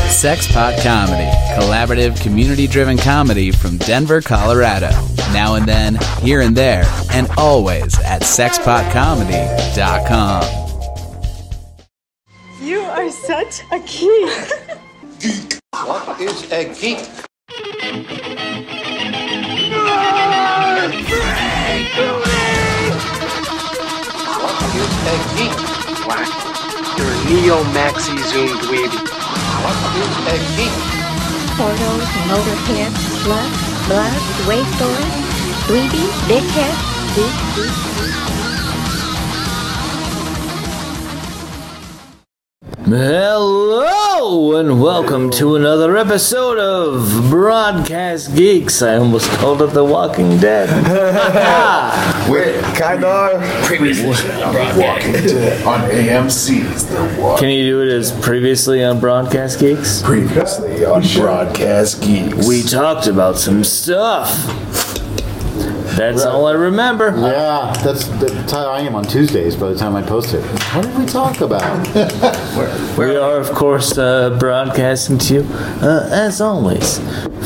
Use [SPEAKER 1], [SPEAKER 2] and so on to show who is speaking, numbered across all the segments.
[SPEAKER 1] Sexpot Comedy, collaborative, community driven comedy from Denver, Colorado. Now and then, here and there, and always at sexpotcomedy.com.
[SPEAKER 2] You are such a geek.
[SPEAKER 3] What is a geek? What is a geek?
[SPEAKER 4] You're a neo maxi zoom dweeby.
[SPEAKER 3] What is a geek?
[SPEAKER 5] Portals, motorhead, slut, blood, wasteoid, dweeby, dickhead, geek, geek.
[SPEAKER 6] Hello and welcome to another episode of Broadcast Geeks. I almost called it The Walking Dead.
[SPEAKER 7] Kind of.
[SPEAKER 8] Walking Dead on AMC's The Walk.
[SPEAKER 6] Can you do it as previously on Broadcast Geeks?
[SPEAKER 8] Previously on Broadcast Geeks.
[SPEAKER 6] We talked about some stuff. That's all I remember.
[SPEAKER 7] Yeah, that's, that's how I am on Tuesdays by the time I post it. What did we talk about?
[SPEAKER 6] We are, of course, uh, broadcasting to you, uh, as always,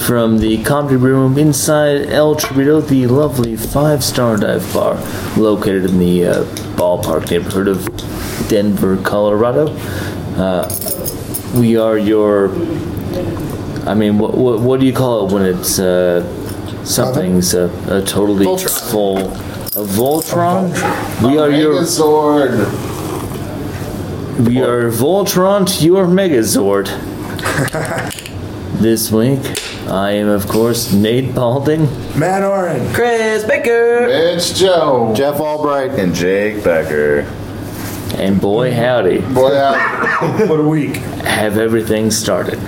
[SPEAKER 6] from the comedy room inside El Tributo, the lovely five star dive bar located in the uh, ballpark neighborhood of Denver, Colorado. Uh, we are your. I mean, what, what, what do you call it when it's uh, something's a, a totally full. A Voltron? We are your.
[SPEAKER 8] Megazord.
[SPEAKER 6] We are Voltron to your Megazord. this week, I am, of course, Nate Balding.
[SPEAKER 9] Matt Oren.
[SPEAKER 8] It's Joe.
[SPEAKER 7] Jeff Albright. And Jake Becker.
[SPEAKER 6] And boy, howdy,
[SPEAKER 8] Boy, uh, I-
[SPEAKER 9] What a week.
[SPEAKER 6] have everything started.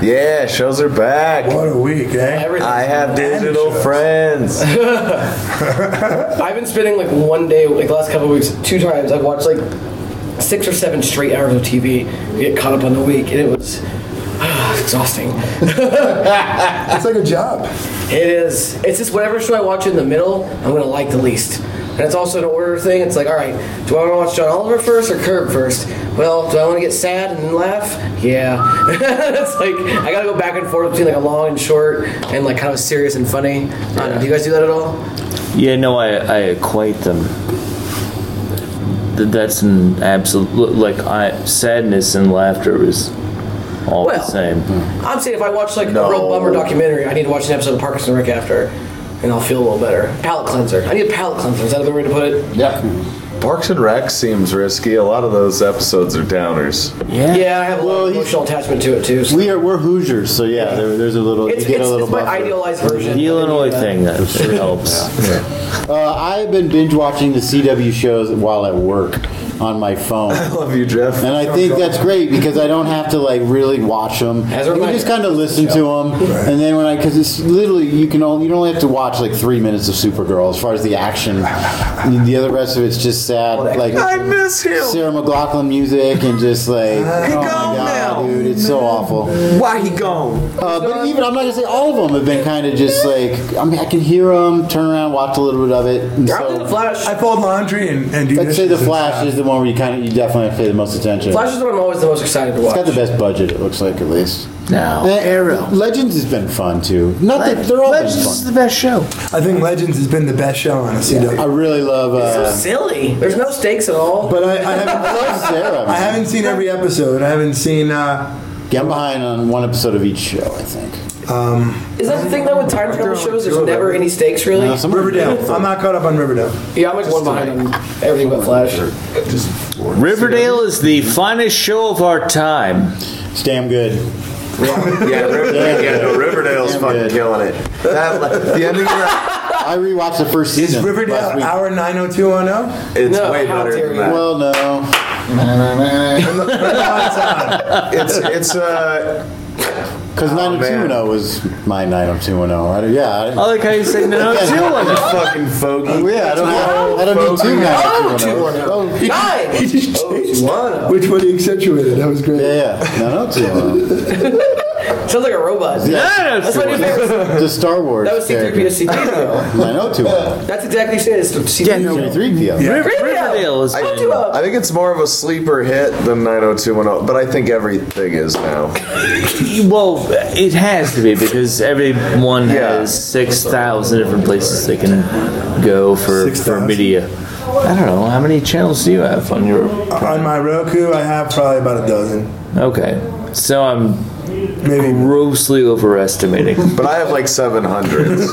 [SPEAKER 10] Yeah, shows are back.
[SPEAKER 9] What a week, eh?
[SPEAKER 10] I have digital friends.
[SPEAKER 11] I've been spending like one day, like last couple of weeks, two times. I've watched like six or seven straight hours of TV. Get caught up on the week, and it was ah, exhausting.
[SPEAKER 9] It's like a job.
[SPEAKER 11] It is. It's just whatever show I watch in the middle, I'm gonna like the least. And it's also an order thing. It's like, all right, do I want to watch John Oliver first or Curb first? Well, do I want to get sad and laugh? Yeah. it's like I gotta go back and forth between like a long and short, and like kind of serious and funny. I don't know. Do you guys do that at all?
[SPEAKER 6] Yeah, no, I, I equate them. Th- That's an absolute. Like, I, sadness and laughter is all the
[SPEAKER 11] Well,
[SPEAKER 6] same.
[SPEAKER 11] I'm saying if I watch like a real bummer documentary, I need to watch an episode of Parkinson Rick after, and I'll feel a little better. Palate cleanser. I need a palate cleanser. Is that a good way to put it?
[SPEAKER 8] yeah.
[SPEAKER 10] Parks and Rec seems risky. A lot of those episodes are downers.
[SPEAKER 6] Yeah.
[SPEAKER 11] Yeah, I have a lot
[SPEAKER 7] Well,
[SPEAKER 11] of
[SPEAKER 7] he's-
[SPEAKER 11] emotional attachment to it too. So.
[SPEAKER 7] We are we're Hoosiers, so yeah, there, there's a little.
[SPEAKER 11] It's,
[SPEAKER 7] you get
[SPEAKER 11] it's,
[SPEAKER 7] a little
[SPEAKER 11] it's my
[SPEAKER 7] buffer.
[SPEAKER 11] idealized version.
[SPEAKER 6] The Illinois thing, that it helps.
[SPEAKER 7] Uh, I've been binge watching the CW shows while at work on my
[SPEAKER 10] I
[SPEAKER 7] phone.
[SPEAKER 10] love you, Jeff.
[SPEAKER 7] And I think that's great because I don't have to like really watch them.
[SPEAKER 11] As a
[SPEAKER 7] You can
[SPEAKER 11] reminder,
[SPEAKER 7] just kind of listen to them, and then when I because it's literally you can only you only have to watch like three minutes of Supergirl as far as the action. The other rest of it's just sad, like
[SPEAKER 10] I miss him.
[SPEAKER 7] Sarah McLaughlin music and just like, oh my
[SPEAKER 10] gone
[SPEAKER 7] god,
[SPEAKER 10] now.
[SPEAKER 7] dude, it's so awful.
[SPEAKER 10] Why he gone?
[SPEAKER 7] Uh, but even I'm not gonna say all of them have been kind of just like I mean I can hear them, turn around, watch a little bit of it. And
[SPEAKER 11] I think the
[SPEAKER 7] so
[SPEAKER 11] Flash.
[SPEAKER 9] I fold laundry and, and do
[SPEAKER 7] I'd say
[SPEAKER 9] dishes
[SPEAKER 7] the
[SPEAKER 9] and
[SPEAKER 7] Flash
[SPEAKER 9] stuff.
[SPEAKER 7] is the one where you kind of you definitely have to pay the most attention.
[SPEAKER 11] Flash is the one I'm always the most excited to watch.
[SPEAKER 7] It's got the best budget, it looks like at least.
[SPEAKER 6] Now,
[SPEAKER 7] Eh, Legends has been fun too. Not that they're all
[SPEAKER 6] Legends
[SPEAKER 7] been
[SPEAKER 6] is
[SPEAKER 7] fun.
[SPEAKER 6] the best show.
[SPEAKER 9] I think Legends has been the best show on a CW.
[SPEAKER 7] I really love.
[SPEAKER 11] so
[SPEAKER 7] Uh,
[SPEAKER 11] silly. There's no stakes at all.
[SPEAKER 9] But I, I
[SPEAKER 7] I
[SPEAKER 9] haven't.
[SPEAKER 7] love Sarah.
[SPEAKER 9] I
[SPEAKER 7] man.
[SPEAKER 9] haven't seen every episode. I haven't seen. Uh,
[SPEAKER 7] Get behind on one episode of each show, I think.
[SPEAKER 11] is that the thing though with time travel shows? There's never any stakes really.
[SPEAKER 7] No, Uh, some-
[SPEAKER 9] Riverdale. I'm not caught up on Riverdale.
[SPEAKER 11] Yeah, I'm like one behind on everything but Flash.
[SPEAKER 6] Riverdale is the finest show of our time.
[SPEAKER 7] It's damn good.
[SPEAKER 10] Yeah, Riverdale,
[SPEAKER 7] Yeah.
[SPEAKER 10] yeah, no, Riverdale's
[SPEAKER 7] Damn
[SPEAKER 10] fucking
[SPEAKER 7] good.
[SPEAKER 10] killing it. That, the ending of that,
[SPEAKER 7] I rewatched the first
[SPEAKER 9] Is
[SPEAKER 7] season. last
[SPEAKER 9] Riverdale
[SPEAKER 7] week.
[SPEAKER 9] hour 90210?
[SPEAKER 10] it's
[SPEAKER 11] No,
[SPEAKER 10] way
[SPEAKER 11] how
[SPEAKER 10] better
[SPEAKER 11] dare
[SPEAKER 10] than
[SPEAKER 11] you.
[SPEAKER 10] that.
[SPEAKER 7] Well, no.
[SPEAKER 10] it's it's uh,
[SPEAKER 7] Because
[SPEAKER 10] Oh,
[SPEAKER 7] 90210 was my 90210. oh. I don't, yeah, I,
[SPEAKER 6] I like how you say no, no,
[SPEAKER 10] uh,
[SPEAKER 6] two one.
[SPEAKER 10] fucking fogey.
[SPEAKER 7] Oh, yeah, I don't, have, I don't need two 90210s.
[SPEAKER 11] Nine.
[SPEAKER 9] Which one do you accentuated? That was great.
[SPEAKER 7] Yeah, yeah. 90210.
[SPEAKER 11] Sounds like a robot. That's my new favorite.
[SPEAKER 7] The Star Wars.
[SPEAKER 11] That was C3PO
[SPEAKER 7] character.
[SPEAKER 11] C3PO.
[SPEAKER 7] Linotua.
[SPEAKER 11] That's exactly it. It's C3PO.
[SPEAKER 7] Yeah, no. C3PO.
[SPEAKER 11] Yeah.
[SPEAKER 6] Riverdale is
[SPEAKER 11] uh,
[SPEAKER 10] I think it's more of a sleeper hit than 90210, but I think everything is now.
[SPEAKER 6] Well, it has to be because everyone has six thousand different places they can go for for media. I don't know how many channels do you have on your
[SPEAKER 9] on my Roku. I have probably about a dozen.
[SPEAKER 6] Okay, so I'm maybe grossly overestimating,
[SPEAKER 10] but I have like seven hundred.
[SPEAKER 11] But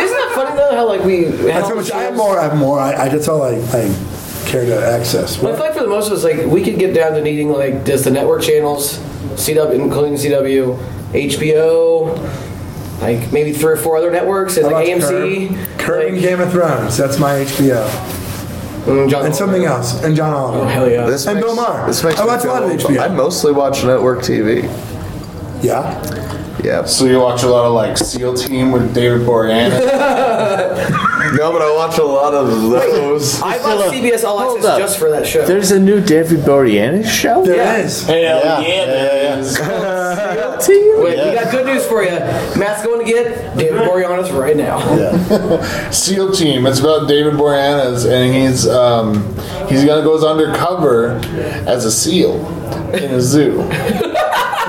[SPEAKER 11] isn't that funny though? How like we.
[SPEAKER 9] That's how much I have more. I have more. I, I that's all I, I care to access.
[SPEAKER 11] Well, I feel like for the most of us, like we could get down to needing like just the network channels, CW, including CW, HBO, like maybe three or four other networks, and
[SPEAKER 9] How
[SPEAKER 11] like
[SPEAKER 9] about
[SPEAKER 11] AMC.
[SPEAKER 9] Curb, Curb and Game of Thrones. That's my HBO. and something else. And John Oliver.
[SPEAKER 11] Mm, Oh, hell yeah.
[SPEAKER 10] This
[SPEAKER 9] and
[SPEAKER 10] makes-
[SPEAKER 9] Bill Maher.
[SPEAKER 10] This makes
[SPEAKER 9] I
[SPEAKER 10] me
[SPEAKER 9] watch a
[SPEAKER 10] feel
[SPEAKER 9] lot of
[SPEAKER 10] old,
[SPEAKER 9] HBO.
[SPEAKER 10] but I mostly watch network TV.
[SPEAKER 9] Yeah.
[SPEAKER 10] Yeah.
[SPEAKER 8] So you watch a lot of like SEAL Team with David Boreanaz.
[SPEAKER 10] No, but I watch a lot of those.
[SPEAKER 11] I bought CBS All Access
[SPEAKER 6] up.
[SPEAKER 11] just for that show.
[SPEAKER 6] There's a new David Boreanaz show.
[SPEAKER 9] There
[SPEAKER 11] Yeah.
[SPEAKER 9] is.
[SPEAKER 8] Hell yeah,
[SPEAKER 10] Yeah.
[SPEAKER 8] there is.
[SPEAKER 11] Wait, we got good news for you. Matt's going to get David Boreanaz right now.
[SPEAKER 8] SEAL Team. It's about David Boreanaz, and he's um, he's gonna goes undercover as a seal in a zoo.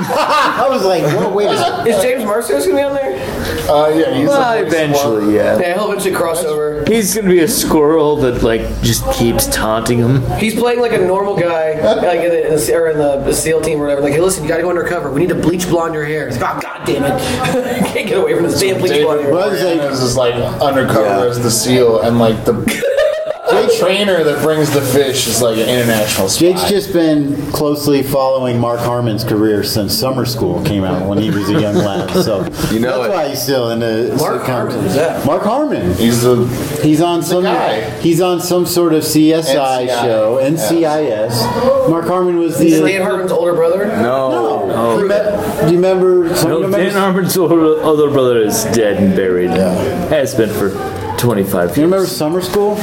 [SPEAKER 7] I was like, whoa, wait a second.
[SPEAKER 11] Is James Marsters going to be on there?
[SPEAKER 8] Uh, yeah, he's
[SPEAKER 6] Well, eventually, yeah.
[SPEAKER 11] Yeah, he'll eventually cross over.
[SPEAKER 6] He's gonna be a squirrel that like just keeps taunting him.
[SPEAKER 11] He's playing like a normal guy, like in the, in the, or in the, the SEAL team or whatever. Like, hey, listen, you gotta go undercover. We need to bleach blonde your hair. It's like, oh, God damn it. can't get away from this damn bleach
[SPEAKER 8] David
[SPEAKER 11] blonde hair.
[SPEAKER 8] Boreanaz is like undercover as the seal, and like the the trainer that brings the fish is like an international spy.
[SPEAKER 7] Jake's just been closely following Mark Harmon's career since Summer School came out when he was a young lad. So
[SPEAKER 10] You know it.
[SPEAKER 7] that's why he's still in the
[SPEAKER 11] Mark
[SPEAKER 7] sitcoms.
[SPEAKER 11] Harmon, who's that?
[SPEAKER 7] Mark Harmon.
[SPEAKER 8] he's the
[SPEAKER 7] He's on some.
[SPEAKER 8] guy.
[SPEAKER 7] He's on some sort of CSI
[SPEAKER 8] NCIS.
[SPEAKER 7] show. NCIS. Mark Harmon was the.
[SPEAKER 11] Is Dan Harmon's older brother?
[SPEAKER 10] No.
[SPEAKER 7] No. Do you me- Do you remember? some-
[SPEAKER 6] No,
[SPEAKER 7] remember
[SPEAKER 6] Dan Harmon's older other brother is dead and buried. Has been for 25
[SPEAKER 7] You remember
[SPEAKER 6] years.
[SPEAKER 7] summer school?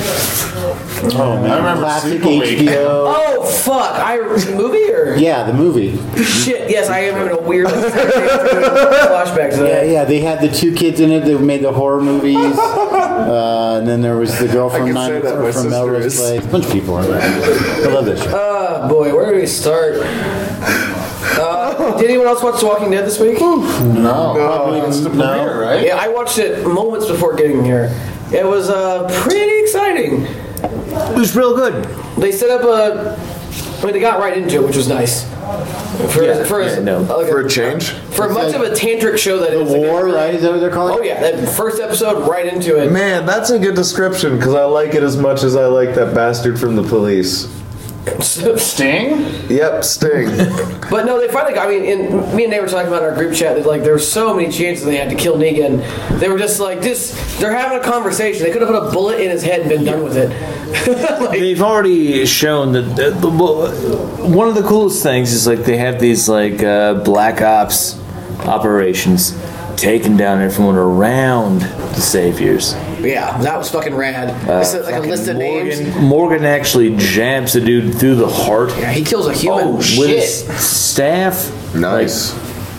[SPEAKER 7] Oh man,
[SPEAKER 8] I remember
[SPEAKER 7] classic
[SPEAKER 8] Super Week.
[SPEAKER 7] HBO.
[SPEAKER 11] Oh, fuck. I, movie or?
[SPEAKER 7] yeah, the movie.
[SPEAKER 11] Shit, yes, I am having a weird flashback to
[SPEAKER 7] Yeah,
[SPEAKER 11] that.
[SPEAKER 7] yeah. They had the two kids in it that made the horror movies, uh, and then there was the girl from
[SPEAKER 10] can
[SPEAKER 7] Nine
[SPEAKER 10] say that, my
[SPEAKER 7] from
[SPEAKER 10] sister
[SPEAKER 7] Melrose
[SPEAKER 10] is.
[SPEAKER 7] Place. A bunch of people in it. I love this show.
[SPEAKER 11] Oh, boy, where do we start? Uh, did anyone else watch The Walking Dead this week?
[SPEAKER 8] no, no, it's the premiere, right?
[SPEAKER 11] Yeah, I watched it moments before getting here. It was uh, pretty exciting.
[SPEAKER 6] It was real good.
[SPEAKER 11] They set up a. I mean, they got right into it, which was nice. For
[SPEAKER 6] Yeah,
[SPEAKER 11] for,
[SPEAKER 6] yeah, no.
[SPEAKER 11] like
[SPEAKER 10] For a change?
[SPEAKER 11] for much of a tantric show that
[SPEAKER 7] The
[SPEAKER 11] is, like,
[SPEAKER 7] war, right? Is that what they're calling?
[SPEAKER 11] Oh
[SPEAKER 7] it?
[SPEAKER 11] yeah, that first episode right into it.
[SPEAKER 10] Man, that's a good description because I like it as much as I like that bastard from the police.
[SPEAKER 8] Sting.
[SPEAKER 10] Yep, Sting.
[SPEAKER 11] but no, they finally got. I mean, and me and they were talking about in our group chat that like there were so many chances they had to kill Negan. They were just like, just they're having a conversation. They could have put a bullet in his head and been done with it. Like,
[SPEAKER 6] They've already shown that the, the, well, one of the coolest things is like they have these like uh, black ops operations taking down everyone around the saviors.
[SPEAKER 11] yeah, that was fucking rad. they said like a
[SPEAKER 6] Fucking
[SPEAKER 11] list of names.
[SPEAKER 6] Morgan, Morgan actually jabs the dude through the heart.
[SPEAKER 11] Yeah, he kills a human.
[SPEAKER 6] Oh, with
[SPEAKER 11] shit!
[SPEAKER 6] his staff.
[SPEAKER 10] nice.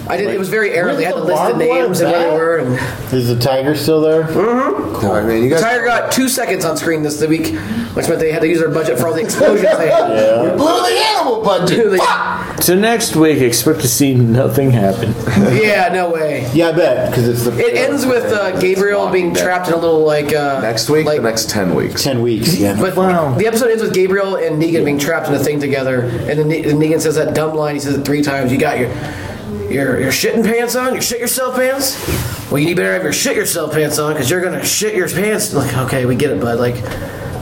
[SPEAKER 11] I did. it was very airy. They had to
[SPEAKER 8] the
[SPEAKER 11] list the
[SPEAKER 8] barbed wire
[SPEAKER 11] names and where they
[SPEAKER 8] bat?
[SPEAKER 11] were. And,
[SPEAKER 7] Is the tiger still there?
[SPEAKER 10] I mean, you guys.
[SPEAKER 11] Tiger got two seconds on screen this week, which meant they had to use their budget for all the explosions they had.
[SPEAKER 8] We blew the animal budget.
[SPEAKER 11] Dude,
[SPEAKER 8] Fuck!
[SPEAKER 11] like-
[SPEAKER 6] So next week, expect to see nothing happen.
[SPEAKER 11] yeah, no way.
[SPEAKER 7] Yeah, I bet because it's the
[SPEAKER 11] It ends with uh, Gabriel being trapped in a little like uh,
[SPEAKER 10] Next week,
[SPEAKER 11] Like,
[SPEAKER 10] the next 10 weeks.
[SPEAKER 7] ten weeks. Yeah.
[SPEAKER 11] but the episode ends with Gabriel and Negan being trapped in a thing together, and then Ne- and Negan says that dumb line. He says it three times. You got your your your shitting pants on. Your shit yourself pants. Well, you better have your shit yourself pants on because you're gonna shit your pants. Like, okay, we get it, bud. Like.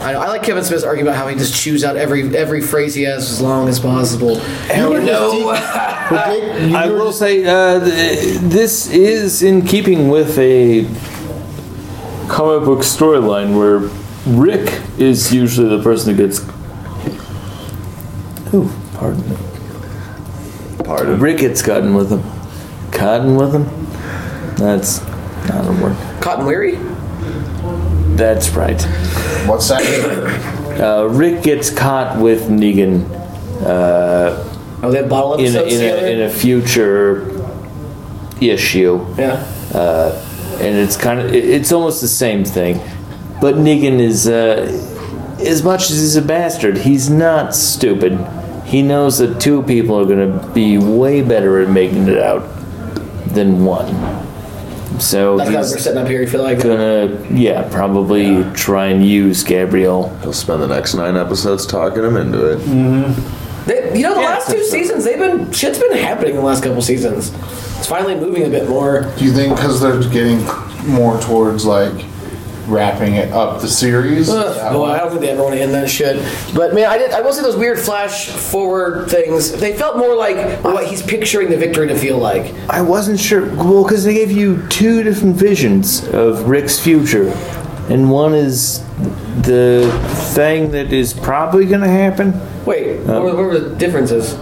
[SPEAKER 11] I, I like Kevin Smith's argument about how he just chews out every every phrase he has as long as possible.
[SPEAKER 7] You were just
[SPEAKER 11] No.
[SPEAKER 7] de-
[SPEAKER 11] uh,
[SPEAKER 7] but Jake, you
[SPEAKER 6] I
[SPEAKER 7] were
[SPEAKER 6] will
[SPEAKER 7] just-
[SPEAKER 6] say uh, th- this is in keeping with a comic book storyline where Rick is usually the person who gets. Ooh, pardon me.
[SPEAKER 10] Pardon.
[SPEAKER 6] Rick gets gotten with him. Cotton with him? That's not a word.
[SPEAKER 11] Cotton Weary?
[SPEAKER 6] That's right.
[SPEAKER 8] What's that?
[SPEAKER 6] Uh, Rick gets caught with Negan. Uh,
[SPEAKER 11] Oh, that bottle
[SPEAKER 6] in a,
[SPEAKER 11] episodes
[SPEAKER 6] in, a,
[SPEAKER 11] together?
[SPEAKER 6] in a future issue.
[SPEAKER 11] Yeah.
[SPEAKER 6] Uh, and it's kind of it, it's almost the same thing, but Negan is uh, as much as he's a bastard, he's not stupid. He knows that two people are going to be way better at making it out than one. So
[SPEAKER 11] That's
[SPEAKER 6] he's
[SPEAKER 11] kind of setting up here. You feel like
[SPEAKER 6] gonna yeah probably try and use Gabriel.
[SPEAKER 10] He'll spend the next nine episodes talking him into it.
[SPEAKER 11] They, you know, the last two seasons, they've been shit's been happening the last couple seasons. It's finally moving a bit more.
[SPEAKER 8] Do you think because they're getting more towards like wrapping it up the
[SPEAKER 10] Uh,
[SPEAKER 8] series?
[SPEAKER 11] Ugh, boy, I don't think they ever want to end that shit. But man, I did. I will say those weird flash forward things. They felt more like what he's picturing the victory to feel like.
[SPEAKER 6] I wasn't sure. Well, because they gave you two different visions of Rick's future, and one is the thing that is probably going to happen.
[SPEAKER 11] Wait, what, were, what were the differences?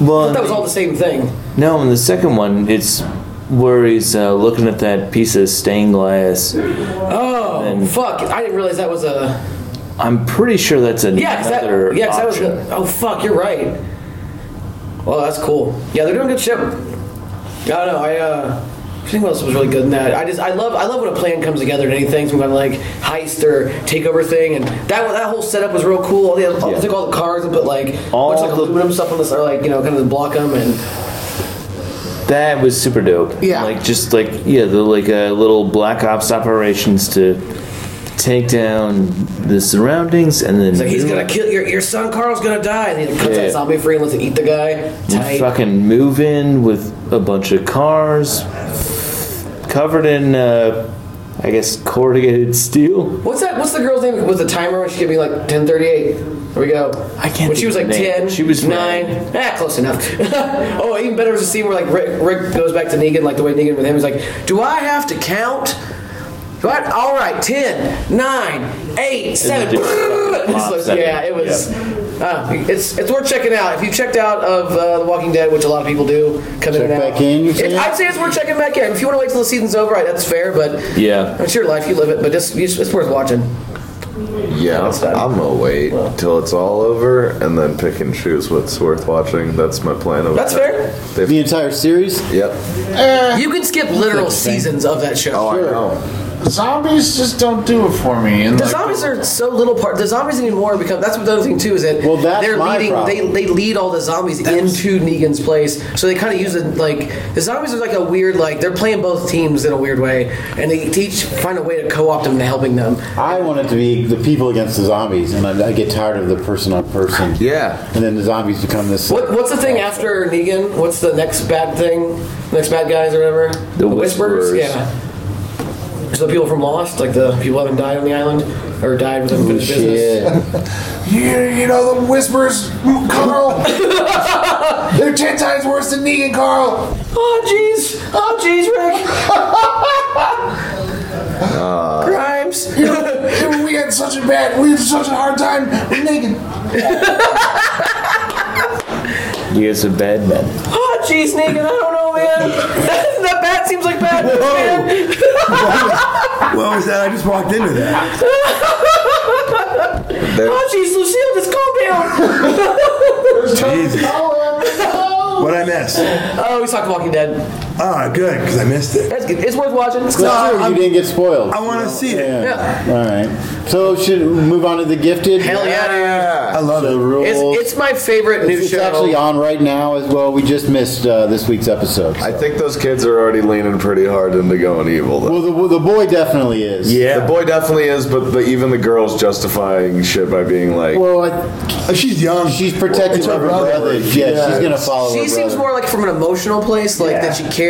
[SPEAKER 6] Well,
[SPEAKER 11] I thought that was all the same thing.
[SPEAKER 6] No, and the second one, it's where he's uh, looking at that piece of stained glass.
[SPEAKER 11] Oh fuck! I didn't realize that was a
[SPEAKER 6] I'm pretty sure that's another
[SPEAKER 11] yeah. 'cause that, yeah, 'cause that was
[SPEAKER 6] option.
[SPEAKER 11] the, oh fuck. You're right. Well, that's cool. Yeah, they're doing good shit. I don't know. I uh, I think what else was really good in that. I just I love I love when a plan comes together and anything some kind of like heist or takeover thing and that that whole setup was real cool. All the all, took all the cars and put like all much like aluminum stuff on this or like you know kind of block them and
[SPEAKER 6] That was super dope. Yeah. Like just like yeah, the like uh, little black ops operations to take down the surroundings and then
[SPEAKER 11] it's like he's gonna kill your your son Carl's gonna die and he cuts
[SPEAKER 6] Yeah.
[SPEAKER 11] that zombie free and lets it eat the guy.
[SPEAKER 6] You
[SPEAKER 11] Tight.
[SPEAKER 6] fucking move in with a bunch of cars covered in uh, I guess corrugated steel.
[SPEAKER 11] What's that? What's the girl's name with the timer when she could be like ten thirty eight? Here we go. I
[SPEAKER 6] can't
[SPEAKER 11] When
[SPEAKER 6] think
[SPEAKER 11] she was
[SPEAKER 6] of
[SPEAKER 11] like
[SPEAKER 6] the name.
[SPEAKER 11] ten.
[SPEAKER 6] She was
[SPEAKER 11] nine. Ah, close enough. oh, even better was the scene where like Rick, Rick goes back to Negan, like the way Negan with him is like, "Do I have to count? What? All right, ten, nine, eight, seven. It's like-
[SPEAKER 6] pops at
[SPEAKER 11] yeah,
[SPEAKER 6] him.
[SPEAKER 11] it was. Uh, it's it's worth checking out. If you checked out of uh, The Walking Dead, which a lot of people do, come in and
[SPEAKER 7] Check
[SPEAKER 11] out.
[SPEAKER 7] back in, you're
[SPEAKER 11] It-
[SPEAKER 7] saying?
[SPEAKER 11] I'd say it's worth checking back in. If you want to wait till the season's over, I, that's fair. But
[SPEAKER 6] Yeah.
[SPEAKER 11] it's your life, you live it, but just, you- it's worth watching.
[SPEAKER 10] Yeah, I'm gonna wait till it's all over and then pick and choose what's worth watching. That's my plan. Of
[SPEAKER 11] That's fair.
[SPEAKER 10] the
[SPEAKER 7] entire series.
[SPEAKER 10] Yep.
[SPEAKER 6] Eh,
[SPEAKER 11] you can skip literal seasons of that show. Oh,
[SPEAKER 10] I know.
[SPEAKER 8] Zombies just don't do it for me. And
[SPEAKER 11] The
[SPEAKER 8] like,
[SPEAKER 11] zombies are so little part. The zombies anymore become. That's what the other thing too is that well,
[SPEAKER 7] that's
[SPEAKER 11] they're
[SPEAKER 7] my
[SPEAKER 11] leading.
[SPEAKER 7] problem.
[SPEAKER 11] They, they lead all the zombies into Negan's place. So they kind of use it like the zombies are like a weird like they're playing both teams in a weird way, and they each find a way to co-opt them into helping them.
[SPEAKER 7] I want it to be the people against the zombies, and I, I get tired of the person on person.
[SPEAKER 10] Yeah.
[SPEAKER 7] And then the zombies become this.
[SPEAKER 11] What, what's the thing after Negan? What's the next bad thing? Next bad guys or whatever?
[SPEAKER 6] The Whisperers.
[SPEAKER 11] Yeah. So the people from Lost, like the people who haven't died on the island or died with
[SPEAKER 7] Oh,
[SPEAKER 11] unfinished business.
[SPEAKER 8] you, you know the whispers, Carl. they're ten times worse than Negan, Carl.
[SPEAKER 11] Oh jeez! Oh jeez, Rick! Grimes!
[SPEAKER 8] You know, we had such a bad, we had such a hard time with Negan.
[SPEAKER 6] You guys are bad men.
[SPEAKER 11] oh jeez, Negan! I don't know, man. That, that bat seems like bad, man.
[SPEAKER 12] What was that? I just walked into that.
[SPEAKER 11] oh jeez, Lucille, just calm down.
[SPEAKER 12] Jesus.
[SPEAKER 11] oh,
[SPEAKER 12] What I miss?
[SPEAKER 11] we talked Walking Dead.
[SPEAKER 12] Ah, good, because I missed it.
[SPEAKER 11] That's good. It's worth watching. It's
[SPEAKER 7] That's
[SPEAKER 11] cool.
[SPEAKER 7] true, you didn't get spoiled.
[SPEAKER 12] I want to see it.
[SPEAKER 11] Yeah.
[SPEAKER 7] All right. So should we move on to the gifted.
[SPEAKER 11] Hell yeah,
[SPEAKER 12] I love
[SPEAKER 7] So
[SPEAKER 12] it.
[SPEAKER 7] rules.
[SPEAKER 11] dude. It's, it's my favorite new
[SPEAKER 7] It's- it's
[SPEAKER 11] show.
[SPEAKER 7] actually on right now as well. We just missed uh, this week's episode.
[SPEAKER 10] I think those kids are already leaning pretty hard into going evil. Though.
[SPEAKER 7] Well, the, the boy definitely is.
[SPEAKER 10] the boy definitely is, but the, even the girls justifying shit by being like,
[SPEAKER 7] Well, I,
[SPEAKER 12] Uh, She's young.
[SPEAKER 7] she's protecting
[SPEAKER 12] It's
[SPEAKER 7] her brother. Yeah, she's gonna follow.
[SPEAKER 11] She
[SPEAKER 7] her
[SPEAKER 11] seems
[SPEAKER 7] brother.
[SPEAKER 11] more like from an emotional place, like that she cares.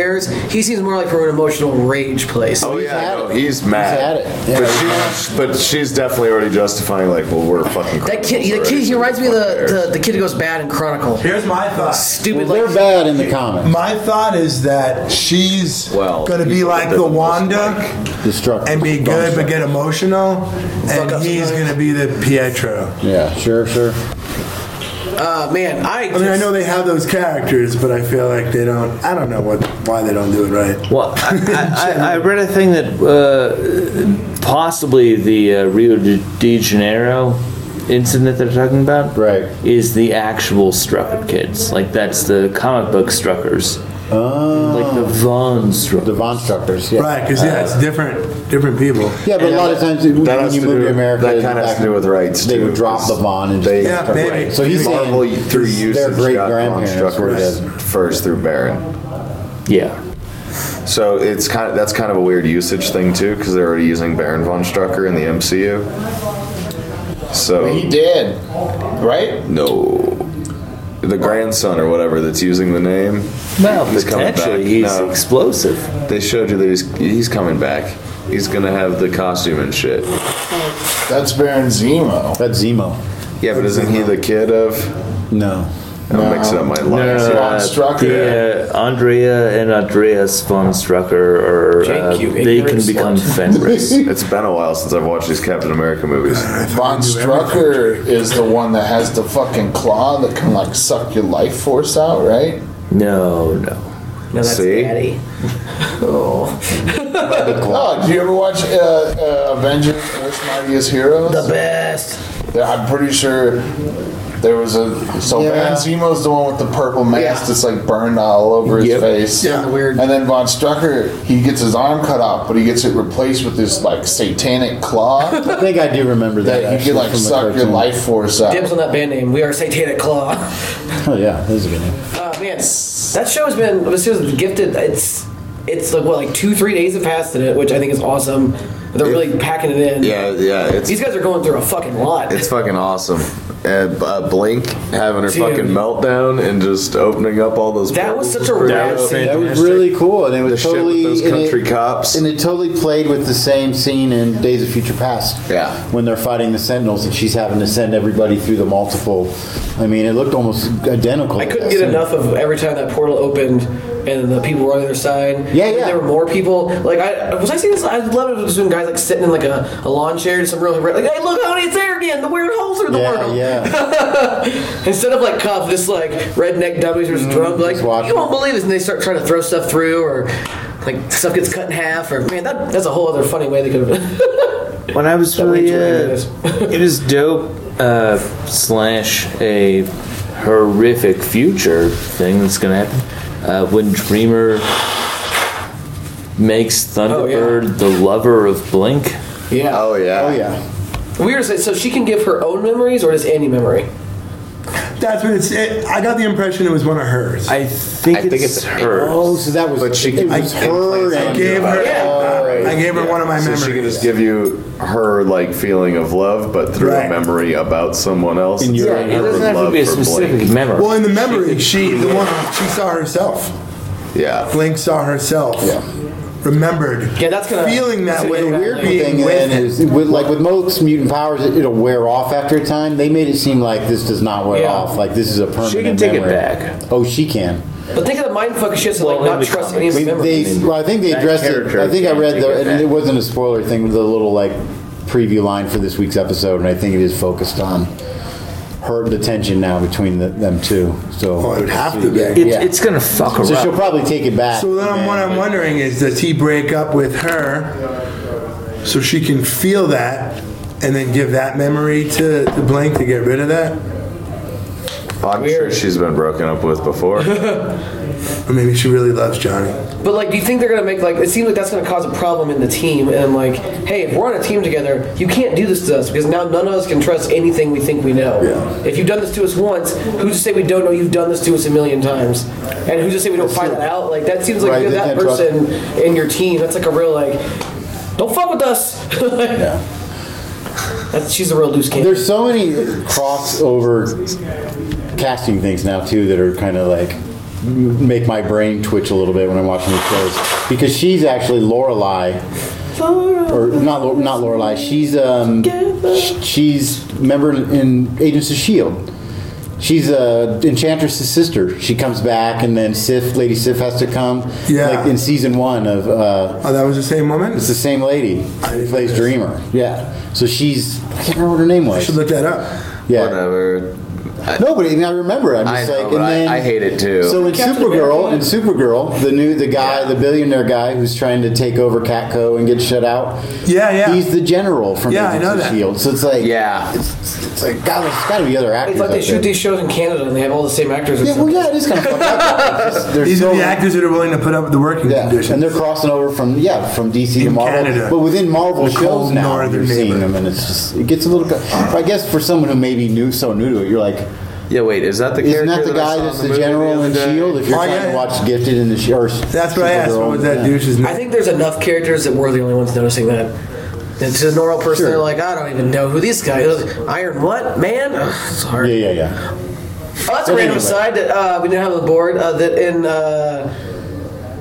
[SPEAKER 11] He seems more like from an emotional rage place.
[SPEAKER 10] "Oh
[SPEAKER 7] had
[SPEAKER 10] yeah, no,
[SPEAKER 7] it.
[SPEAKER 10] he's mad."
[SPEAKER 7] He's had it.
[SPEAKER 10] But,
[SPEAKER 7] Yeah.
[SPEAKER 10] she, but she's definitely already justifying like, "Well, we're fucking."
[SPEAKER 11] That kid,
[SPEAKER 10] criminals
[SPEAKER 11] the
[SPEAKER 10] already,
[SPEAKER 11] kid, he
[SPEAKER 10] so
[SPEAKER 11] reminds me of
[SPEAKER 10] fuck
[SPEAKER 11] the,
[SPEAKER 10] cares."
[SPEAKER 11] the the kid who goes bad in Chronicle.
[SPEAKER 12] Here's my thought.
[SPEAKER 11] Stupid,
[SPEAKER 7] Well,
[SPEAKER 11] like
[SPEAKER 7] they're bad in the comics.
[SPEAKER 12] My thought is that she's
[SPEAKER 10] Well,
[SPEAKER 12] going to be
[SPEAKER 10] you
[SPEAKER 12] like
[SPEAKER 10] did
[SPEAKER 12] the
[SPEAKER 10] the most
[SPEAKER 12] Wanda
[SPEAKER 7] Destructive.
[SPEAKER 12] and be good but get emotional, and
[SPEAKER 11] up
[SPEAKER 12] he's
[SPEAKER 11] sometimes.
[SPEAKER 12] going to be the Pietro.
[SPEAKER 7] Yeah, sure, sure.
[SPEAKER 11] uh, man, I.
[SPEAKER 12] I mean, I know they have those characters, but I feel like they don't. I don't know what why they don't do it right.
[SPEAKER 6] Well, I, I, I- I read a thing that uh, possibly the uh, Rio de, de Janeiro incident they're talking about
[SPEAKER 7] Right.
[SPEAKER 6] is the actual Strucker kids. Like that's the comic book Struckers. Like the Von Structors. The
[SPEAKER 7] Von Structors, yeah.
[SPEAKER 9] Right, because yeah,
[SPEAKER 11] Uh,
[SPEAKER 9] it's different, different people.
[SPEAKER 7] Yeah, but a lot of times it,
[SPEAKER 10] That
[SPEAKER 7] when
[SPEAKER 10] has
[SPEAKER 7] you
[SPEAKER 10] to
[SPEAKER 7] move
[SPEAKER 10] do-
[SPEAKER 7] to America,
[SPEAKER 10] that kinda has to do with rights,
[SPEAKER 7] They
[SPEAKER 10] too,
[SPEAKER 7] would drop the
[SPEAKER 10] because
[SPEAKER 7] bond and
[SPEAKER 10] they-
[SPEAKER 7] just
[SPEAKER 10] Yeah, maybe.
[SPEAKER 7] So he's
[SPEAKER 10] Marvel
[SPEAKER 7] saying
[SPEAKER 10] through use
[SPEAKER 7] their great grandparents were
[SPEAKER 10] Structors
[SPEAKER 7] dead.
[SPEAKER 10] first through Baron.
[SPEAKER 6] Yeah.
[SPEAKER 10] So it's kind of that's kind of a weird usage thing too, because they're already using Baron von Strucker in the MCU. So
[SPEAKER 8] He did, right?
[SPEAKER 10] no, the grandson or whatever that's using the name.
[SPEAKER 6] Well, potentially, he's explosive.
[SPEAKER 10] They showed you that he's he's coming back. He's gonna have the costume and shit.
[SPEAKER 8] That's Baron Zemo.
[SPEAKER 7] That's Zemo.
[SPEAKER 10] Yeah, but isn't he the kid of?
[SPEAKER 7] No.
[SPEAKER 10] I'm mixing up my
[SPEAKER 6] No,
[SPEAKER 10] lines.
[SPEAKER 6] uh, the, uh, Andrea and Andreas von Strucker are uh, they can become Fenris.
[SPEAKER 10] it's been a while since I've watched these Captain America movies.
[SPEAKER 8] Von Strucker is the one that has the fucking claw that can like suck your life force out, right?
[SPEAKER 6] No, no.
[SPEAKER 8] No, that's See?
[SPEAKER 11] Daddy.
[SPEAKER 8] oh. do you ever watch uh, uh, Avengers: Earth's Mightiest Heroes? The
[SPEAKER 11] best.
[SPEAKER 8] Yeah, I'm pretty sure there was a so
[SPEAKER 11] Yeah.
[SPEAKER 8] Baron Zemo's the one with the purple mask
[SPEAKER 11] Yeah.
[SPEAKER 8] that's like burned all over
[SPEAKER 11] Yep.
[SPEAKER 8] his face.
[SPEAKER 11] Yeah.
[SPEAKER 8] weird. And then Von Strucker, he gets his arm cut off, but he gets it replaced with this like satanic claw. I
[SPEAKER 7] think I do remember
[SPEAKER 8] That
[SPEAKER 7] that,
[SPEAKER 8] you
[SPEAKER 7] actually,
[SPEAKER 8] can like
[SPEAKER 7] from the
[SPEAKER 8] suck your
[SPEAKER 7] cartoon.
[SPEAKER 8] life force out.
[SPEAKER 11] Dibs on that band name. We are Satanic Claw.
[SPEAKER 7] Oh yeah, that is a good name.
[SPEAKER 11] Uh, man, that show has been this show's gifted. It's it's like what like two three days have passed in it, which I think is awesome. They're really packing it in.
[SPEAKER 10] Yeah, yeah. It's
[SPEAKER 11] These guys are going through a fucking lot.
[SPEAKER 10] It's fucking awesome. And uh, Blink having her
[SPEAKER 11] Dude.
[SPEAKER 10] fucking meltdown and just opening up all those.
[SPEAKER 11] That was such a
[SPEAKER 7] That was, that was really cool, and it was
[SPEAKER 10] The shit with
[SPEAKER 7] totally
[SPEAKER 10] those
[SPEAKER 7] and
[SPEAKER 10] country
[SPEAKER 7] it,
[SPEAKER 10] cops.
[SPEAKER 7] and it totally played with the same scene in Days of Future Past.
[SPEAKER 10] Yeah,
[SPEAKER 7] when they're fighting the Sentinels, and she's having to send everybody through the multiple. I mean, it looked almost identical.
[SPEAKER 11] I couldn't get enough of every time that portal opened and the people were on the other side.
[SPEAKER 7] Yeah,
[SPEAKER 11] And There were more people. Like I was I seeing this. I'd love it if it was some guys like sitting in like a, a lawn chair and some real like hey look how it's there again. The weird holes are the
[SPEAKER 7] Yeah,
[SPEAKER 11] world.
[SPEAKER 7] yeah.
[SPEAKER 11] Instead of like cuff, this like redneck dummies
[SPEAKER 7] Mm,
[SPEAKER 11] was drunk like you won't believe this, and they start trying to throw stuff through or like stuff gets cut in half or man that, that's a whole other funny way they could have.
[SPEAKER 6] when I was really, uh, it was dope uh, slash a horrific future thing that's gonna happen uh, when Dreamer makes
[SPEAKER 9] Oh,
[SPEAKER 6] Thunderbird the lover of Blink.
[SPEAKER 11] Yeah.
[SPEAKER 10] Oh yeah.
[SPEAKER 7] Oh yeah.
[SPEAKER 11] Weird. is it- So she can give her own memories or does any memory?
[SPEAKER 9] That's what it's. It, I got the impression it was one of hers.
[SPEAKER 6] I think,
[SPEAKER 7] Oh, so that was. But she it was her.
[SPEAKER 9] I
[SPEAKER 7] and-
[SPEAKER 9] gave her. I gave her one of my
[SPEAKER 10] so
[SPEAKER 9] memories.
[SPEAKER 10] she can just give you her like feeling of love, but through a memory about someone else.
[SPEAKER 9] And you're-
[SPEAKER 10] It's
[SPEAKER 9] Yeah, it
[SPEAKER 10] her
[SPEAKER 9] doesn't have to
[SPEAKER 10] love
[SPEAKER 9] be a
[SPEAKER 10] for
[SPEAKER 9] specific
[SPEAKER 10] Blink.
[SPEAKER 9] Well, in the memory, she, the one she saw herself.
[SPEAKER 10] Yeah.
[SPEAKER 9] Blink saw herself. Yeah. Remembered.
[SPEAKER 11] Yeah, that's kind of
[SPEAKER 9] feeling that way.
[SPEAKER 7] The weird
[SPEAKER 9] being
[SPEAKER 7] thing
[SPEAKER 9] with
[SPEAKER 7] then is, with, like with most mutant powers, it, it'll wear off after a time. They made it seem like this does not wear off. Like this is a permanent.
[SPEAKER 11] can take it
[SPEAKER 7] memory.
[SPEAKER 11] back.
[SPEAKER 7] Oh, she can.
[SPEAKER 11] But think of the mind fuck shit to like not trust any of
[SPEAKER 7] They-
[SPEAKER 11] his memories.
[SPEAKER 7] they- well, I think they addressed it. I think I read the, and it wasn't a spoiler thing. but The little like preview line for this week's episode, and I think it is focused on her the tension now between the, them two. So
[SPEAKER 9] it would have to be.
[SPEAKER 7] Yeah.
[SPEAKER 9] It's- it's
[SPEAKER 6] gonna fuck
[SPEAKER 7] So
[SPEAKER 9] her
[SPEAKER 7] she'll
[SPEAKER 9] up.
[SPEAKER 7] probably take it back.
[SPEAKER 9] So then I'm, what I'm wondering is, does he break up with her so she can feel that and then give that memory to, to Blink to get rid of that?
[SPEAKER 10] I'm sure she's been broken up with before.
[SPEAKER 9] Or maybe she really loves Johnny.
[SPEAKER 11] But like, do you think they're gonna make like? It seems like that's gonna cause a problem in the team. And I'm like, hey, if we're on a team together, you can't do this to us because now none of us can trust anything we think we know. If you've done this to us once, who's to say we don't know you've done this to us a million times? And who's to say we don't find that out? Like that seems like
[SPEAKER 7] Right,
[SPEAKER 11] you're
[SPEAKER 7] they
[SPEAKER 11] that
[SPEAKER 7] can't trust-
[SPEAKER 11] person in your team. That's like a real like, don't fuck with us. yeah. That's, she's a real loose cannon.
[SPEAKER 7] There's so many crossover casting things now too that are kind of like make my brain twitch a little bit when I'm watching these shows because she's actually Lorelai, or not Lo- not Lorelai. She's um sh- she's member in Agents of Shield. E She's uh, Enchantress's sister. She comes back, and then Sif, Lady Sif, has to come.
[SPEAKER 9] Yeah.
[SPEAKER 7] like in season one of. Uh,
[SPEAKER 9] oh, that was the same woman.
[SPEAKER 7] It's the same lady. She plays Dreamer. Yeah. So she's I can't remember what her name was.
[SPEAKER 10] uh,
[SPEAKER 9] I should look that up.
[SPEAKER 7] Yeah.
[SPEAKER 10] Whatever.
[SPEAKER 7] no, but I mean, I remember. I'm just
[SPEAKER 10] I know,
[SPEAKER 7] like,
[SPEAKER 10] but
[SPEAKER 7] and
[SPEAKER 10] I-
[SPEAKER 7] then
[SPEAKER 10] I hate it too.
[SPEAKER 7] So in
[SPEAKER 10] Captain
[SPEAKER 7] Supergirl, in Supergirl, the new the guy, the billionaire guy who's trying to take over Catco and get shut out.
[SPEAKER 9] Yeah, yeah.
[SPEAKER 7] He's the general from
[SPEAKER 9] Yeah, I
[SPEAKER 7] Agents
[SPEAKER 9] know
[SPEAKER 7] of
[SPEAKER 9] that.
[SPEAKER 7] Shield. E So it's like, yeah, it's, it's like God, there's got to be other actors.
[SPEAKER 11] It's like they
[SPEAKER 7] out
[SPEAKER 11] shoot
[SPEAKER 7] there.
[SPEAKER 11] these shows in Canada and they have all the same actors. or
[SPEAKER 7] Yeah, well,
[SPEAKER 11] something.
[SPEAKER 7] yeah, it is kind of
[SPEAKER 9] These are the actors that are willing to put up with the working conditions.
[SPEAKER 7] and they're crossing over from yeah from DC to
[SPEAKER 9] In
[SPEAKER 7] Marvel,
[SPEAKER 9] Canada.
[SPEAKER 7] but within Marvel
[SPEAKER 9] The
[SPEAKER 7] shows
[SPEAKER 9] cold
[SPEAKER 7] now
[SPEAKER 9] northern
[SPEAKER 7] you're seeing
[SPEAKER 9] neighbor.
[SPEAKER 7] them, and it's just it gets a little. I guess for someone who maybe new so new to it, you're like.
[SPEAKER 10] Yeah, wait, is that the
[SPEAKER 7] Isn't that
[SPEAKER 10] character
[SPEAKER 7] the
[SPEAKER 10] that I
[SPEAKER 7] guy
[SPEAKER 10] saw in
[SPEAKER 7] that's
[SPEAKER 10] the
[SPEAKER 7] the,
[SPEAKER 10] movie
[SPEAKER 7] general in Shield? E If you're
[SPEAKER 11] Oh,
[SPEAKER 7] trying
[SPEAKER 11] yeah.
[SPEAKER 7] to watch Gifted in the Sh- or
[SPEAKER 9] That's what I asked. What was that douche's
[SPEAKER 11] I think there's enough characters that we're the only ones noticing that. And to the normal person, they're like, I don't even know who this guy is. Iron what? Man? Ugh, it's hard.
[SPEAKER 7] Yeah, yeah, yeah.
[SPEAKER 11] Oh, that's a
[SPEAKER 7] But
[SPEAKER 11] random
[SPEAKER 7] anyway.
[SPEAKER 11] aside that uh, we didn't have on the board. Uh, that in uh,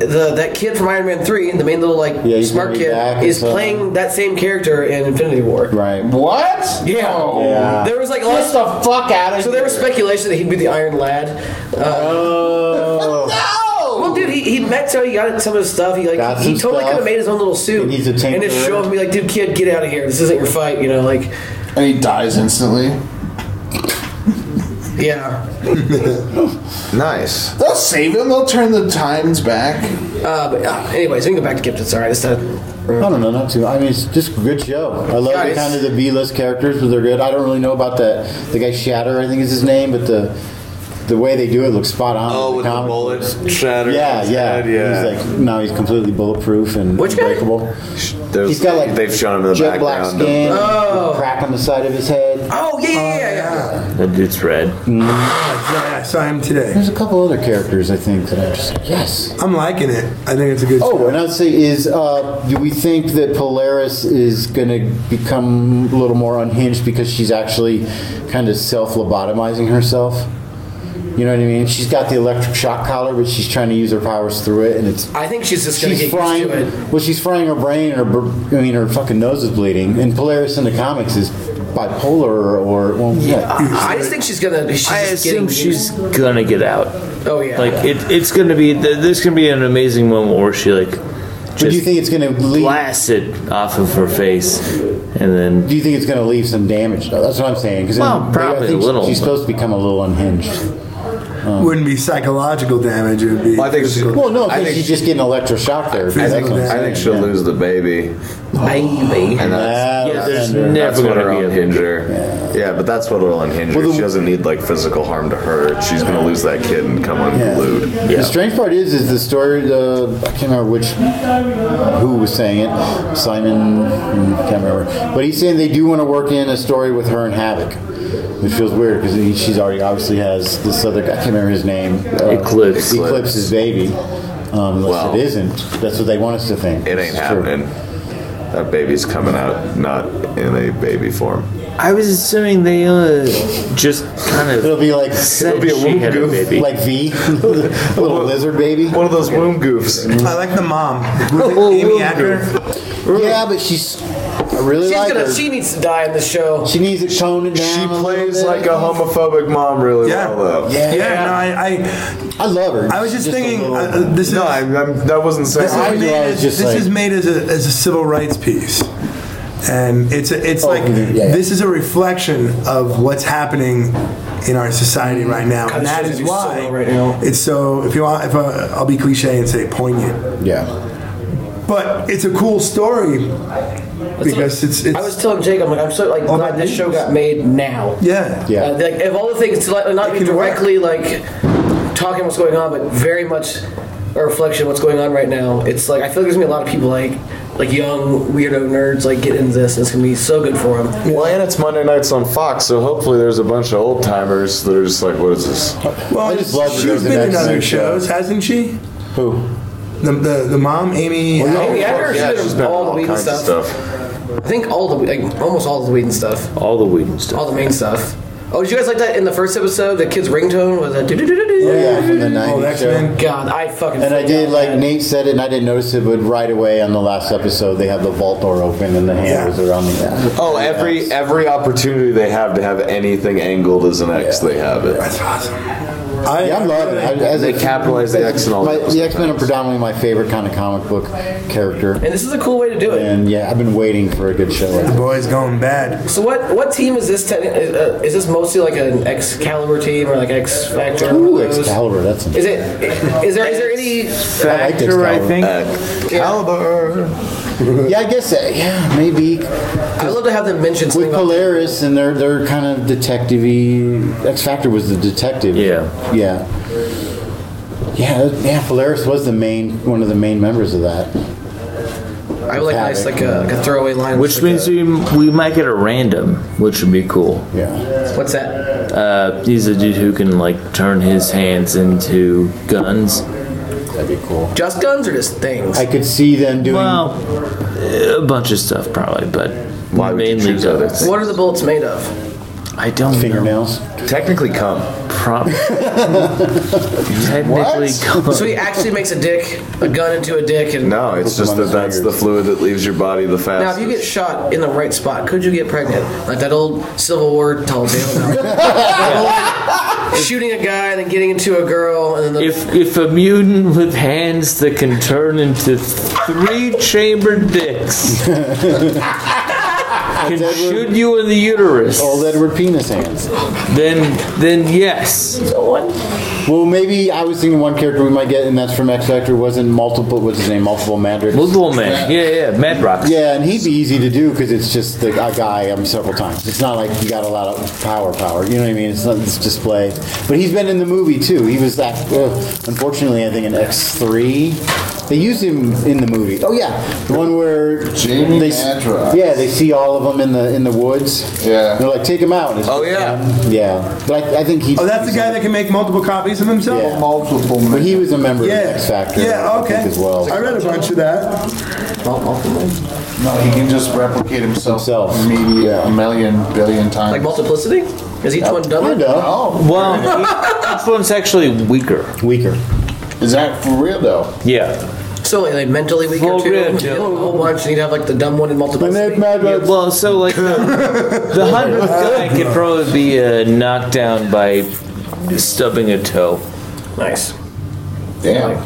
[SPEAKER 11] the that kid from Iron Man three, the main little like
[SPEAKER 7] Yeah, he's
[SPEAKER 11] smart
[SPEAKER 7] gonna be back
[SPEAKER 11] kid,
[SPEAKER 7] and
[SPEAKER 11] is
[SPEAKER 7] stuff.
[SPEAKER 11] playing that same character in Infinity War.
[SPEAKER 7] Right.
[SPEAKER 8] What?
[SPEAKER 11] Yeah.
[SPEAKER 7] Yeah.
[SPEAKER 11] There was like get the fuck out of. So there was speculation that he'd be the Iron Lad. Uh,
[SPEAKER 7] oh.
[SPEAKER 11] no. Well, dude, he, he met so he got some of his stuff. He like
[SPEAKER 7] Got
[SPEAKER 11] he
[SPEAKER 7] some
[SPEAKER 11] totally
[SPEAKER 7] stuff.
[SPEAKER 11] could have made his own little suit
[SPEAKER 7] And he's a
[SPEAKER 11] and just
[SPEAKER 7] tinkerer.
[SPEAKER 11] show him be like, dude, kid, get out of here. This isn't your fight. You know, like
[SPEAKER 8] And he dies instantly.
[SPEAKER 11] yeah.
[SPEAKER 10] Nice.
[SPEAKER 8] They'll save him. They'll turn the times back.
[SPEAKER 11] Uh, but uh, anyways, we can go back to Gifted. Sorry, this time.
[SPEAKER 7] I don't know, not too. I mean, it's just a good show. I love the
[SPEAKER 11] Guys.
[SPEAKER 7] kind of the B-list characters, but they're good. I don't really know about that. The guy Shatter, I think is his name, but the the way they do it looks spot on.
[SPEAKER 10] Oh, with the
[SPEAKER 7] comic.
[SPEAKER 10] bullets shattered.
[SPEAKER 7] Yeah,
[SPEAKER 10] his
[SPEAKER 7] yeah.
[SPEAKER 10] head, yeah.
[SPEAKER 7] He's like now he's completely bulletproof and
[SPEAKER 11] Which guy?
[SPEAKER 7] unbreakable.
[SPEAKER 10] There's-
[SPEAKER 7] he's got like
[SPEAKER 10] they've shown him in the
[SPEAKER 7] jet black
[SPEAKER 10] background.
[SPEAKER 7] skin, with
[SPEAKER 11] Oh.
[SPEAKER 7] a crack on the side of his head.
[SPEAKER 11] Oh yeah, yeah, yeah, yeah.
[SPEAKER 10] That dude's red.
[SPEAKER 9] I saw him today.
[SPEAKER 7] There's a couple other characters I think that I'm just yes.
[SPEAKER 9] I'm liking it. I think it's a good.
[SPEAKER 7] Oh, and I'd say is uh, do we think that Polaris is going to become a little more unhinged because she's actually kind of self lobotomizing herself? You know what I mean? She's got the electric shock collar, but she's trying to use her powers through it, and it's
[SPEAKER 11] I think she's just gonna get
[SPEAKER 7] she's frying.
[SPEAKER 11] used to it.
[SPEAKER 7] Well, she's frying her brain, and her br- I mean, her fucking nose is bleeding. And Polaris in the comics is bipolar, or, or well, yeah.
[SPEAKER 11] Uh, I just think she's gonna. She's
[SPEAKER 6] I
[SPEAKER 11] just
[SPEAKER 6] assume
[SPEAKER 11] getting
[SPEAKER 6] she's
[SPEAKER 11] used-
[SPEAKER 6] gonna get out.
[SPEAKER 11] Oh yeah.
[SPEAKER 6] Like it, it's gonna be. th- There's gonna be an amazing moment where she like
[SPEAKER 7] But do you
[SPEAKER 6] just
[SPEAKER 7] think it's going to leave?
[SPEAKER 6] blasts it off of her face, and then
[SPEAKER 7] Do you think it's going to leave some damage? though? That's what I'm saying. Because
[SPEAKER 6] Well, probably a little,
[SPEAKER 7] She's
[SPEAKER 6] but-
[SPEAKER 7] supposed to become a little unhinged.
[SPEAKER 9] wouldn't be psychological damage. It would be.
[SPEAKER 10] Well, I think she-
[SPEAKER 9] physical.
[SPEAKER 7] Well, no,
[SPEAKER 10] I
[SPEAKER 7] I think
[SPEAKER 10] think-
[SPEAKER 7] she's just getting electroshock therapy.
[SPEAKER 10] I
[SPEAKER 7] That's
[SPEAKER 10] think,
[SPEAKER 7] what I'm
[SPEAKER 10] I
[SPEAKER 7] saying,
[SPEAKER 10] think she'll
[SPEAKER 7] yeah.
[SPEAKER 10] lose the baby.
[SPEAKER 11] baby.
[SPEAKER 10] And that's,
[SPEAKER 7] That'll
[SPEAKER 6] yeah, there's
[SPEAKER 7] send her-
[SPEAKER 6] never
[SPEAKER 10] that's what
[SPEAKER 6] gonna
[SPEAKER 10] will
[SPEAKER 6] be a
[SPEAKER 10] unhinge her. Yeah. but that's what will unhinge her.
[SPEAKER 7] Well, the-
[SPEAKER 10] she doesn't need like physical harm to her. She's gonna lose that kid and come unglued.
[SPEAKER 7] The strange part is, is the story. The I can't remember which, who was saying it. Simon, mm, can't remember. But he's saying they do want to work in a story with her and Havoc. It feels weird because she's already obviously has this other. guy. I can't remember his name. Uh,
[SPEAKER 6] Eclipse.
[SPEAKER 7] Eclipse's baby. Um, unless
[SPEAKER 10] Well-
[SPEAKER 7] it isn't. That's what they want us to think.
[SPEAKER 10] It ain't
[SPEAKER 7] It's true.
[SPEAKER 10] happening. That baby's coming out not in a baby form.
[SPEAKER 6] I was assuming they uh, just kind
[SPEAKER 7] It'll
[SPEAKER 6] of
[SPEAKER 7] be like
[SPEAKER 6] said she had a baby.
[SPEAKER 7] like V, a little lizard baby.
[SPEAKER 10] One of those womb goofs.
[SPEAKER 9] I like the mom. Was it Amy Acker?
[SPEAKER 7] Yeah, but she's. I really
[SPEAKER 11] She's
[SPEAKER 7] like
[SPEAKER 11] gonna.
[SPEAKER 7] her.
[SPEAKER 11] She needs to die in the show.
[SPEAKER 7] She needs to tone it down.
[SPEAKER 10] She
[SPEAKER 7] a little
[SPEAKER 10] plays
[SPEAKER 7] bit,
[SPEAKER 10] like
[SPEAKER 7] I
[SPEAKER 10] a
[SPEAKER 7] think.
[SPEAKER 10] homophobic mom really
[SPEAKER 9] Yeah.
[SPEAKER 10] well, though.
[SPEAKER 7] Yeah.
[SPEAKER 9] Yeah, no, I,
[SPEAKER 7] I love her.
[SPEAKER 9] I, I was just,
[SPEAKER 7] a
[SPEAKER 9] thinking.
[SPEAKER 7] little-
[SPEAKER 9] Uh, this is
[SPEAKER 10] No, I'm, I'm, that wasn't saying.
[SPEAKER 9] This is
[SPEAKER 7] I
[SPEAKER 9] made,
[SPEAKER 7] realize
[SPEAKER 9] as,
[SPEAKER 7] just
[SPEAKER 9] this
[SPEAKER 7] like-
[SPEAKER 9] is made as a as a civil rights piece, and it's a, it's
[SPEAKER 7] Oh,
[SPEAKER 9] like
[SPEAKER 7] yeah, yeah.
[SPEAKER 9] this is a reflection of what's happening in our society
[SPEAKER 6] Mm-hmm.
[SPEAKER 9] right now,
[SPEAKER 11] God,
[SPEAKER 9] and
[SPEAKER 11] this
[SPEAKER 9] that
[SPEAKER 11] shit
[SPEAKER 9] is
[SPEAKER 11] is so
[SPEAKER 9] why
[SPEAKER 11] low right now.
[SPEAKER 9] it's so. If you want, if uh, I'll be cliche and say poignant,
[SPEAKER 7] yeah.
[SPEAKER 9] but it's a cool story because it's it's
[SPEAKER 11] I was telling Jake, I'm like, I'm so like
[SPEAKER 9] All
[SPEAKER 11] glad
[SPEAKER 9] that
[SPEAKER 11] this
[SPEAKER 9] news.
[SPEAKER 11] show got made now.
[SPEAKER 9] yeah
[SPEAKER 7] Yeah.
[SPEAKER 11] Uh, like of all the things, to like, not
[SPEAKER 9] It can
[SPEAKER 11] directly like talking what's going on, but very much a reflection of what's going on right now. It's like I feel like there's gonna be a lot of people like like young weirdo nerds like get into this, and it's gonna be so good for them.
[SPEAKER 10] Well, and it's Monday nights on Fox, so hopefully there's a bunch of old timers that are just like, what is this?
[SPEAKER 9] Well,
[SPEAKER 7] I just love that
[SPEAKER 9] she's
[SPEAKER 7] there's an
[SPEAKER 9] been in
[SPEAKER 7] X-Men
[SPEAKER 9] other
[SPEAKER 7] show.
[SPEAKER 9] shows, hasn't she?
[SPEAKER 7] Who?
[SPEAKER 9] The the, the mom, Amy.
[SPEAKER 7] Well, no.
[SPEAKER 11] Amy Acker, she's
[SPEAKER 10] Yeah,
[SPEAKER 11] been
[SPEAKER 10] she's
[SPEAKER 11] in
[SPEAKER 10] been
[SPEAKER 11] all the
[SPEAKER 10] all
[SPEAKER 11] Whedon
[SPEAKER 10] kinds of
[SPEAKER 11] stuff.
[SPEAKER 10] stuff.
[SPEAKER 11] I think all the like almost all the Whedon stuff.
[SPEAKER 6] all the Whedon stuff.
[SPEAKER 11] All the main stuff. Oh, did you guys like that in the first episode? The kid's ringtone was a
[SPEAKER 7] Yeah, from the 90s.
[SPEAKER 9] Oh, X-Men.
[SPEAKER 7] show.
[SPEAKER 11] God, I fucking.
[SPEAKER 7] And I
[SPEAKER 11] freaked
[SPEAKER 7] did
[SPEAKER 11] out,
[SPEAKER 7] like
[SPEAKER 11] man.
[SPEAKER 7] Nate said it, and I didn't notice it, but right away on the last episode, they have the vault door open and the handles are on the.
[SPEAKER 10] Oh, every every opportunity they have to have anything angled as an X, they have it.
[SPEAKER 9] That's awesome.
[SPEAKER 7] I, yeah, I love it. I, as
[SPEAKER 10] They
[SPEAKER 7] a-
[SPEAKER 10] capitalize the X and all
[SPEAKER 7] My,
[SPEAKER 10] those
[SPEAKER 7] the X Men are predominantly my favorite kind of comic book character. And
[SPEAKER 11] this is a cool way to do it.
[SPEAKER 7] And yeah, I've been waiting for a good show. The
[SPEAKER 9] boy's going bad.
[SPEAKER 11] So what what team is this? Ten, is, uh, is this mostly like an Excalibur team or like X Factor?
[SPEAKER 7] Ooh,
[SPEAKER 11] Those-
[SPEAKER 7] Excalibur. That's
[SPEAKER 11] Is it? Is there is there any
[SPEAKER 10] Factor, I think.
[SPEAKER 7] Excalibur. yeah, I guess. uh, Yeah, maybe. I
[SPEAKER 11] love to have them mention
[SPEAKER 7] with Polaris, and they're they're kind of detective-y. X Factor was the detective. Yeah. Yeah. Yeah, yeah. Polaris was the main one of the main members of that.
[SPEAKER 11] I would like nice like a, like a throwaway line.
[SPEAKER 6] Which means we, we might get a random, which would be cool.
[SPEAKER 7] Yeah.
[SPEAKER 11] What's that?
[SPEAKER 6] Uh, he's a dude who can like turn his hands into guns.
[SPEAKER 7] That'd be cool.
[SPEAKER 11] Just guns or just things?
[SPEAKER 7] I could see them doing
[SPEAKER 6] well, a bunch of stuff probably, but mainly guns.
[SPEAKER 11] What are the bullets made of?
[SPEAKER 6] I don't
[SPEAKER 7] fingernails.
[SPEAKER 10] Technically, cum.
[SPEAKER 6] Pro- Technically, cum.
[SPEAKER 11] So he actually makes a dick, a gun into a dick, and
[SPEAKER 10] No, it's just that that's the fluid that leaves your body the
[SPEAKER 11] Now, if
[SPEAKER 10] fastest.
[SPEAKER 11] you get shot in the right spot, could you get pregnant? Like that old Civil War tall tale about shooting a guy and then getting into a girl, and then the,
[SPEAKER 6] If if a mutant with hands that can turn into three chambered dicks can shoot you in the uterus,
[SPEAKER 7] old Edward penis hands.
[SPEAKER 6] Then, then yes.
[SPEAKER 7] Well, maybe I was thinking one character we might get, and that's from X Factor. Wasn't multiple? What's his name? Multiple Madrix.
[SPEAKER 6] Multiple man, yeah, yeah, Mad Rock.
[SPEAKER 7] Yeah, and he'd be easy to do because it's just the a guy um, several times. It's not like you got a lot of power, power. You know what I mean? It's not this display. But he's been in the movie too. He was that. Uh, unfortunately, I think in X three, they used him in the movie. Oh yeah, the one where
[SPEAKER 8] Jamie
[SPEAKER 7] they s-
[SPEAKER 8] Madrox.
[SPEAKER 7] Yeah, they see all of them in the in the woods.
[SPEAKER 8] Yeah.
[SPEAKER 7] they're like, take him out. It's- um,
[SPEAKER 8] Oh, yeah.
[SPEAKER 7] yeah. But I, I think he.
[SPEAKER 9] Oh, that's the guy that can make multiple copies of himself.
[SPEAKER 7] Yeah.
[SPEAKER 8] Multiple.
[SPEAKER 7] But he was a member
[SPEAKER 9] Yeah.
[SPEAKER 7] of X Factor.
[SPEAKER 9] Yeah,
[SPEAKER 7] I think,
[SPEAKER 9] okay.
[SPEAKER 7] as well.
[SPEAKER 9] I read a bunch of that.
[SPEAKER 8] No, he can just replicate himself, maybe a million, billion times. Like
[SPEAKER 11] multiplicity? Is each one dumber?
[SPEAKER 9] Oh.
[SPEAKER 8] No.
[SPEAKER 6] Well, each one's actually weaker.
[SPEAKER 7] Weaker.
[SPEAKER 8] Is that for real though?
[SPEAKER 6] Yeah.
[SPEAKER 11] so like, like mentally weaker too. You know, a whole bunch, and you'd have like the dumb one in multiplicity.
[SPEAKER 6] well, so like the, the hundredth guy could probably be uh, knocked down by stubbing a toe.
[SPEAKER 11] Nice.
[SPEAKER 8] Damn.
[SPEAKER 11] I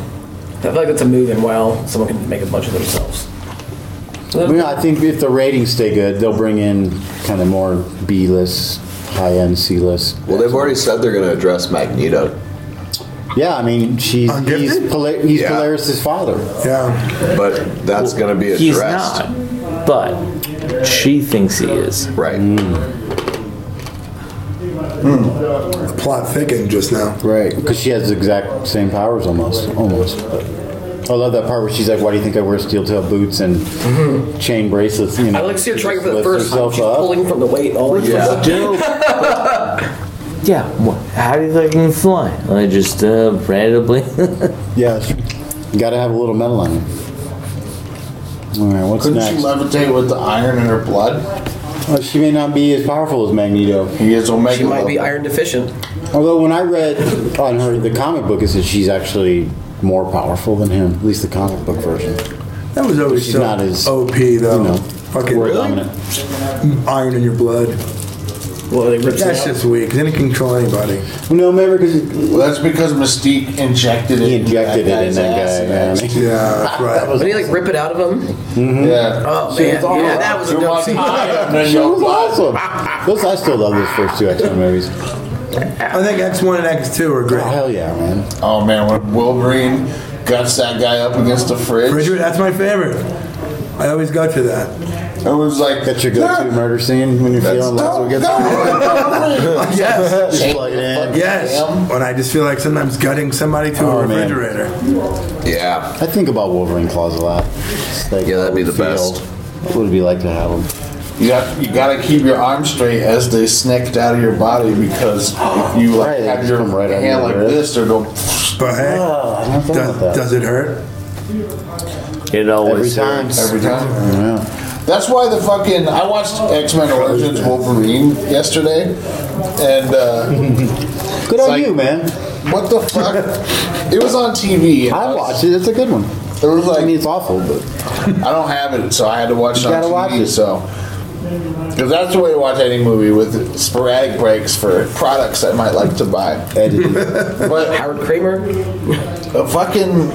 [SPEAKER 11] feel like that's a move, and well, someone can make a bunch of themselves.
[SPEAKER 7] I, mean, I think if the ratings stay good, they'll bring in kind of more B list, high end C list.
[SPEAKER 10] Well, they've already said they're going to address Magneto,
[SPEAKER 7] Yeah, I mean, she's he's, Pol- he's
[SPEAKER 10] Yeah.
[SPEAKER 7] Polaris' father.
[SPEAKER 9] Yeah.
[SPEAKER 10] but that's going to be
[SPEAKER 6] He's
[SPEAKER 10] addressed.
[SPEAKER 6] not, but she thinks he is.
[SPEAKER 10] Right.
[SPEAKER 9] Plot thickened just now.
[SPEAKER 7] Right, because she has the exact same powers almost. Almost. I love that part where she's like, "Why do you think I wear steel toe boots and chain bracelets?" You know,
[SPEAKER 11] I like to see her
[SPEAKER 7] she
[SPEAKER 11] trying
[SPEAKER 7] just
[SPEAKER 11] for the Mm-hmm. first
[SPEAKER 7] lifts
[SPEAKER 11] time.
[SPEAKER 7] herself
[SPEAKER 11] She's
[SPEAKER 7] up.
[SPEAKER 11] pulling from the weight all the
[SPEAKER 6] Yeah. Yeah, wha- how do you think I can fly? I just uh, randomly.
[SPEAKER 7] Yeah, she- you got to have a little metal on you. All right, what's
[SPEAKER 8] Couldn't
[SPEAKER 7] next?
[SPEAKER 8] she levitate with the iron in her blood?
[SPEAKER 7] Well, she may not be as powerful as Magneto.
[SPEAKER 8] He is Omega.
[SPEAKER 11] She might be iron deficient.
[SPEAKER 7] Although when I read on her the comic book, it said she's actually more powerful than him. At least the comic book version.
[SPEAKER 9] That was always
[SPEAKER 7] She's
[SPEAKER 9] so
[SPEAKER 7] not as
[SPEAKER 9] OP though.
[SPEAKER 7] you know
[SPEAKER 9] Fucking
[SPEAKER 7] world dominant.
[SPEAKER 9] iron in your blood.
[SPEAKER 11] Well, they ripped
[SPEAKER 9] That's
[SPEAKER 11] it out.
[SPEAKER 9] just weak. Then it can control anybody.
[SPEAKER 7] No, remember because
[SPEAKER 8] Well, that's because Mystique injected it.
[SPEAKER 7] he injected it in that guy. Yeah, I mean,
[SPEAKER 9] Yeah, that's right.
[SPEAKER 7] that was
[SPEAKER 11] Did he like rip it out of him?
[SPEAKER 8] Yeah.
[SPEAKER 11] Oh
[SPEAKER 7] She
[SPEAKER 11] man,
[SPEAKER 7] was all
[SPEAKER 11] yeah,
[SPEAKER 7] right.
[SPEAKER 11] that was a
[SPEAKER 8] Too
[SPEAKER 11] dope
[SPEAKER 8] much
[SPEAKER 11] scene.
[SPEAKER 8] iron in
[SPEAKER 7] she
[SPEAKER 8] your
[SPEAKER 7] was
[SPEAKER 8] blood.
[SPEAKER 7] awesome. Those, I still love those first two X Men movies.
[SPEAKER 9] I think X one and X two are
[SPEAKER 7] Oh,
[SPEAKER 9] great.
[SPEAKER 7] hell yeah, man!
[SPEAKER 8] Oh man, when Wolverine guts that guy up against the fridge,
[SPEAKER 9] Bridget, that's my favorite. I always go to that.
[SPEAKER 8] it was like
[SPEAKER 7] That's your go-to
[SPEAKER 8] "Nah,
[SPEAKER 7] murder scene when you're
[SPEAKER 8] That's
[SPEAKER 7] feeling lots
[SPEAKER 8] dope.
[SPEAKER 7] of good.
[SPEAKER 8] Go,
[SPEAKER 9] Yes.
[SPEAKER 7] Just plug it in.
[SPEAKER 9] Yes. When I just feel like sometimes gutting somebody to
[SPEAKER 7] Oh,
[SPEAKER 9] a
[SPEAKER 7] man.
[SPEAKER 9] refrigerator.
[SPEAKER 10] Yeah.
[SPEAKER 7] I think about Wolverine claws a lot. It's like,
[SPEAKER 10] Yeah, that'd be the
[SPEAKER 7] feel-
[SPEAKER 10] best.
[SPEAKER 7] What would it be like to have him?
[SPEAKER 8] You got you gotta keep your arms straight as they snicked out of your body because if you like
[SPEAKER 7] Right, they
[SPEAKER 8] have
[SPEAKER 7] just
[SPEAKER 8] your
[SPEAKER 7] come right out of
[SPEAKER 8] hand
[SPEAKER 7] your
[SPEAKER 8] like this,
[SPEAKER 7] wrist.
[SPEAKER 8] they'll go.
[SPEAKER 9] But hey,
[SPEAKER 7] Oh, I don't think about
[SPEAKER 9] Eh, does,
[SPEAKER 7] that.
[SPEAKER 9] does it hurt?
[SPEAKER 6] It
[SPEAKER 7] Every
[SPEAKER 6] always
[SPEAKER 7] time.
[SPEAKER 8] Every time.
[SPEAKER 7] Yeah.
[SPEAKER 8] That's why the fucking I watched X Men Origins Wolverine yesterday, and uh,
[SPEAKER 7] Good on
[SPEAKER 8] like-
[SPEAKER 7] you, man.
[SPEAKER 8] what the fuck? It was on TV. and
[SPEAKER 7] I
[SPEAKER 8] was-
[SPEAKER 7] watched it. It's a good one.
[SPEAKER 8] It was
[SPEAKER 7] I mean,
[SPEAKER 8] like
[SPEAKER 7] it's awful, but
[SPEAKER 8] I don't have it, so I had to watch it
[SPEAKER 7] You
[SPEAKER 8] on
[SPEAKER 7] gotta
[SPEAKER 8] TV.
[SPEAKER 7] watch it.
[SPEAKER 8] So Because that's the way to watch any movie with sporadic breaks for products I might like to buy. but
[SPEAKER 11] Howard Kramer,
[SPEAKER 8] a fucking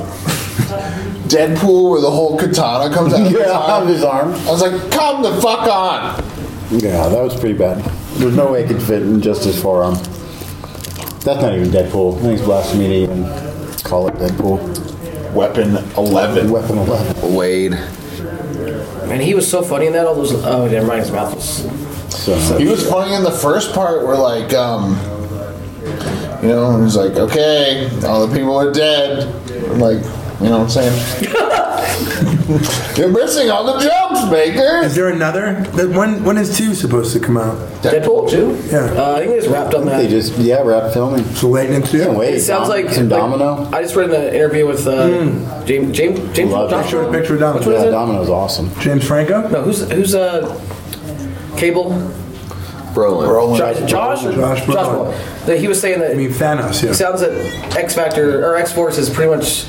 [SPEAKER 8] Deadpool where the whole katana comes out
[SPEAKER 7] Yeah,
[SPEAKER 8] of his
[SPEAKER 7] arm.
[SPEAKER 8] I was like, come the fuck on.
[SPEAKER 7] Yeah, that was pretty bad. There's no way it could fit in just his forearm. That's not even Deadpool. I think it's blasphemy to even call it Deadpool.
[SPEAKER 8] Weapon 11.
[SPEAKER 7] Weapon 11.
[SPEAKER 10] Wade.
[SPEAKER 11] and he was so funny in that. All those oh, never mind, his mouth was.
[SPEAKER 7] So,
[SPEAKER 8] He was funny in the first part where like um you know, he's like, Okay, all the people are dead. I'm like, you know what I'm saying? You're missing all the jokes, Baker.
[SPEAKER 9] Is there another? That- When when is two supposed to come out?
[SPEAKER 11] Deadpool two.
[SPEAKER 9] Yeah.
[SPEAKER 11] Uh, I think it was wrapped on that.
[SPEAKER 7] they just, yeah, wrap filming.
[SPEAKER 9] So waiting until
[SPEAKER 7] Yeah, wait.
[SPEAKER 11] It sounds
[SPEAKER 7] Dom-
[SPEAKER 11] like
[SPEAKER 7] some
[SPEAKER 11] like-
[SPEAKER 7] Domino.
[SPEAKER 11] I just read in an interview with uh, James James James.
[SPEAKER 7] Love it.
[SPEAKER 9] Show the
[SPEAKER 11] Domino?
[SPEAKER 9] picture of Domino.
[SPEAKER 11] Which one is
[SPEAKER 7] Yeah,
[SPEAKER 11] it?
[SPEAKER 7] Domino's awesome.
[SPEAKER 9] James Franco.
[SPEAKER 11] No, who's who's uh, Cable?
[SPEAKER 10] Brolin.
[SPEAKER 8] Brolin.
[SPEAKER 11] Josh Josh, or-
[SPEAKER 9] Josh Brolin.
[SPEAKER 11] Brolin. That he was saying that
[SPEAKER 9] I mean Thanos.
[SPEAKER 11] it
[SPEAKER 9] Yeah.
[SPEAKER 11] sounds that X Factor or X Force is pretty much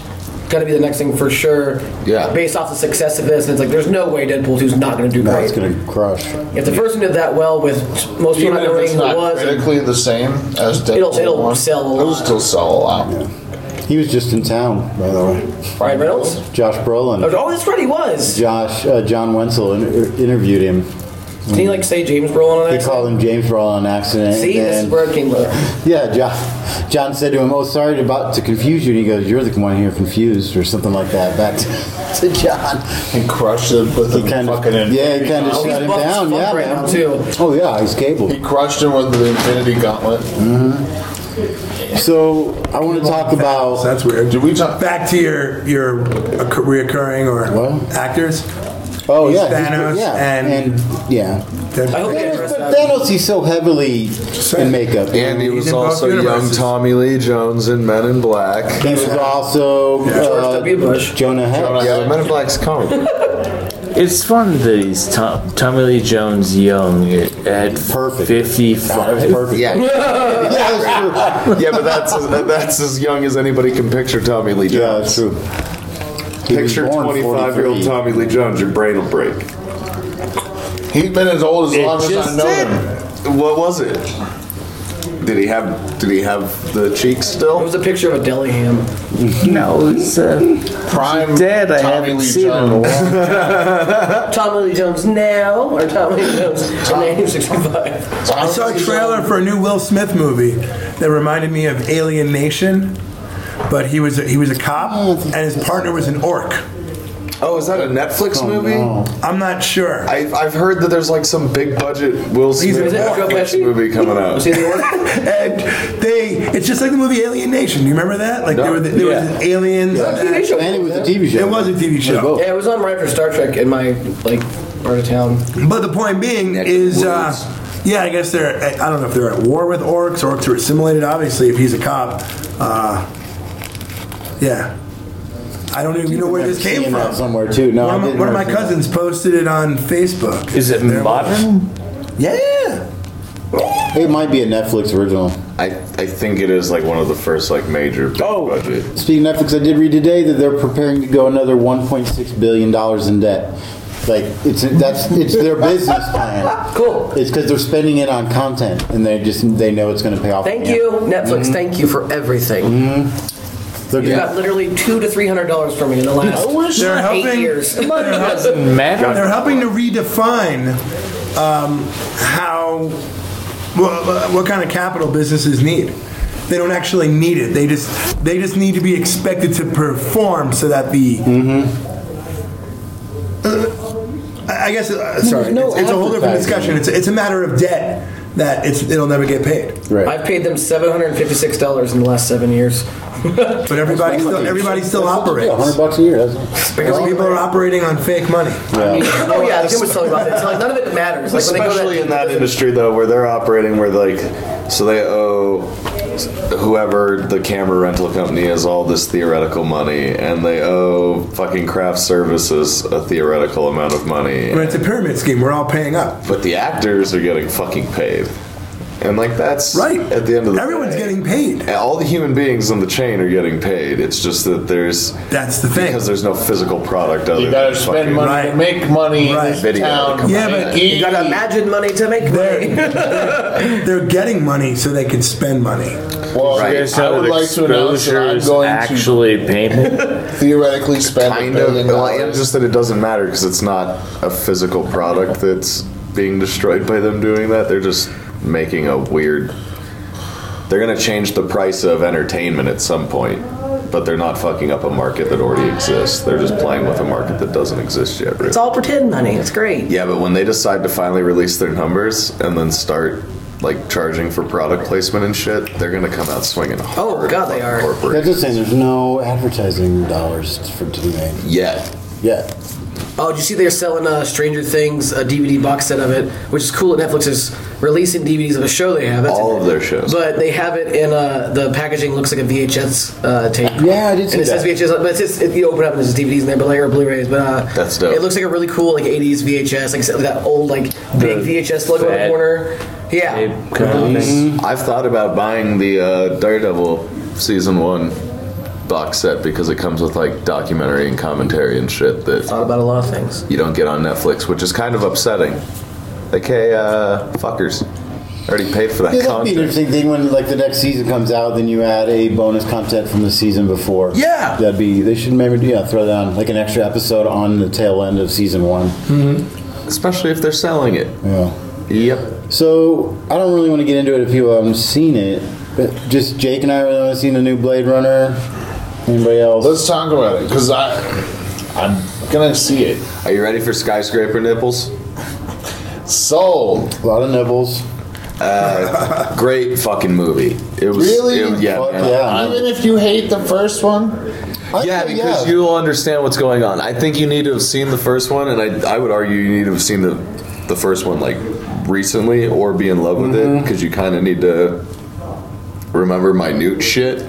[SPEAKER 11] gonna be the next thing for sure.
[SPEAKER 10] Yeah.
[SPEAKER 11] Based off the success of this, and it's like there's no way Deadpool 2's not gonna do
[SPEAKER 7] No,
[SPEAKER 11] great.
[SPEAKER 7] it's gonna crush.
[SPEAKER 11] if the first one did that well with most people
[SPEAKER 8] Even
[SPEAKER 11] not
[SPEAKER 8] if
[SPEAKER 11] knowing
[SPEAKER 8] it's
[SPEAKER 11] who it
[SPEAKER 8] not
[SPEAKER 11] was,
[SPEAKER 8] critically the same as Deadpool
[SPEAKER 11] It'll- it'll
[SPEAKER 8] 1,
[SPEAKER 11] sell a
[SPEAKER 8] It'll
[SPEAKER 11] lot.
[SPEAKER 8] still sell a lot.
[SPEAKER 7] He was just in town, by the way.
[SPEAKER 11] Ryan Reynolds.
[SPEAKER 7] Josh Brolin.
[SPEAKER 11] Oh, that's right, he was.
[SPEAKER 7] Josh uh, John Wenzel in- interviewed him.
[SPEAKER 11] Didn't he like say James Brolin on
[SPEAKER 7] He
[SPEAKER 11] that?
[SPEAKER 7] called him James Brolin on accident.
[SPEAKER 11] See, this is
[SPEAKER 7] and-
[SPEAKER 11] where it came from.
[SPEAKER 7] Yeah, John, John said to him, "Oh, sorry about to confuse you." And he goes, "You're the one here confused," or something like that. Back to, to John.
[SPEAKER 8] He crushed him with
[SPEAKER 7] He
[SPEAKER 8] the
[SPEAKER 7] kind of,
[SPEAKER 8] fucking
[SPEAKER 7] yeah, he kind of
[SPEAKER 11] Oh, He's
[SPEAKER 7] shut him
[SPEAKER 11] buff as
[SPEAKER 7] down.
[SPEAKER 11] fuck
[SPEAKER 7] Yeah,
[SPEAKER 11] right
[SPEAKER 7] man.
[SPEAKER 11] now, too.
[SPEAKER 7] Oh yeah, he's
[SPEAKER 8] He
[SPEAKER 7] cable.
[SPEAKER 8] crushed him with the Infinity Gauntlet.
[SPEAKER 7] So I want to talk
[SPEAKER 9] So
[SPEAKER 7] about.
[SPEAKER 9] that's weird.
[SPEAKER 8] Did we talk?
[SPEAKER 9] Back to your your occur- reoccurring or
[SPEAKER 7] What?
[SPEAKER 9] actors.
[SPEAKER 7] Oh
[SPEAKER 9] He's
[SPEAKER 7] yeah, he's-
[SPEAKER 9] Thanos
[SPEAKER 7] yeah,
[SPEAKER 9] and-
[SPEAKER 7] and yeah.
[SPEAKER 9] That-
[SPEAKER 11] I hope they
[SPEAKER 7] Thanos,
[SPEAKER 11] address
[SPEAKER 7] but
[SPEAKER 11] that.
[SPEAKER 7] Thanos, he's so heavily in makeup.
[SPEAKER 10] And he was
[SPEAKER 9] in both
[SPEAKER 10] also young
[SPEAKER 9] universes.
[SPEAKER 10] Tommy Lee Jones in Men in Black.
[SPEAKER 7] He was also
[SPEAKER 11] George
[SPEAKER 7] uh,
[SPEAKER 11] W. Bush.
[SPEAKER 7] Jonah Hex.
[SPEAKER 10] Yeah, Men in Black's comic. book.
[SPEAKER 6] It's fun that he's Tom, Tommy Lee Jones young at
[SPEAKER 7] Perfect. That was
[SPEAKER 6] 55.
[SPEAKER 7] perfect.
[SPEAKER 10] yeah,
[SPEAKER 7] Yeah, that's true.
[SPEAKER 10] yeah, but that's as, that's as young as anybody can picture Tommy Lee
[SPEAKER 7] Yeah,
[SPEAKER 10] Jones.
[SPEAKER 7] that's true. He was
[SPEAKER 10] Picture
[SPEAKER 7] born
[SPEAKER 10] 25-year-old
[SPEAKER 7] 43.
[SPEAKER 10] Tommy Lee Jones, your brain will break.
[SPEAKER 8] He's been as old as long as I
[SPEAKER 10] Just
[SPEAKER 8] know
[SPEAKER 10] did.
[SPEAKER 8] him.
[SPEAKER 10] What was it? Did he have? Did he have the cheeks
[SPEAKER 11] It
[SPEAKER 10] still?
[SPEAKER 11] was a picture of a deli ham.
[SPEAKER 6] No, it's uh,
[SPEAKER 8] Prime
[SPEAKER 6] dead. I
[SPEAKER 8] Tommy
[SPEAKER 6] haven't
[SPEAKER 8] Lee
[SPEAKER 6] seen him in a
[SPEAKER 8] Jones.
[SPEAKER 6] while.
[SPEAKER 11] Tommy Lee Jones now, or Tommy Lee Jones in 1965.
[SPEAKER 9] I saw a trailer for a new Will Smith movie that reminded me of Alien Nation, but he was a, he was a
[SPEAKER 7] Oh,
[SPEAKER 9] cop and his partner was an orc.
[SPEAKER 10] Oh, is that a Netflix movie?
[SPEAKER 9] I'm not sure.
[SPEAKER 10] I've, I've heard that there's like some big budget Will
[SPEAKER 9] He's
[SPEAKER 10] Smith
[SPEAKER 11] a-
[SPEAKER 10] Netflix movie coming out.
[SPEAKER 11] Was he the one?
[SPEAKER 9] and they it's just like the movie Alien Nation. You remember that? Like there were the, there was aliens.
[SPEAKER 11] TV show.
[SPEAKER 7] And it was a TV show.
[SPEAKER 9] It was a TV show.
[SPEAKER 7] both.
[SPEAKER 11] Yeah, it was on right after Star Trek in my like part of town.
[SPEAKER 9] But the point being
[SPEAKER 10] Neck
[SPEAKER 9] is,
[SPEAKER 10] of
[SPEAKER 9] uh,
[SPEAKER 10] woods.
[SPEAKER 9] yeah, I guess they're. I I don't know if they're at war with orcs. Orcs are assimilated, obviously. If he's a cop, uh, yeah. I don't even know where this
[SPEAKER 7] Seen
[SPEAKER 9] came
[SPEAKER 7] that
[SPEAKER 9] from.
[SPEAKER 7] somewhere too. No,
[SPEAKER 9] one
[SPEAKER 7] I
[SPEAKER 9] of my,
[SPEAKER 7] didn't
[SPEAKER 9] one of my
[SPEAKER 7] remember
[SPEAKER 9] cousins posted it on Facebook.
[SPEAKER 6] Is it
[SPEAKER 9] There was-
[SPEAKER 6] modern?
[SPEAKER 9] Yeah.
[SPEAKER 7] that. It might be a Netflix original.
[SPEAKER 10] I, I think it is like one of the first like major big
[SPEAKER 11] Oh,
[SPEAKER 10] budget.
[SPEAKER 7] Speaking of Netflix, I did read today that they're preparing to go another 1.6 billion dollars in debt. Like it's that's it's their business plan.
[SPEAKER 11] Cool.
[SPEAKER 7] It's because they're spending it on content, and they just they know it's going to pay off.
[SPEAKER 11] Thank
[SPEAKER 7] in the
[SPEAKER 11] you,
[SPEAKER 7] end.
[SPEAKER 11] Netflix. Thank you for everything.
[SPEAKER 7] They're
[SPEAKER 11] You
[SPEAKER 7] gonna-
[SPEAKER 11] got literally two to three hundred dollars from me in the last
[SPEAKER 9] They're
[SPEAKER 11] eight
[SPEAKER 9] helping.
[SPEAKER 11] years.
[SPEAKER 9] They're, help-
[SPEAKER 6] Matter?
[SPEAKER 9] they're helping to redefine um, how well, what kind of capital businesses need. They don't actually need it. They just they just need to be expected to perform so that the. Uh, I I guess uh, sorry,
[SPEAKER 7] no
[SPEAKER 9] it's, it's a whole different
[SPEAKER 7] advertising.
[SPEAKER 9] discussion. It's it's a matter of debt that it's it'll never get paid.
[SPEAKER 7] Right.
[SPEAKER 11] I've paid them seven hundred and fifty-six dollars in the last seven
[SPEAKER 10] Oh,
[SPEAKER 11] years.
[SPEAKER 9] But everybody still everybody still operates.
[SPEAKER 7] hundred bucks a year. That's
[SPEAKER 9] Because people are operating on fake money.
[SPEAKER 7] yeah.
[SPEAKER 11] Oh yeah, Jim was telling about this. Like none of it matters. Like when they go
[SPEAKER 10] Especially
[SPEAKER 11] to
[SPEAKER 10] in that industry though, where they're operating where like so they owe whoever the camera rental company is all this theoretical money, and they owe fucking craft services a theoretical amount of money.
[SPEAKER 9] But it's a pyramid scheme. We're all paying up.
[SPEAKER 10] But the actors are getting fucking paid. and like that's right at the end of the
[SPEAKER 9] Everyone's
[SPEAKER 10] getting paid. all the human beings on the chain are getting paid. It's just that there's that's the thing because there's no physical product. Other
[SPEAKER 8] You gotta
[SPEAKER 10] than
[SPEAKER 8] spend
[SPEAKER 10] fucking
[SPEAKER 8] money to make money in this
[SPEAKER 10] Video
[SPEAKER 8] town.
[SPEAKER 10] company.
[SPEAKER 11] you
[SPEAKER 10] E.
[SPEAKER 11] gotta imagine money to make money.
[SPEAKER 9] They're getting money so they can spend money.
[SPEAKER 8] Well, yes, I would like to announce that I'm going to theoretically spend
[SPEAKER 10] kind
[SPEAKER 8] a
[SPEAKER 10] of,
[SPEAKER 8] billion
[SPEAKER 10] well, and
[SPEAKER 8] dollars.
[SPEAKER 10] just that it doesn't matter because it's not a physical product that's being destroyed by them doing that. They're just making a weird. They're gonna change the price of entertainment at some point, but they're not fucking up a market that already exists. They're just playing with a market that doesn't exist yet. Really.
[SPEAKER 11] It's all pretend money. It's great.
[SPEAKER 10] Yeah, but when they decide to finally release their numbers and then start like charging for product placement and shit, they're gonna come out swinging.
[SPEAKER 11] Oh god, they are.
[SPEAKER 7] That's just saying there's no advertising dollars for to be made.
[SPEAKER 10] Yet.
[SPEAKER 7] Yeah.
[SPEAKER 11] Oh, did you see they're selling uh, Stranger Things a DVD box set of it, which is cool. That Netflix is releasing DVDs of a show they have. That's
[SPEAKER 10] All of their shows.
[SPEAKER 11] But they have it in uh, the packaging looks like a VHS uh, tape.
[SPEAKER 7] Yeah, I did see
[SPEAKER 11] and it
[SPEAKER 7] that.
[SPEAKER 11] says VHS, but it's just, it, you open it up and there's DVDs in there, but like or Blu-rays. But uh,
[SPEAKER 10] That's dope.
[SPEAKER 11] It looks like a really cool like '80s VHS, like I said, that old like big VHS logo in the
[SPEAKER 10] fat
[SPEAKER 11] corner. Yeah,
[SPEAKER 10] Mhm. I've thought about buying the uh, Daredevil season one box set because it comes with like documentary and commentary and shit that
[SPEAKER 11] thought about a lot of things
[SPEAKER 10] you don't get on Netflix, which is kind of upsetting. Like, hey, uh, fuckers, I already paid for that
[SPEAKER 7] Yeah, that'd be an
[SPEAKER 10] content.
[SPEAKER 7] interesting thing when like the next season comes out, then you add a bonus content from the season before.
[SPEAKER 9] Yeah,
[SPEAKER 7] that'd be they should maybe yeah throw down like an extra episode on the tail end of season one.
[SPEAKER 9] Hmm.
[SPEAKER 10] Especially if they're selling it.
[SPEAKER 7] Yeah.
[SPEAKER 10] Yep.
[SPEAKER 7] So I don't really want to get into it if you haven't seen it, but just Jake and I really want to see the new Blade Runner. Anybody else?
[SPEAKER 8] Let's talk about it because I I'm gonna see it.
[SPEAKER 10] Are you ready for skyscraper nipples?
[SPEAKER 8] Sold.
[SPEAKER 7] A lot of nipples.
[SPEAKER 10] Uh, great fucking movie. It was
[SPEAKER 8] Really?
[SPEAKER 10] it- yeah,
[SPEAKER 8] Fuck
[SPEAKER 10] man.
[SPEAKER 8] Even if you hate the first one. I
[SPEAKER 10] yeah,
[SPEAKER 8] think,
[SPEAKER 10] because you'll understand what's going on. I think you need to have seen the first one, and I, I would argue you need to have seen the the first one like recently or be in love with it because you kind of need to remember minute shit.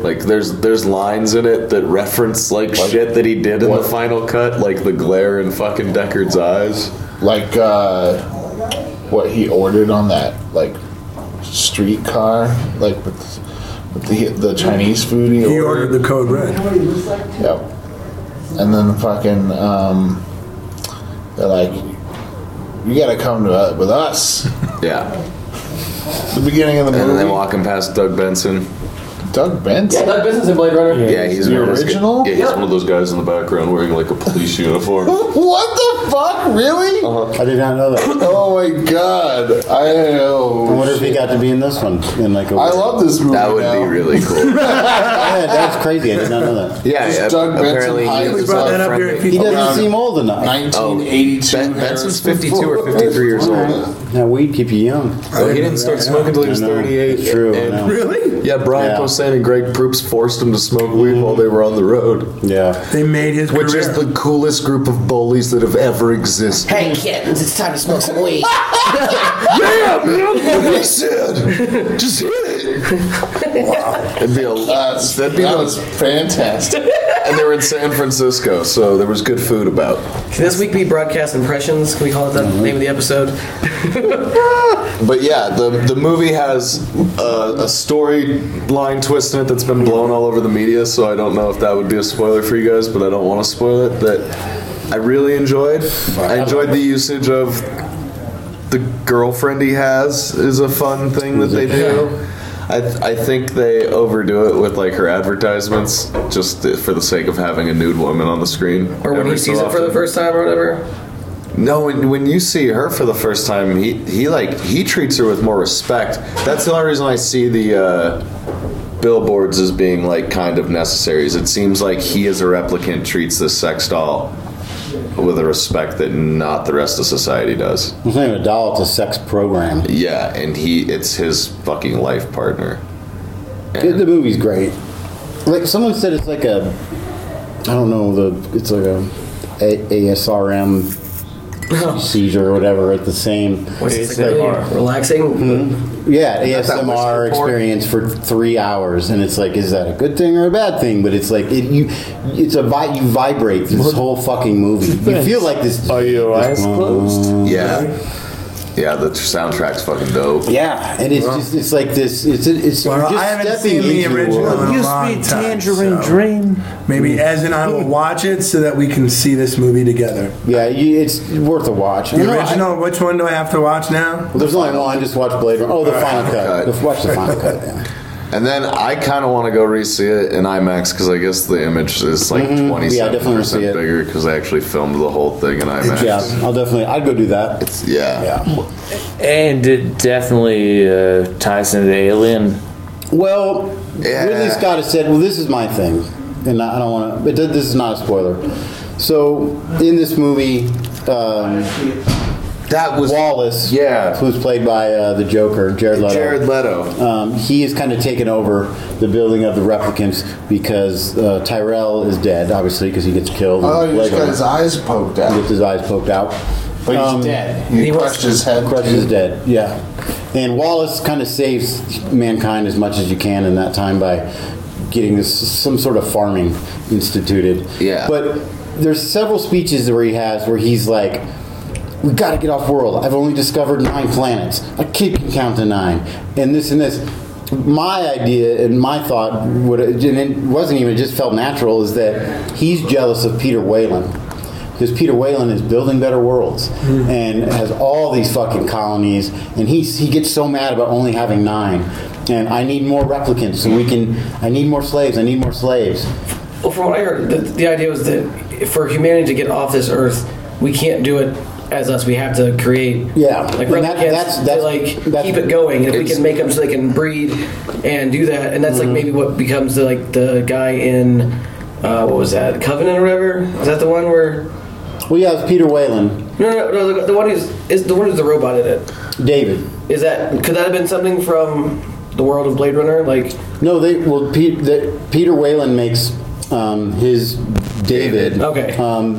[SPEAKER 10] Like there's there's lines in it that reference like shit that he did in the final cut, like the glare in fucking Deckard's eyes.
[SPEAKER 8] Like uh, what he ordered on that like streetcar, like with, with the, the Chinese food he,
[SPEAKER 9] He
[SPEAKER 8] ordered.
[SPEAKER 9] ordered the code red.
[SPEAKER 8] Yep. And then fucking, um, they're like, you gotta come to uh, with us.
[SPEAKER 10] Yeah.
[SPEAKER 8] The beginning of the
[SPEAKER 10] And
[SPEAKER 8] movie.
[SPEAKER 10] then walking past Doug Benson.
[SPEAKER 8] Doug Benson?
[SPEAKER 11] Yeah, Doug Benson's in Blade Runner.
[SPEAKER 10] Yeah, he's
[SPEAKER 8] the
[SPEAKER 10] one of those gu-
[SPEAKER 8] original?
[SPEAKER 10] Yeah, he's one of those guys in the background wearing like a police uniform.
[SPEAKER 8] What the fuck? Really?
[SPEAKER 10] Uh-huh.
[SPEAKER 7] I did not know that.
[SPEAKER 8] Oh my god! I oh,
[SPEAKER 7] I wonder if he got to be in this one in like a.
[SPEAKER 8] I love this movie.
[SPEAKER 10] That would be really cool.
[SPEAKER 7] Yeah, that's crazy. I did not know that.
[SPEAKER 10] Yeah,
[SPEAKER 8] Just
[SPEAKER 10] yeah.
[SPEAKER 8] Doug Benson
[SPEAKER 10] apparently he
[SPEAKER 8] hides
[SPEAKER 10] was
[SPEAKER 8] his brought
[SPEAKER 10] a
[SPEAKER 8] that up
[SPEAKER 10] friend.
[SPEAKER 8] here.
[SPEAKER 7] He
[SPEAKER 8] Around
[SPEAKER 7] doesn't seem old enough.
[SPEAKER 10] Oh,
[SPEAKER 8] 1982.
[SPEAKER 10] Ben- Benson's
[SPEAKER 8] Harrison
[SPEAKER 10] 52
[SPEAKER 8] Ford.
[SPEAKER 10] or 53 years old.
[SPEAKER 7] Now weed keep you young.
[SPEAKER 10] Well, he didn't start smoking until he was
[SPEAKER 7] I know.
[SPEAKER 10] 38.
[SPEAKER 7] It's true, I
[SPEAKER 10] and-
[SPEAKER 7] know.
[SPEAKER 9] Really?
[SPEAKER 10] Yeah, Brian
[SPEAKER 7] Yeah.
[SPEAKER 10] Posehn and Greg Proops forced him to smoke weed while they were on the road,
[SPEAKER 7] Yeah.
[SPEAKER 9] They made his
[SPEAKER 10] which
[SPEAKER 9] career.
[SPEAKER 10] is the coolest group of bullies that have ever existed.
[SPEAKER 11] Hey kittens, it's time to smoke some weed.
[SPEAKER 10] Yeah, man, what he said. Just hit it. Wow, it'd be a
[SPEAKER 8] Uh,
[SPEAKER 10] that'd be
[SPEAKER 8] that
[SPEAKER 10] the-
[SPEAKER 8] was fantastic.
[SPEAKER 10] and they were in San Francisco, so there was good food about.
[SPEAKER 11] Can this week be broadcast impressions? Can we call it that
[SPEAKER 10] Mm-hmm.
[SPEAKER 11] name of the episode?
[SPEAKER 10] But yeah, the the movie has a, a storyline twist in it that's been blown all over the media, so I don't know if that would be a spoiler for you guys, but I don't want to spoil it. That I really enjoyed. I enjoyed the usage of the girlfriend he has is a fun thing that they do. I, th- I think they overdo it with like her advertisements just for the sake of having a nude woman on the screen.
[SPEAKER 11] Or when he
[SPEAKER 10] every so
[SPEAKER 11] sees it for the
[SPEAKER 10] often.
[SPEAKER 11] first time or whatever?
[SPEAKER 10] No, when, when you see her for the first time, he, he like he treats her with more respect. That's the only reason I see the uh, billboards as being like kind of necessary. Is it seems like he as a replicant treats this sex doll with a respect that not the rest of society does.
[SPEAKER 7] It's not even a doll. It's a sex program.
[SPEAKER 10] Yeah, and he it's his fucking life partner.
[SPEAKER 7] The, the movie's great. Like someone said, it's like a, I don't know the, it's like a, a ASRM seizure or whatever. It's the same.
[SPEAKER 11] What's this like, really relaxing?
[SPEAKER 10] Mm-hmm.
[SPEAKER 7] Yeah,
[SPEAKER 10] that Western
[SPEAKER 7] ASMR
[SPEAKER 10] porn?
[SPEAKER 7] experience for three hours, and it's like, is that a good thing or a bad thing? But it's like it, you, it's a vi- you vibrate through this whole fucking movie. You feel like this. Are your eyes closed?
[SPEAKER 10] Yeah. Yeah, the soundtrack's fucking dope.
[SPEAKER 7] Yeah, and it's just it's like this. It's it's
[SPEAKER 9] Well,
[SPEAKER 7] you're just
[SPEAKER 9] I haven't
[SPEAKER 7] stepping
[SPEAKER 9] seen the
[SPEAKER 7] into
[SPEAKER 9] original
[SPEAKER 7] world.
[SPEAKER 9] in a long time, so Maybe Ez and I will watch it so that we can see this movie together.
[SPEAKER 7] Yeah, you, it's worth a watch.
[SPEAKER 9] The
[SPEAKER 7] You know, I-
[SPEAKER 9] original. which one do I have to watch now?
[SPEAKER 7] Well, there's only one. Just watch Blade Runner. Oh, the final cut. Just Watch the final cut. Yeah.
[SPEAKER 10] And then I kind of want to go re-see it in IMAX because I guess the image is like
[SPEAKER 7] Mhm.
[SPEAKER 10] twenty
[SPEAKER 7] Yeah, I
[SPEAKER 10] seven
[SPEAKER 7] definitely wanna see
[SPEAKER 10] percent
[SPEAKER 7] it.
[SPEAKER 10] bigger because I actually filmed the whole thing in IMAX.
[SPEAKER 7] Yeah, I'll definitely. I'd go do that.
[SPEAKER 10] yeah.
[SPEAKER 6] And it definitely uh, ties into Alien.
[SPEAKER 7] Well, Ridley Scott has said, "Well, this is my thing," and I I don't want to. But th- this is not a spoiler. So in this movie, um,
[SPEAKER 10] that was
[SPEAKER 7] Wallace,
[SPEAKER 10] yeah,
[SPEAKER 7] who's played by uh, the Joker, Jared Leto.
[SPEAKER 10] Jared Leto.
[SPEAKER 7] Um, he has kind of taken over the building of the replicants because uh, Tyrell is dead, obviously, because he gets killed.
[SPEAKER 8] Oh,
[SPEAKER 7] and
[SPEAKER 8] he just
[SPEAKER 7] Lego-
[SPEAKER 8] got his eyes poked out.
[SPEAKER 7] He gets his eyes poked out. Um,
[SPEAKER 8] But he's dead. He crushed his head,
[SPEAKER 7] Crushed
[SPEAKER 8] too.
[SPEAKER 7] his dead. Yeah. And Wallace kind of saves mankind as much as you can in that time by getting this some sort of farming instituted.
[SPEAKER 10] Yeah.
[SPEAKER 7] But there's several speeches where he has where he's like. We gotta get off world. I've only discovered nine planets. A kid can count to nine, and this and this. My idea and my thought, would, and it wasn't even, it just felt natural, is that he's jealous of Peter Whalen because Peter Whalen is building better worlds and has all these fucking colonies, and he's, he gets so mad about only having nine. And I need more replicants so we can. I need more slaves. I need more slaves.
[SPEAKER 11] Well, from what I heard, the, the idea was that for humanity to get off this Earth, we can't do it as us. We have to create,
[SPEAKER 7] Yeah,
[SPEAKER 11] like
[SPEAKER 7] and that-
[SPEAKER 11] replicants
[SPEAKER 7] that's-
[SPEAKER 11] to,
[SPEAKER 7] that's-
[SPEAKER 11] like
[SPEAKER 7] that's-
[SPEAKER 11] keep it going. And if we
[SPEAKER 7] it's-
[SPEAKER 11] can
[SPEAKER 7] Mm-hmm.
[SPEAKER 11] make them so they can breed and do that, and that's like maybe what becomes the, like the guy in uh, what was that Covenant or whatever? Is that the one where?
[SPEAKER 7] Well, yeah, it's Peter Whalen,
[SPEAKER 11] No, no, no. The, the one who's is the one who's the robot in it.
[SPEAKER 7] David.
[SPEAKER 11] Is that could that have been something from the world of Blade Runner? Like
[SPEAKER 7] No, they well, Pe- the, Peter Whalen makes um, his David.
[SPEAKER 11] Okay.
[SPEAKER 7] Um,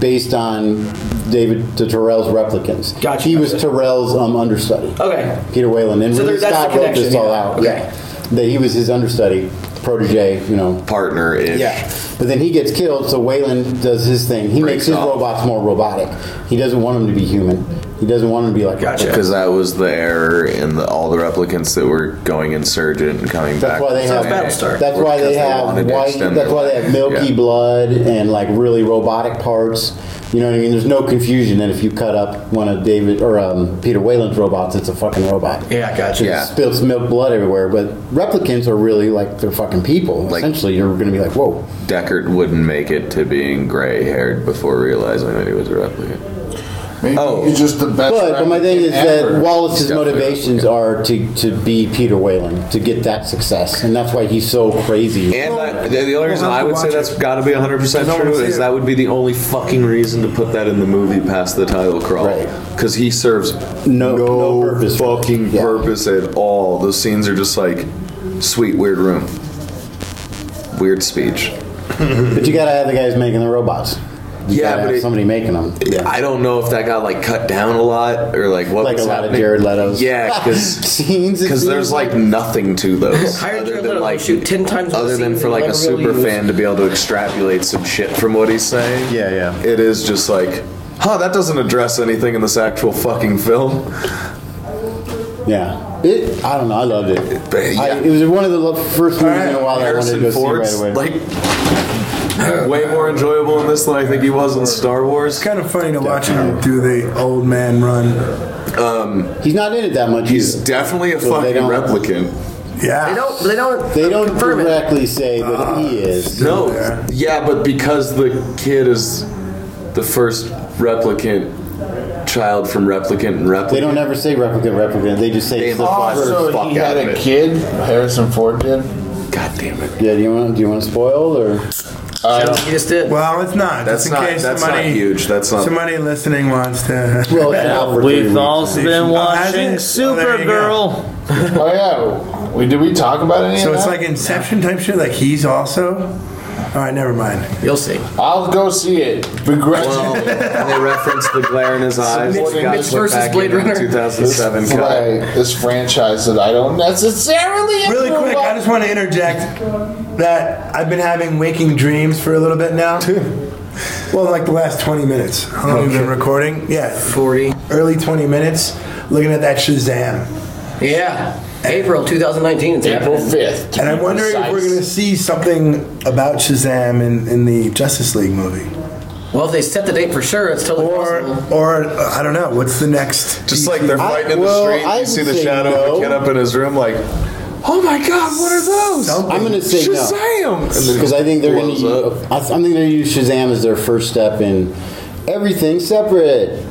[SPEAKER 7] based on David the Terrell's replicants. Gotcha. He was Terrell's um, understudy.
[SPEAKER 11] Okay.
[SPEAKER 7] Peter Whalen and
[SPEAKER 11] So there-
[SPEAKER 7] Ridley
[SPEAKER 11] that's the
[SPEAKER 7] Scott wrote this
[SPEAKER 11] connection,
[SPEAKER 7] all
[SPEAKER 11] yeah.
[SPEAKER 7] out.
[SPEAKER 11] Okay.
[SPEAKER 7] Yeah. That he was his understudy, protege, you know,
[SPEAKER 10] partner.
[SPEAKER 7] Yeah. But then he gets killed, so Wayland does his thing. He makes his robots more robotic. He doesn't want them to be human. He doesn't want them to be like
[SPEAKER 10] Because that was the error in the, all the replicants that were going insurgent and coming back.
[SPEAKER 7] That's why they have That's
[SPEAKER 10] Or
[SPEAKER 7] why
[SPEAKER 10] because
[SPEAKER 7] they have
[SPEAKER 10] wanted to
[SPEAKER 7] white.
[SPEAKER 10] extend
[SPEAKER 7] That's
[SPEAKER 10] their
[SPEAKER 7] why they
[SPEAKER 10] life.
[SPEAKER 7] have milky
[SPEAKER 10] Yeah.
[SPEAKER 7] blood and like really robotic parts. You know what I mean? There's no confusion that if you cut up one of David or um, Peter Whalen's robots, it's a fucking robot.
[SPEAKER 11] Yeah,
[SPEAKER 7] It
[SPEAKER 11] gotcha.
[SPEAKER 7] spills milk blood everywhere. But replicants are really like they're fucking people. Essentially, you're going to be like, whoa.
[SPEAKER 10] Deckard wouldn't make it to being gray haired before realizing that he was a replicant.
[SPEAKER 8] Maybe
[SPEAKER 13] Oh,
[SPEAKER 8] he's just the best.
[SPEAKER 7] But, but my thing is that Wallace's
[SPEAKER 10] Definitely.
[SPEAKER 7] motivations are to, to be Peter Whalen, to get that success. And that's why he's so crazy.
[SPEAKER 13] And that, the the only reason I would say that's got to be 100% true is that would be the only fucking reason to put that in the movie past the title crawl. Because he serves
[SPEAKER 7] no,
[SPEAKER 10] purpose. fucking purpose at all. Those scenes are just like sweet, weird room. Weird speech.
[SPEAKER 7] but you got to have the guys making the robots.
[SPEAKER 13] Yeah,
[SPEAKER 7] You gotta
[SPEAKER 13] but
[SPEAKER 7] have
[SPEAKER 13] it-
[SPEAKER 7] somebody making them.
[SPEAKER 13] I don't know if that got like cut down a lot or like what
[SPEAKER 7] Like
[SPEAKER 13] was
[SPEAKER 7] a lot of
[SPEAKER 13] happening.
[SPEAKER 7] Jared Leto's.
[SPEAKER 13] Yeah, because
[SPEAKER 7] scenes.
[SPEAKER 13] Because there's like nothing to those.
[SPEAKER 11] Hire Jared Leto like shoot ten times. more
[SPEAKER 13] Other than
[SPEAKER 11] scenes
[SPEAKER 13] for like a
[SPEAKER 11] never really
[SPEAKER 13] super
[SPEAKER 11] used.
[SPEAKER 13] fan to be able to extrapolate some shit from what he's saying.
[SPEAKER 7] Yeah, yeah.
[SPEAKER 13] It is just like, huh, that doesn't address anything in this actual fucking film.
[SPEAKER 7] Yeah. It, I don't know. I loved it. I, it was one of the lo- first movies in a while that I wanted to
[SPEAKER 13] Harrison
[SPEAKER 7] go
[SPEAKER 13] Ford's
[SPEAKER 7] see right away.
[SPEAKER 13] like way more enjoyable in this than I think he was in Star Wars. It's
[SPEAKER 9] kind of funny to watch him do the old man run.
[SPEAKER 13] Um,
[SPEAKER 7] he's not in it that much.
[SPEAKER 13] He's definitely a fucking replicant.
[SPEAKER 9] yeah.
[SPEAKER 11] They don't. They don't.
[SPEAKER 7] They don't directly say, but he is.
[SPEAKER 13] No, yeah, but because the kid is the first replicant child from replicant and replicant.
[SPEAKER 7] They don't ever say replicant, replicant. They just say it's the
[SPEAKER 8] Oh,
[SPEAKER 7] fucker.
[SPEAKER 8] so
[SPEAKER 13] fuck
[SPEAKER 8] he had
[SPEAKER 13] out of
[SPEAKER 8] a
[SPEAKER 13] it.
[SPEAKER 8] kid. Harrison Ford did.
[SPEAKER 13] God damn it!
[SPEAKER 7] Yeah. Do you want? Do you want to spoil or?
[SPEAKER 11] You just did.
[SPEAKER 9] Well, it's not.
[SPEAKER 13] That's
[SPEAKER 9] just in
[SPEAKER 13] not-
[SPEAKER 9] case
[SPEAKER 13] that's
[SPEAKER 9] somebody,
[SPEAKER 13] not huge. That's not-
[SPEAKER 9] Somebody listening wants to.
[SPEAKER 7] Well, it's out for three
[SPEAKER 6] We've
[SPEAKER 7] weeks.
[SPEAKER 6] also been
[SPEAKER 9] Oh, has
[SPEAKER 6] watching
[SPEAKER 9] it? Oh, there you go.
[SPEAKER 6] Supergirl.
[SPEAKER 8] Oh yeah. We did we talk about any
[SPEAKER 9] So
[SPEAKER 8] of
[SPEAKER 9] it's
[SPEAKER 8] that?
[SPEAKER 9] like Inception type shit. Like he's also. All right, never mind.
[SPEAKER 11] You'll see.
[SPEAKER 8] I'll go see it. Begrudging.
[SPEAKER 13] Well, and they reference the glare in his eyes.
[SPEAKER 8] Mitch-
[SPEAKER 13] He got
[SPEAKER 8] Mitch
[SPEAKER 13] put
[SPEAKER 8] versus
[SPEAKER 13] back
[SPEAKER 8] Blade
[SPEAKER 13] in in
[SPEAKER 8] Runner. this,
[SPEAKER 13] 2007 cut.
[SPEAKER 8] fran- this franchise that I don't necessarily
[SPEAKER 9] Really
[SPEAKER 8] approve
[SPEAKER 9] quick,
[SPEAKER 8] of.
[SPEAKER 9] I just want to interject that I've been having waking dreams for a little bit now. Well, like the last 20 minutes. How long have we been recording? Yeah.
[SPEAKER 11] 40.
[SPEAKER 9] early 20 minutes looking at that Shazam.
[SPEAKER 11] Yeah. April 2019. It's
[SPEAKER 9] April
[SPEAKER 11] happening.
[SPEAKER 9] 5th. And I'm wondering if we're going to see something about Shazam in, in the Justice League movie.
[SPEAKER 11] Well, if they set the date for sure, it's totally
[SPEAKER 9] or, possible. Or, uh, I don't know, what's the next?
[SPEAKER 10] Just like they're fighting in the
[SPEAKER 9] well,
[SPEAKER 10] street,
[SPEAKER 9] I
[SPEAKER 10] you see
[SPEAKER 9] would
[SPEAKER 10] the
[SPEAKER 9] say
[SPEAKER 10] shadow of
[SPEAKER 9] no.
[SPEAKER 10] a kid up in his room, like,
[SPEAKER 7] Oh my God! What are those? I'm going to say
[SPEAKER 10] Shazam!
[SPEAKER 7] no
[SPEAKER 10] And then
[SPEAKER 7] because I think they're going
[SPEAKER 10] blows
[SPEAKER 7] to. I I think they're going to use Shazam as their first step in everything separate.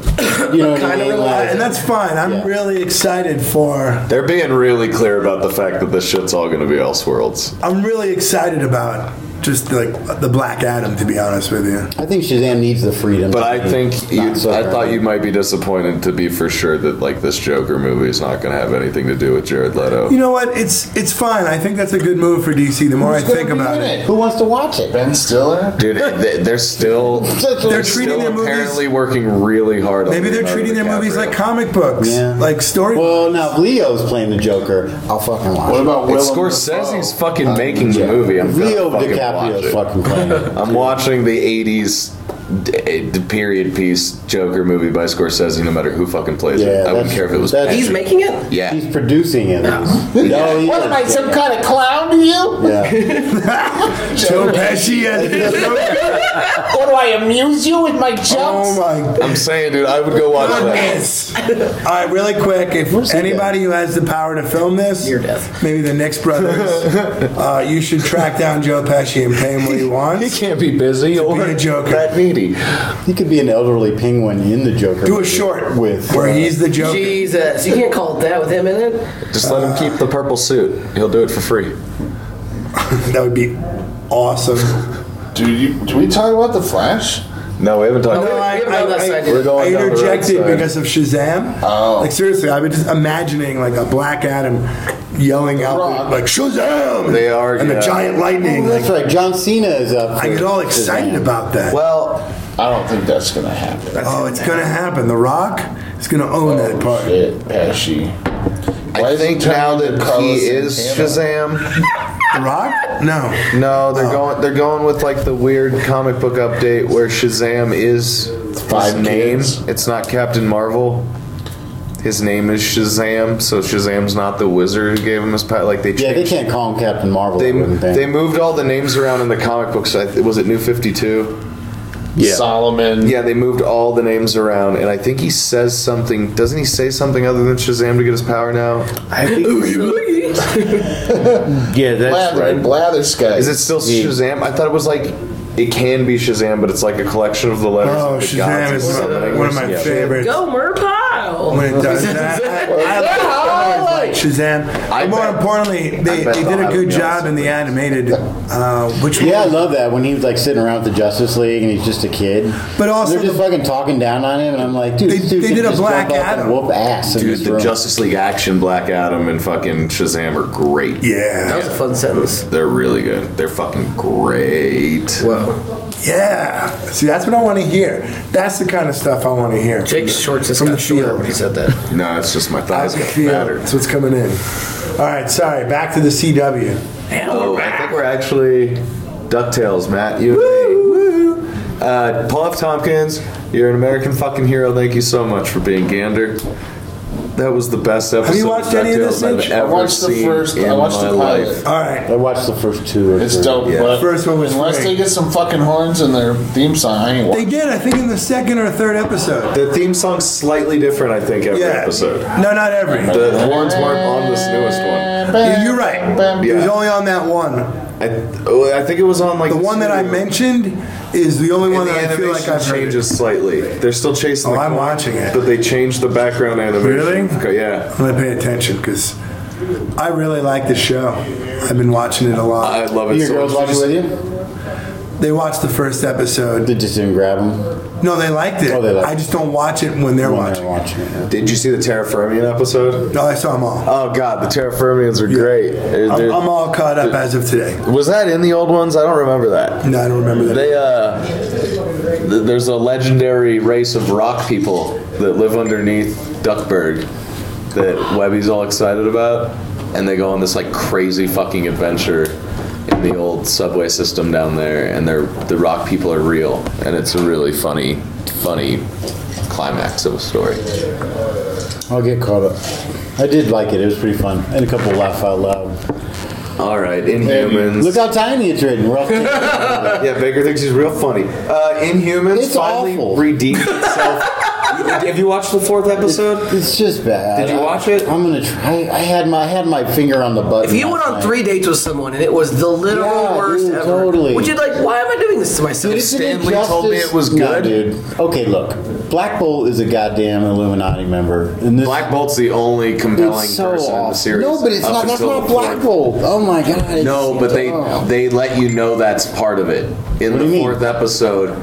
[SPEAKER 7] You know what I mean? Like-
[SPEAKER 9] and that's fine. I'm really excited for.
[SPEAKER 10] They're being really clear about the fact that this shit's all going to be Elseworlds.
[SPEAKER 9] I'm really excited about just like the Black Adam, to be honest with you.
[SPEAKER 7] I think Shazam needs the freedom.
[SPEAKER 10] But I think you,
[SPEAKER 7] Mm-hmm. so
[SPEAKER 10] I
[SPEAKER 7] bad.
[SPEAKER 10] thought you might be disappointed to be for sure that like this Joker movie is not going to have anything to do with Jared Leto.
[SPEAKER 9] You know what? It's it's fine. I think that's a good move for DC. The more I think about it,
[SPEAKER 7] who wants to watch it?
[SPEAKER 8] Ben Stiller.
[SPEAKER 10] Dude, they- they're still they're still apparently working really hard. on
[SPEAKER 9] Maybe they're
[SPEAKER 10] Leonardo
[SPEAKER 9] treating their
[SPEAKER 10] DiCaprio.
[SPEAKER 9] movies like comic books.
[SPEAKER 7] Yeah.
[SPEAKER 9] Like story.
[SPEAKER 7] Well, now if Leo's playing the Joker. I'll fucking watch.
[SPEAKER 10] What
[SPEAKER 7] it.
[SPEAKER 10] about It's Willem Scorsese's Dafoe? fucking making the movie. I'm
[SPEAKER 7] Leo
[SPEAKER 10] gonna fucking watch
[SPEAKER 7] DiCaprio's
[SPEAKER 10] it.
[SPEAKER 7] fucking playing. it.
[SPEAKER 10] I'm watching the '80s d- d- period piece Joker movie by Scorsese. No matter who fucking plays
[SPEAKER 7] Yeah,
[SPEAKER 10] it, I wouldn't
[SPEAKER 7] that's-
[SPEAKER 10] care if it was.
[SPEAKER 7] that's-
[SPEAKER 10] Patrick.
[SPEAKER 7] He's making
[SPEAKER 11] it.
[SPEAKER 10] Yeah, he's
[SPEAKER 7] producing it. No, he
[SPEAKER 14] What
[SPEAKER 7] is.
[SPEAKER 14] am I, some kind of clown to you?
[SPEAKER 7] Yeah.
[SPEAKER 9] Joe Pesci
[SPEAKER 14] or do I amuse you with my jokes?
[SPEAKER 9] Oh
[SPEAKER 10] I'm saying, dude, I would go watch
[SPEAKER 9] Goodness. All right, really quick. If anybody who has the power to film this, maybe the next brothers, uh, you should track down Joe Pesci and pay him what he wants. He
[SPEAKER 10] can't be busy
[SPEAKER 9] or be a Joker.
[SPEAKER 10] that needy.
[SPEAKER 7] He could be an elderly penguin in the Joker.
[SPEAKER 9] Do a
[SPEAKER 7] movie
[SPEAKER 9] short
[SPEAKER 7] with
[SPEAKER 9] where he's the Joker.
[SPEAKER 11] Jesus, you can't call it that with him in it.
[SPEAKER 10] Just let him keep the purple suit. He'll do it for free.
[SPEAKER 9] that would be awesome.
[SPEAKER 8] Dude, you, do we talk about the Flash?
[SPEAKER 10] No, we haven't talked.
[SPEAKER 9] No, I, I, I,
[SPEAKER 10] We're
[SPEAKER 9] I
[SPEAKER 10] going down the road
[SPEAKER 9] interjected
[SPEAKER 10] side.
[SPEAKER 9] because of Shazam. Oh. Like seriously, I've been just imagining like a Black Adam yelling out like Shazam.
[SPEAKER 10] They are,
[SPEAKER 9] and
[SPEAKER 10] yeah.
[SPEAKER 9] the giant lightning.
[SPEAKER 7] Oh, that's
[SPEAKER 9] like,
[SPEAKER 7] right. John Cena is up.
[SPEAKER 9] I
[SPEAKER 7] for
[SPEAKER 9] get all excited
[SPEAKER 7] Shazam.
[SPEAKER 9] about that.
[SPEAKER 10] Well,
[SPEAKER 8] I don't think that's gonna happen. Oh,
[SPEAKER 9] oh, it's gonna happen. The Rock is gonna own that part.
[SPEAKER 8] Shit, Pesci.
[SPEAKER 10] I think now that he is Shazam.
[SPEAKER 9] The Rock? No.
[SPEAKER 10] No, they're going. They're going with like the weird comic book update where Shazam is his name. It's not Captain Marvel. His name is Shazam, so Shazam's not the wizard who gave him his pat. Like they
[SPEAKER 7] Yeah, they
[SPEAKER 10] changed-
[SPEAKER 7] can't call him Captain Marvel.
[SPEAKER 10] They,
[SPEAKER 7] I wouldn't think.
[SPEAKER 10] they moved all the names around in the comic books. I th- Was it New Fifty Two?
[SPEAKER 8] Yeah. Solomon.
[SPEAKER 10] Yeah, they moved all the names around, and I think he says something. Doesn't he say something other than Shazam to get his power now? I think. yeah,
[SPEAKER 8] that's Blather- right. Blatherskite.
[SPEAKER 10] Is it still
[SPEAKER 8] Yeah.
[SPEAKER 10] Shazam? I thought it was like it can be Shazam, but it's like a collection of the letters.
[SPEAKER 9] Oh,
[SPEAKER 10] of the
[SPEAKER 9] Shazam
[SPEAKER 10] gods and
[SPEAKER 9] is one-
[SPEAKER 10] something.
[SPEAKER 9] one of my
[SPEAKER 10] Yeah.
[SPEAKER 9] favorites.
[SPEAKER 14] Go Murpile!
[SPEAKER 9] When it does that, I, I like Shazam. But more importantly, they,
[SPEAKER 7] bet
[SPEAKER 9] they
[SPEAKER 7] they'll
[SPEAKER 9] did a
[SPEAKER 7] have
[SPEAKER 9] good
[SPEAKER 7] him, yeah.
[SPEAKER 9] job in the animated. Uh, which
[SPEAKER 7] yeah, I love that when he's like sitting around with the Justice League and he's just a kid.
[SPEAKER 9] But also
[SPEAKER 7] they're just fucking talking down on him, and I'm like, dude,
[SPEAKER 9] They-
[SPEAKER 7] this dude
[SPEAKER 9] they
[SPEAKER 7] can
[SPEAKER 9] did a
[SPEAKER 7] just
[SPEAKER 9] Black
[SPEAKER 7] jump up and
[SPEAKER 9] Adam.
[SPEAKER 7] whoop ass in
[SPEAKER 10] Dude,
[SPEAKER 7] this
[SPEAKER 10] the
[SPEAKER 7] room.
[SPEAKER 10] Justice League action, Black Adam, and fucking Shazam are great.
[SPEAKER 9] Yeah.
[SPEAKER 11] That was a fun sentence.
[SPEAKER 10] They're really good. They're fucking great.
[SPEAKER 11] Whoa.
[SPEAKER 9] Yeah. See, that's what I want to hear. That's the kind of stuff I want to hear.
[SPEAKER 11] Jake's shorts just got shorter when he said that.
[SPEAKER 10] No, it's just my thighs got
[SPEAKER 9] feel.
[SPEAKER 10] battered.
[SPEAKER 9] That's what's coming in. All right, sorry. Back to the CW.
[SPEAKER 10] Oh, I think we're actually Ducktales, Matt. You woo, woo. Uh, Paul F. Tompkins, you're an American fucking hero. Thank you so much for being Gander. That was the best episode.
[SPEAKER 9] Have you watched any of this?
[SPEAKER 10] DuckTales I've
[SPEAKER 9] Mitch?
[SPEAKER 10] ever seen in my life.
[SPEAKER 9] All right.
[SPEAKER 7] I watched the first two. Or
[SPEAKER 8] It's
[SPEAKER 7] three.
[SPEAKER 8] dope, but
[SPEAKER 9] First one was
[SPEAKER 8] unless
[SPEAKER 9] free.
[SPEAKER 8] they get some fucking horns in their theme song, I ain't
[SPEAKER 9] They
[SPEAKER 8] watching.
[SPEAKER 9] did, I think, in the second or third episode.
[SPEAKER 10] The theme song's slightly different, I think, every
[SPEAKER 9] Yeah.
[SPEAKER 10] episode.
[SPEAKER 9] No, not every.
[SPEAKER 10] The horns weren't on this newest one.
[SPEAKER 9] You- You're right. It was
[SPEAKER 10] Yeah.
[SPEAKER 9] only on that one.
[SPEAKER 10] I, oh, I think it was on like
[SPEAKER 9] The one that I mentioned is the only one
[SPEAKER 10] the
[SPEAKER 9] that I feel
[SPEAKER 10] animation
[SPEAKER 9] like I've heard.
[SPEAKER 10] changes slightly. They're still chasing.
[SPEAKER 9] Oh,
[SPEAKER 10] the
[SPEAKER 9] I'm
[SPEAKER 10] clock,
[SPEAKER 9] watching it.
[SPEAKER 10] but they changed the background animation.
[SPEAKER 9] Really?
[SPEAKER 10] Okay, Yeah.
[SPEAKER 9] I'm gonna pay attention because I really like this show. I've been watching it a lot.
[SPEAKER 10] I love it
[SPEAKER 7] Your
[SPEAKER 10] so
[SPEAKER 7] girls
[SPEAKER 10] much.
[SPEAKER 7] watching with you?
[SPEAKER 9] They watched the first episode.
[SPEAKER 7] They just didn't grab him.
[SPEAKER 9] No, they liked it.
[SPEAKER 7] Oh, they liked
[SPEAKER 9] I just don't watch it when they're watching.
[SPEAKER 7] Watching it. yeah.
[SPEAKER 10] Did you see the Terra Firmian episode?
[SPEAKER 9] No, I saw them all.
[SPEAKER 10] Oh god, the Terra Firmians are great. They're-
[SPEAKER 9] I'm,
[SPEAKER 10] they're-
[SPEAKER 9] I'm all caught up as of today.
[SPEAKER 10] was that in the old ones? I don't remember that.
[SPEAKER 9] No, I don't remember that.
[SPEAKER 10] They uh, th- there's a legendary race of rock people that live underneath Duckburg that Webby's all excited about, and they go on this like crazy fucking adventure in the old subway system down there, and they're the rock people are real, and it's a really funny, funny climax of a story.
[SPEAKER 7] I'll get caught up. I did like it. It was pretty fun. And a couple laugh out loud.
[SPEAKER 10] All right, Inhumans.
[SPEAKER 7] Look how tiny it's written. Rough.
[SPEAKER 10] yeah, Baker thinks he's real funny. Uh, Inhumans finally redeemed itself. Have you watched the fourth episode?
[SPEAKER 7] It's just bad.
[SPEAKER 10] Did you watch
[SPEAKER 7] it? I'm gonna try. I had my I had my finger on the button.
[SPEAKER 11] If you went on three dates with someone and it was the literal worst ever,
[SPEAKER 7] totally.
[SPEAKER 11] would you like? Why am I doing this to myself?
[SPEAKER 7] Dude, it's an injustice- No, dude. Okay, look. Black Bolt is a goddamn Illuminati member. And this
[SPEAKER 10] Black Bolt's the only compelling
[SPEAKER 7] It's so
[SPEAKER 10] person in the
[SPEAKER 7] awful.
[SPEAKER 10] series.
[SPEAKER 7] No, but it's
[SPEAKER 10] up
[SPEAKER 7] not- that's
[SPEAKER 10] until
[SPEAKER 7] not
[SPEAKER 10] the
[SPEAKER 7] Black
[SPEAKER 10] fourth.
[SPEAKER 7] Bolt. Oh my God, it's
[SPEAKER 10] No, but they
[SPEAKER 7] dumb.
[SPEAKER 10] they let you know that's part of it in the fourth episode.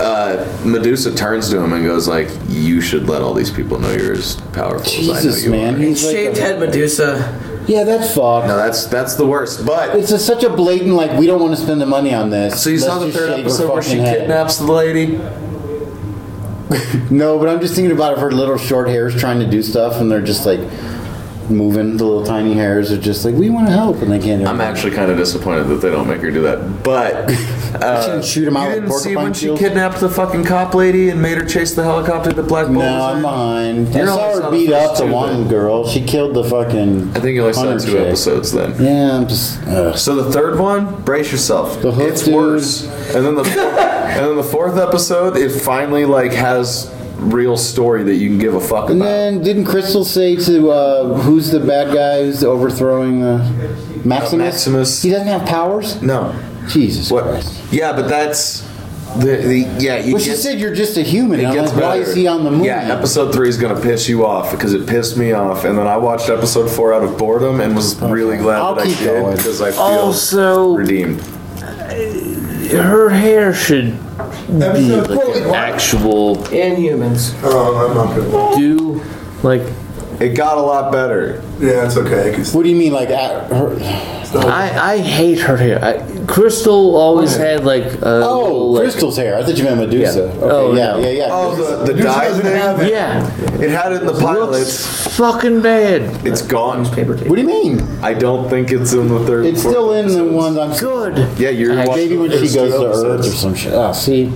[SPEAKER 10] Uh, Medusa turns to him and goes like, "You should let all these people know you're as powerful as I know
[SPEAKER 7] Jesus
[SPEAKER 10] you
[SPEAKER 7] man,
[SPEAKER 10] are."
[SPEAKER 7] he's like
[SPEAKER 11] Shaved
[SPEAKER 7] a-
[SPEAKER 11] head Medusa.
[SPEAKER 7] Yeah, that's fucked.
[SPEAKER 10] No, that's that's the worst. But
[SPEAKER 7] it's just such a blatant like we don't want to spend the money on this.
[SPEAKER 10] So you saw
[SPEAKER 7] Let's
[SPEAKER 10] the
[SPEAKER 7] just
[SPEAKER 10] third
[SPEAKER 7] shave her
[SPEAKER 10] episode where she
[SPEAKER 7] fucking head.
[SPEAKER 10] kidnaps the lady.
[SPEAKER 7] No, but I'm just thinking about her little short hairs trying to do stuff, and they're just like moving. The little tiny hairs are just like, we want to help, and they can't. do
[SPEAKER 10] I'm
[SPEAKER 7] it.
[SPEAKER 10] actually kind of disappointed that they don't make her do that. But uh,
[SPEAKER 7] She didn't shoot him out
[SPEAKER 10] You
[SPEAKER 7] with
[SPEAKER 10] didn't see
[SPEAKER 7] porcupine
[SPEAKER 10] when she
[SPEAKER 7] shields?
[SPEAKER 10] kidnapped the fucking cop lady and made her chase the helicopter that Black Bolt.
[SPEAKER 7] No,
[SPEAKER 10] was
[SPEAKER 7] I'm
[SPEAKER 10] in?
[SPEAKER 7] behind.
[SPEAKER 10] You
[SPEAKER 7] I
[SPEAKER 10] only
[SPEAKER 7] saw her
[SPEAKER 10] the
[SPEAKER 7] beat
[SPEAKER 10] first
[SPEAKER 7] up the
[SPEAKER 10] two
[SPEAKER 7] one
[SPEAKER 10] then.
[SPEAKER 7] girl. She killed the fucking.
[SPEAKER 10] I think you only saw
[SPEAKER 7] hunter
[SPEAKER 10] two
[SPEAKER 7] chick.
[SPEAKER 10] episodes then.
[SPEAKER 7] Yeah, I'm just. Ugh.
[SPEAKER 10] So the third one, brace yourself. it's worse. And then the and then the fourth episode, it finally like has real story that you can give a fuck
[SPEAKER 7] And
[SPEAKER 10] about.
[SPEAKER 7] then didn't Crystal say to uh, who's the bad guy who's overthrowing the Maximus?
[SPEAKER 10] Uh, Maximus.
[SPEAKER 7] He doesn't have powers.
[SPEAKER 10] No.
[SPEAKER 7] Jesus
[SPEAKER 10] Christ. Yeah, but that's the, the yeah. You
[SPEAKER 7] Well, she
[SPEAKER 10] get-
[SPEAKER 7] said you're just a human.
[SPEAKER 10] It
[SPEAKER 7] I'm
[SPEAKER 10] gets
[SPEAKER 7] like, why
[SPEAKER 10] better.
[SPEAKER 7] is he on the movie?
[SPEAKER 10] Yeah, episode three is gonna piss you off because it pissed me off, and then I watched episode four out of boredom and was
[SPEAKER 7] Oh.
[SPEAKER 10] really glad that I
[SPEAKER 6] keep
[SPEAKER 10] did
[SPEAKER 6] going.
[SPEAKER 10] because I feel
[SPEAKER 6] Also-
[SPEAKER 10] redeemed.
[SPEAKER 6] Her hair should be
[SPEAKER 11] Episode
[SPEAKER 6] like an
[SPEAKER 11] forty-one.
[SPEAKER 6] actual
[SPEAKER 11] Inhumans.
[SPEAKER 9] Oh, I'm not good.
[SPEAKER 6] do. Like
[SPEAKER 10] it got a lot better.
[SPEAKER 9] Yeah, it's okay. 'cause-
[SPEAKER 7] What do you mean, like at her?
[SPEAKER 6] I I hate her hair. I, Crystal always had like a
[SPEAKER 7] Oh, Crystal's hair. I thought you meant Medusa.
[SPEAKER 6] Yeah.
[SPEAKER 7] Okay,
[SPEAKER 6] Oh,
[SPEAKER 7] yeah,
[SPEAKER 6] no.
[SPEAKER 7] yeah, yeah.
[SPEAKER 10] Oh, the, the
[SPEAKER 7] Medusa
[SPEAKER 10] dye
[SPEAKER 7] doesn't
[SPEAKER 10] thing?
[SPEAKER 7] have it.
[SPEAKER 10] Yeah. It had it in the pilots.
[SPEAKER 6] Fucking bad.
[SPEAKER 10] It's gone.
[SPEAKER 7] What do you mean?
[SPEAKER 10] I don't think it's in the third.
[SPEAKER 7] It's
[SPEAKER 10] fourth-
[SPEAKER 7] still in the ones I'm
[SPEAKER 6] good.
[SPEAKER 10] Yeah, you're watching
[SPEAKER 7] maybe when
[SPEAKER 10] the
[SPEAKER 7] she
[SPEAKER 10] first
[SPEAKER 7] goes
[SPEAKER 10] two
[SPEAKER 7] to Earth
[SPEAKER 10] episodes.
[SPEAKER 7] or some shit. Oh, see,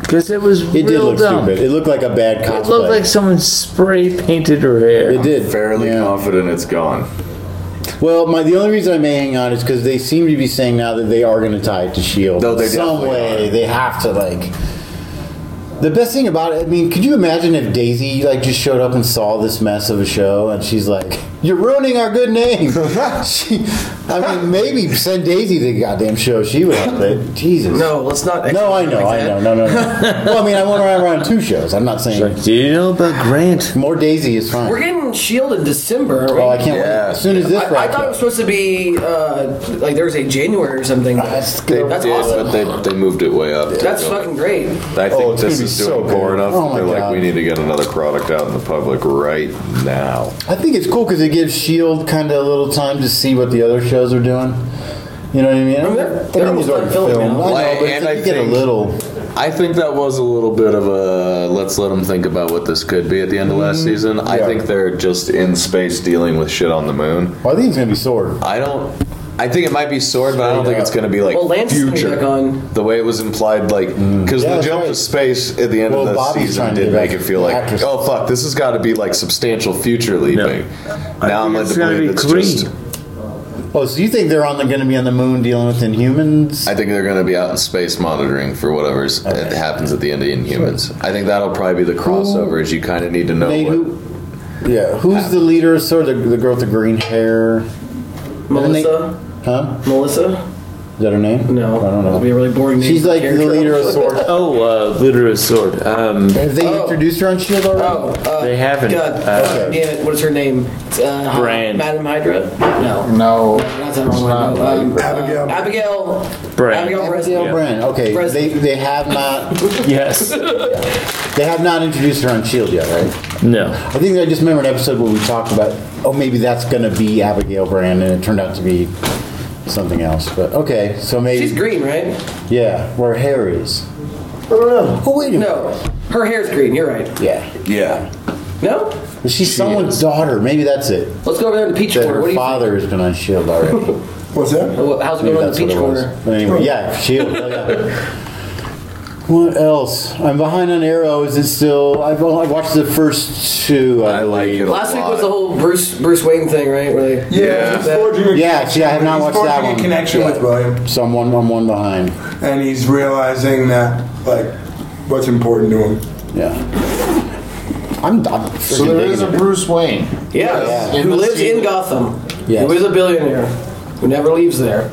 [SPEAKER 6] because it was
[SPEAKER 7] it did
[SPEAKER 6] real
[SPEAKER 7] look
[SPEAKER 6] dumb.
[SPEAKER 7] stupid. It looked like a bad cosplay.
[SPEAKER 6] It looked like someone spray painted her hair.
[SPEAKER 7] It did.
[SPEAKER 10] Fairly confident it's gone.
[SPEAKER 7] Well, my the only reason I may hang on is because they seem to be saying now that they are going to tie it to Shield.
[SPEAKER 10] No, they
[SPEAKER 7] E In some
[SPEAKER 10] definitely
[SPEAKER 7] way they have to like. The best thing about it, I mean, could you imagine if Daisy like just showed up and saw this mess of a show and she's like, "You're ruining our good name." she, I mean, maybe send Daisy to the goddamn show. She would have it. Jesus.
[SPEAKER 11] No, let's not.
[SPEAKER 7] No, I know, I know, no, no, no. well, I mean, I went around, around two shows. I'm not saying.
[SPEAKER 6] Do you know about Grant?
[SPEAKER 7] More Daisy is fine.
[SPEAKER 11] We're getting Shield in December. aren't we?
[SPEAKER 7] Oh, I can't wait. As soon as this
[SPEAKER 11] I, I
[SPEAKER 7] wraps
[SPEAKER 11] thought it
[SPEAKER 7] up.
[SPEAKER 11] was supposed to be uh, like there was a January or something. That's,
[SPEAKER 10] They did,
[SPEAKER 11] awesome.
[SPEAKER 10] but they, they moved it way up.
[SPEAKER 11] That's fucking great.
[SPEAKER 10] I think
[SPEAKER 7] Oh, it's
[SPEAKER 10] this
[SPEAKER 7] gonna be
[SPEAKER 10] is
[SPEAKER 7] so
[SPEAKER 10] doing poor
[SPEAKER 7] good.
[SPEAKER 10] enough.
[SPEAKER 7] Oh
[SPEAKER 10] that
[SPEAKER 7] my
[SPEAKER 10] they're
[SPEAKER 7] God.
[SPEAKER 10] like, we need to get another product out in the public right now.
[SPEAKER 7] I think it's cool because it gives Shield kind of a little time to see what the other shows are doing. You know what I mean? I mean,
[SPEAKER 11] they're
[SPEAKER 7] I mean, these
[SPEAKER 11] almost
[SPEAKER 7] aren't
[SPEAKER 11] done filming
[SPEAKER 7] filmed.
[SPEAKER 11] now.
[SPEAKER 7] I know,
[SPEAKER 10] Well,
[SPEAKER 7] but
[SPEAKER 10] and
[SPEAKER 7] it's-
[SPEAKER 10] I
[SPEAKER 7] you get a
[SPEAKER 10] think-
[SPEAKER 7] little.
[SPEAKER 10] I think that was a little bit of a let's let them think about what this could be at the end of
[SPEAKER 7] Mm-hmm.
[SPEAKER 10] last season. I think they're just in space dealing with shit on the moon.
[SPEAKER 7] Well, I think it's gonna be sword.
[SPEAKER 10] I don't. I think it might be sword, but I don't think it's going to be like
[SPEAKER 11] Well, Lance is gonna be
[SPEAKER 10] future.
[SPEAKER 11] back on.
[SPEAKER 10] The way it was implied, like because
[SPEAKER 7] Mm. Yeah,
[SPEAKER 10] the
[SPEAKER 7] that's
[SPEAKER 10] jump
[SPEAKER 7] right.
[SPEAKER 10] to space at the end
[SPEAKER 7] Well,
[SPEAKER 10] of the
[SPEAKER 7] Bobby's
[SPEAKER 10] season
[SPEAKER 7] trying to
[SPEAKER 10] did
[SPEAKER 7] get
[SPEAKER 10] make
[SPEAKER 7] back
[SPEAKER 10] it feel like,
[SPEAKER 7] actors.
[SPEAKER 10] oh fuck, this has got to be like substantial future leaping. Now I'm led
[SPEAKER 6] it's
[SPEAKER 10] to
[SPEAKER 6] gonna
[SPEAKER 10] believe
[SPEAKER 6] be
[SPEAKER 10] it's just.
[SPEAKER 7] Oh, so you think they're on the, gonna be on the moon dealing with Inhumans?
[SPEAKER 10] I think they're going to be out in space monitoring for whatever's it happens at the end of Inhumans. I think that'll probably be the crossover. Is you kind of need to know
[SPEAKER 7] They-
[SPEAKER 10] what
[SPEAKER 7] who- yeah, who's the leader? of Sword, the, the girl with the green hair. And they-
[SPEAKER 11] Melissa.
[SPEAKER 7] huh?
[SPEAKER 11] Melissa.
[SPEAKER 7] Is that her name? No, I don't
[SPEAKER 11] That'd be
[SPEAKER 7] know.
[SPEAKER 11] a really boring name.
[SPEAKER 7] She's
[SPEAKER 11] for a
[SPEAKER 7] like the
[SPEAKER 11] character.
[SPEAKER 7] leader of Sword.
[SPEAKER 6] Oh, uh, leader of sword. Um,
[SPEAKER 7] Have they introduced her on Shield already?
[SPEAKER 11] Oh, uh,
[SPEAKER 6] They haven't,
[SPEAKER 11] God,
[SPEAKER 6] uh,
[SPEAKER 11] uh, damn it! What is her name? It's, Uh,
[SPEAKER 6] Brand.
[SPEAKER 11] Madam Hydra. No,
[SPEAKER 15] No.
[SPEAKER 11] not that wrong. one, no. Um, uh,
[SPEAKER 9] Abigail.
[SPEAKER 11] Abigail.
[SPEAKER 6] Brand.
[SPEAKER 11] Abigail
[SPEAKER 7] Abigail
[SPEAKER 11] Breslin.
[SPEAKER 7] Brand. Okay, they,
[SPEAKER 11] Breslin.
[SPEAKER 7] they have not
[SPEAKER 6] yes.
[SPEAKER 7] they have not introduced her on Shield yet, right?
[SPEAKER 6] No.
[SPEAKER 7] I think I just remember an episode where we talked about, oh, maybe that's going to be Abigail Brand, and it turned out to be something else. But okay, so maybe.
[SPEAKER 11] She's green, right?
[SPEAKER 7] Yeah, where hair is. I don't know. Oh, wait a minute.
[SPEAKER 11] No, her hair's green. You're right.
[SPEAKER 7] Yeah.
[SPEAKER 10] Yeah.
[SPEAKER 11] No,
[SPEAKER 7] But she's someone's daughter. Maybe that's it.
[SPEAKER 11] let's go over there to the Peach
[SPEAKER 7] That
[SPEAKER 11] Corner. What do
[SPEAKER 7] her
[SPEAKER 11] you
[SPEAKER 7] father has been on S.H.I.E.L.D. already.
[SPEAKER 9] What's that?
[SPEAKER 11] Well, How's it
[SPEAKER 7] Maybe
[SPEAKER 11] going on the
[SPEAKER 7] that's what
[SPEAKER 11] Peach
[SPEAKER 7] it was.
[SPEAKER 11] Corner?
[SPEAKER 7] But anyway, yeah, S.H.I.E.L.D. oh, yeah. What else? I'm behind on Arrow. Is it still? I've only I've watched the first two. I, like it.
[SPEAKER 11] Last week was the whole Bruce Bruce Wayne thing, right? Where they
[SPEAKER 7] Yeah. Yeah, see, I have not watched that one.
[SPEAKER 9] connection with William.
[SPEAKER 7] Someone, I'm one behind.
[SPEAKER 9] And he's realizing that, like, what's important to him.
[SPEAKER 7] Yeah. I'm done.
[SPEAKER 16] So there is a Bruce Wayne.
[SPEAKER 11] Yeah,
[SPEAKER 16] In
[SPEAKER 11] who
[SPEAKER 16] the
[SPEAKER 11] lives
[SPEAKER 16] sequel.
[SPEAKER 11] in Gotham.
[SPEAKER 7] Yes.
[SPEAKER 11] Who is a billionaire who never leaves there.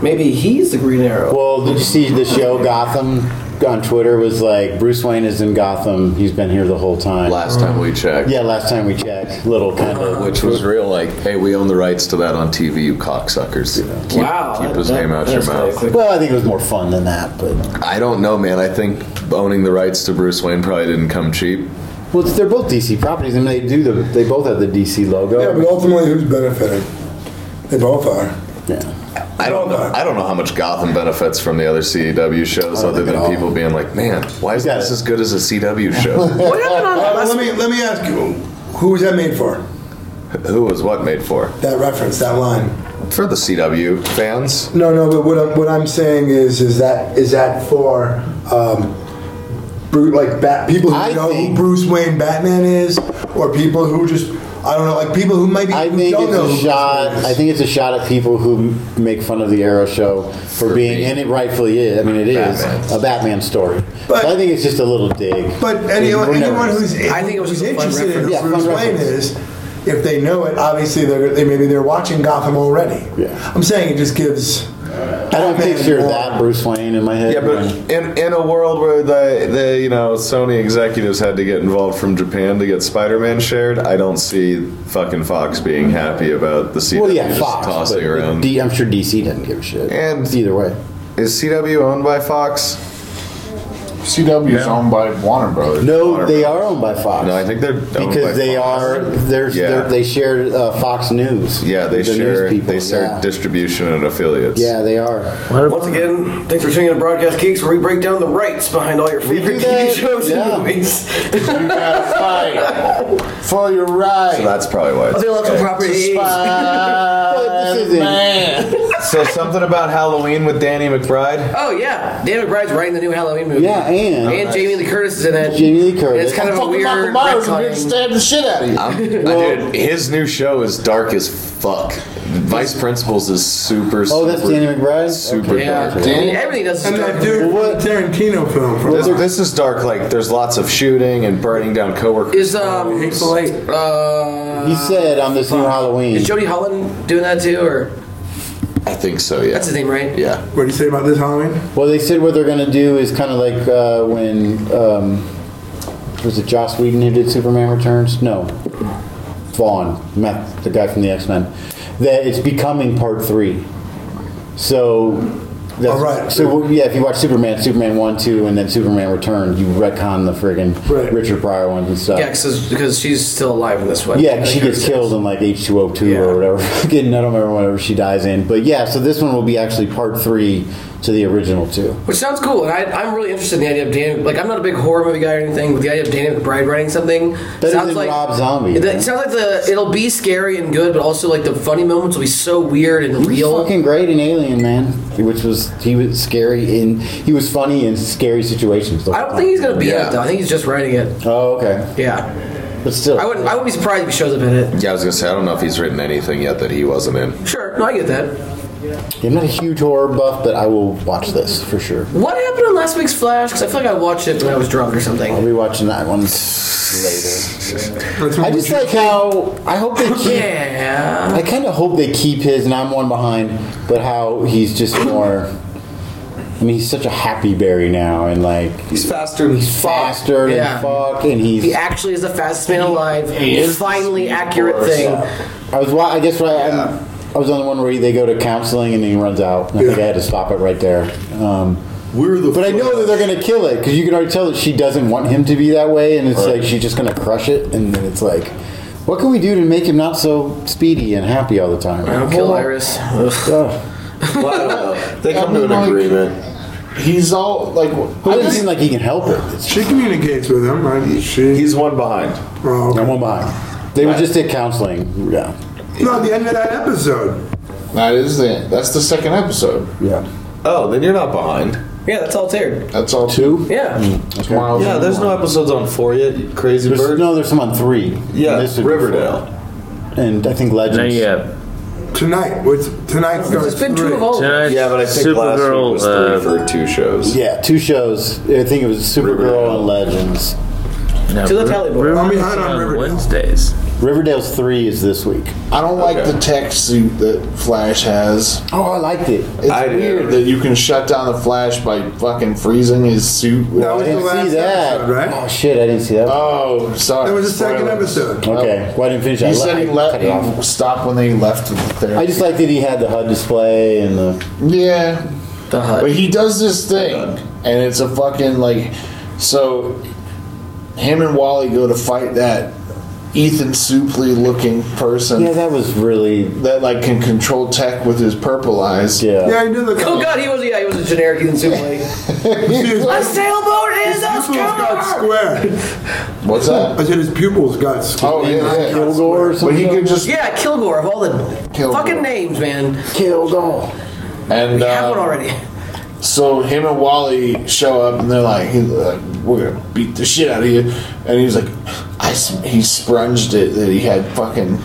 [SPEAKER 11] Maybe he's the Green Arrow.
[SPEAKER 7] Well, did you see the show Gotham? On Twitter was like Bruce Wayne is in Gotham. He's been here the whole time.
[SPEAKER 10] Last time we checked.
[SPEAKER 7] Yeah, last time we checked. Little kind of
[SPEAKER 10] Which Uh, was real, like, hey, we own the rights to that on TV, you cocksuckers. Keep,
[SPEAKER 11] Wow,
[SPEAKER 10] keep
[SPEAKER 11] that-
[SPEAKER 10] his
[SPEAKER 11] that-
[SPEAKER 10] name out your
[SPEAKER 11] that's
[SPEAKER 10] mouth.
[SPEAKER 7] Well, I think it was more fun than that, but
[SPEAKER 10] I don't know, man. I think owning the rights to Bruce Wayne probably didn't come cheap.
[SPEAKER 7] well, it's- they're both DC properties, and they do the. They both have the DC logo.
[SPEAKER 9] Yeah, but ultimately, who's benefiting? They both are.
[SPEAKER 10] I don't know. I don't know how much Gotham benefits from the other CW shows, other than people being like, "Man, why is this as good as a CW show?"
[SPEAKER 9] What happened on Let me let me ask you, who was that made for?
[SPEAKER 10] Who was what made for?
[SPEAKER 9] That reference, that line.
[SPEAKER 10] For the CW fans,
[SPEAKER 9] No, no. But what I'm what I'm saying is is that is that for. Um, Bruce, like bat, people who know who Bruce Wayne Batman is, or people who just I don't know, like people who might be
[SPEAKER 7] I
[SPEAKER 9] who
[SPEAKER 7] think
[SPEAKER 9] don't
[SPEAKER 7] it's
[SPEAKER 9] know
[SPEAKER 7] a
[SPEAKER 9] who
[SPEAKER 7] shot.
[SPEAKER 9] Bruce Wayne is.
[SPEAKER 7] I think it's a shot at people who m- make fun of the Arrow show for, being, and it rightfully is. I mean, it is a Batman story. so I think it's just a little dig.
[SPEAKER 9] But anyone, anyone who's I think it was interested in who
[SPEAKER 7] Yeah, fun
[SPEAKER 9] Bruce Wayne
[SPEAKER 7] reference.
[SPEAKER 9] is, if they know it, obviously they're they maybe they're watching Gotham already. Yeah, I'm saying it just gives.
[SPEAKER 7] I don't picture that Bruce Wayne in my head.
[SPEAKER 10] Yeah, but in, in a world where the, the you know Sony executives had to get involved from Japan to get Spider-Man shared, I don't see fucking Fox being happy about the CW
[SPEAKER 7] well, yeah,
[SPEAKER 10] just
[SPEAKER 7] Fox.
[SPEAKER 10] tossing
[SPEAKER 7] but
[SPEAKER 10] around.
[SPEAKER 7] D, I'm sure DC doesn't give a shit.
[SPEAKER 10] And
[SPEAKER 7] either way,
[SPEAKER 10] is CW owned by Fox?
[SPEAKER 16] CW is owned by Warner Brothers.
[SPEAKER 7] No, they are owned by Fox.
[SPEAKER 10] No, I think they're owned by
[SPEAKER 7] because they
[SPEAKER 10] Fox.
[SPEAKER 7] are they're,
[SPEAKER 10] Yeah.
[SPEAKER 7] they're they share uh, Fox News.
[SPEAKER 10] Yeah, they
[SPEAKER 7] the news
[SPEAKER 10] share
[SPEAKER 7] people,
[SPEAKER 10] they share
[SPEAKER 7] yeah.
[SPEAKER 10] distribution and affiliates.
[SPEAKER 7] Yeah, they are.
[SPEAKER 11] Once again, thanks for tuning in to Broadcast Geeks, where we break down the rights behind all your favorite TV shows
[SPEAKER 7] yeah.
[SPEAKER 11] and movies.
[SPEAKER 16] For your right.
[SPEAKER 10] So that's probably why. It's okay. so something about Halloween with Danny McBride.
[SPEAKER 11] Oh yeah, Dan McBride's writing the new Halloween movie.
[SPEAKER 10] Yeah, and-
[SPEAKER 11] and Jamie Lee Curtis is in it.
[SPEAKER 7] Jamie Lee Curtis.
[SPEAKER 11] And it's kind of a
[SPEAKER 16] Fucking Michael
[SPEAKER 11] weird.
[SPEAKER 16] Myers would
[SPEAKER 11] retconning.
[SPEAKER 16] stab the shit out of you.
[SPEAKER 10] I'm, dude, his new show is dark as fuck. Vice Principals is super.
[SPEAKER 7] Oh, that's
[SPEAKER 10] super,
[SPEAKER 7] Danny McBride.
[SPEAKER 10] Super
[SPEAKER 11] Yeah,
[SPEAKER 10] dark.
[SPEAKER 11] I mean, everything does.
[SPEAKER 9] And that dude, what Tarantino film? From
[SPEAKER 10] This, this is dark. Like there's lots of shooting and burning down coworkers.
[SPEAKER 11] Is um, uh,
[SPEAKER 7] He said on this new Halloween.
[SPEAKER 11] is Jody Holland doing that too, or
[SPEAKER 10] I think so. Yeah.
[SPEAKER 11] that's his name, right?
[SPEAKER 10] Yeah.
[SPEAKER 9] What do you say about this Halloween?
[SPEAKER 7] Well, they said what they're going to do is kind of like uh, when um, was it Joss Whedon who did Superman Returns? No, Vaughn, Matt, the guy from the X Men. That it's becoming part three. So. That's,
[SPEAKER 9] All right.
[SPEAKER 7] So yeah, if you watch Superman, Superman one, two, and then Superman Returns, you retcon the friggin' Richard Pryor ones and stuff.
[SPEAKER 11] Yeah, cause, because she's still alive in this one.
[SPEAKER 7] Yeah, 'cause she gets killed in like H two O two or whatever. Again, I don't remember whatever she dies in, but yeah. So this one will be actually part three to the original two.
[SPEAKER 11] Which sounds cool, and I, I'm really interested in the idea of Danny. Like, I'm not a big horror movie guy or anything, but the idea of Danny McBride writing something sounds
[SPEAKER 7] than
[SPEAKER 11] like
[SPEAKER 7] Rob Zombie,
[SPEAKER 11] It,
[SPEAKER 7] man.
[SPEAKER 11] it sounds like the it'll be scary and good, but also like the funny moments will be so weird and real.
[SPEAKER 7] Fucking great in Alien, man. Which was he was scary in he was funny in scary situations.
[SPEAKER 11] I don't think he's gonna be in it though. I think he's just writing it.
[SPEAKER 7] Oh, okay.
[SPEAKER 11] Yeah,
[SPEAKER 7] but still,
[SPEAKER 11] I wouldn't. I wouldn't be surprised if he shows up in it.
[SPEAKER 10] Yeah, I was gonna say I don't know if he's written anything yet that he wasn't in.
[SPEAKER 11] Sure, no, I get that.
[SPEAKER 7] I'm not a huge horror buff, but I will watch this for sure.
[SPEAKER 11] What happened on last week's Flash? Because I feel like I watched it when I was drunk or something.
[SPEAKER 7] I'll be watching that one later. I just like how I hope they keep.
[SPEAKER 11] Yeah.
[SPEAKER 7] I kind of hope they keep his, and I'm one behind. But how he's just more. I mean, he's such a happy berry now, and like he's
[SPEAKER 10] faster. Than
[SPEAKER 7] he's faster than
[SPEAKER 11] Yeah.
[SPEAKER 7] fuck, and he's
[SPEAKER 11] He actually is the fastest man alive.
[SPEAKER 7] He is.
[SPEAKER 11] Finally, accurate thing.
[SPEAKER 7] I was. wa- I guess right. I'm- I was on the one where they go to counseling and then he runs out. And I think I had to stop it right there. Um,
[SPEAKER 10] We're the.
[SPEAKER 7] But I know that they're gonna kill it because you can already tell that she doesn't want him to be that way, and it's
[SPEAKER 10] Right.
[SPEAKER 7] like she's just gonna crush it. And then it's like, what can we do to make him not so speedy and happy all the time?
[SPEAKER 11] I'll kill Iris.
[SPEAKER 7] Ugh.
[SPEAKER 10] They
[SPEAKER 16] come to an
[SPEAKER 10] agreement.
[SPEAKER 16] He's all like.
[SPEAKER 7] I doesn't seem like he can help it.
[SPEAKER 9] She communicates with him, right? She.
[SPEAKER 10] He's one behind.
[SPEAKER 9] Oh, okay.
[SPEAKER 7] I'm one behind. They were just at counseling. Yeah.
[SPEAKER 9] No, the end of that episode.
[SPEAKER 16] That is the that's the second episode.
[SPEAKER 7] Yeah.
[SPEAKER 10] Oh, then you're not behind.
[SPEAKER 11] Yeah, that's Altered.
[SPEAKER 10] That's all
[SPEAKER 9] two.
[SPEAKER 11] Yeah.
[SPEAKER 17] Yeah, there's no episodes on four yet. you Crazy
[SPEAKER 9] There's-
[SPEAKER 17] Bird.
[SPEAKER 9] No, there's some on three.
[SPEAKER 17] Yeah,
[SPEAKER 9] This would be
[SPEAKER 17] Riverdale.
[SPEAKER 9] four. And I think Legends.
[SPEAKER 7] Tonight, what's tonight starts? three.
[SPEAKER 17] yeah,
[SPEAKER 9] but I think
[SPEAKER 17] last Supergirl, uh, week was
[SPEAKER 6] uh,
[SPEAKER 17] three
[SPEAKER 9] for two shows. Yeah, two shows. I think it was Supergirl and Legends.
[SPEAKER 6] No, To the Ri- Tally Boy. Riverdale's I'm behind on on Riverdale. Wednesdays.
[SPEAKER 9] Riverdale's three is this week.
[SPEAKER 10] I don't like the tech suit that Flash has.
[SPEAKER 9] Oh, I liked it.
[SPEAKER 10] It's weird that you can shut down the Flash by fucking freezing his suit.
[SPEAKER 9] No, I didn't see that. Oh shit, I didn't see that.
[SPEAKER 10] Oh, sorry.
[SPEAKER 9] There was a
[SPEAKER 7] second
[SPEAKER 10] episode.
[SPEAKER 9] Okay, well, I didn't finish.
[SPEAKER 10] He
[SPEAKER 9] I
[SPEAKER 10] said he
[SPEAKER 9] I
[SPEAKER 10] left.
[SPEAKER 9] cut it off.
[SPEAKER 10] He stopped when they left the therapy.
[SPEAKER 9] I just liked that he had the HUD display and the.
[SPEAKER 10] Yeah. But he does this thing, and it's a fucking like. So, him and Wally go to fight that Ethan Supley looking person. Yeah,
[SPEAKER 9] that was really
[SPEAKER 10] that like can control tech with his purple eyes.
[SPEAKER 9] Yeah,
[SPEAKER 11] I knew that. Oh god, he was yeah, he was a generic Ethan Suplee. a sailboat is a scar.
[SPEAKER 7] Square.
[SPEAKER 10] What's that?
[SPEAKER 7] I said his pupils got square.
[SPEAKER 10] Oh yeah,
[SPEAKER 9] Kilgore or
[SPEAKER 10] But he could just
[SPEAKER 11] yeah, Kilgore of all the fucking names, man.
[SPEAKER 9] Kilgore.
[SPEAKER 10] And um,
[SPEAKER 11] we have one already.
[SPEAKER 10] So him and Wally show up, and they're like, he's like "We're gonna beat the shit out of you," and he's like, "I." s- He sponged it that he had fucking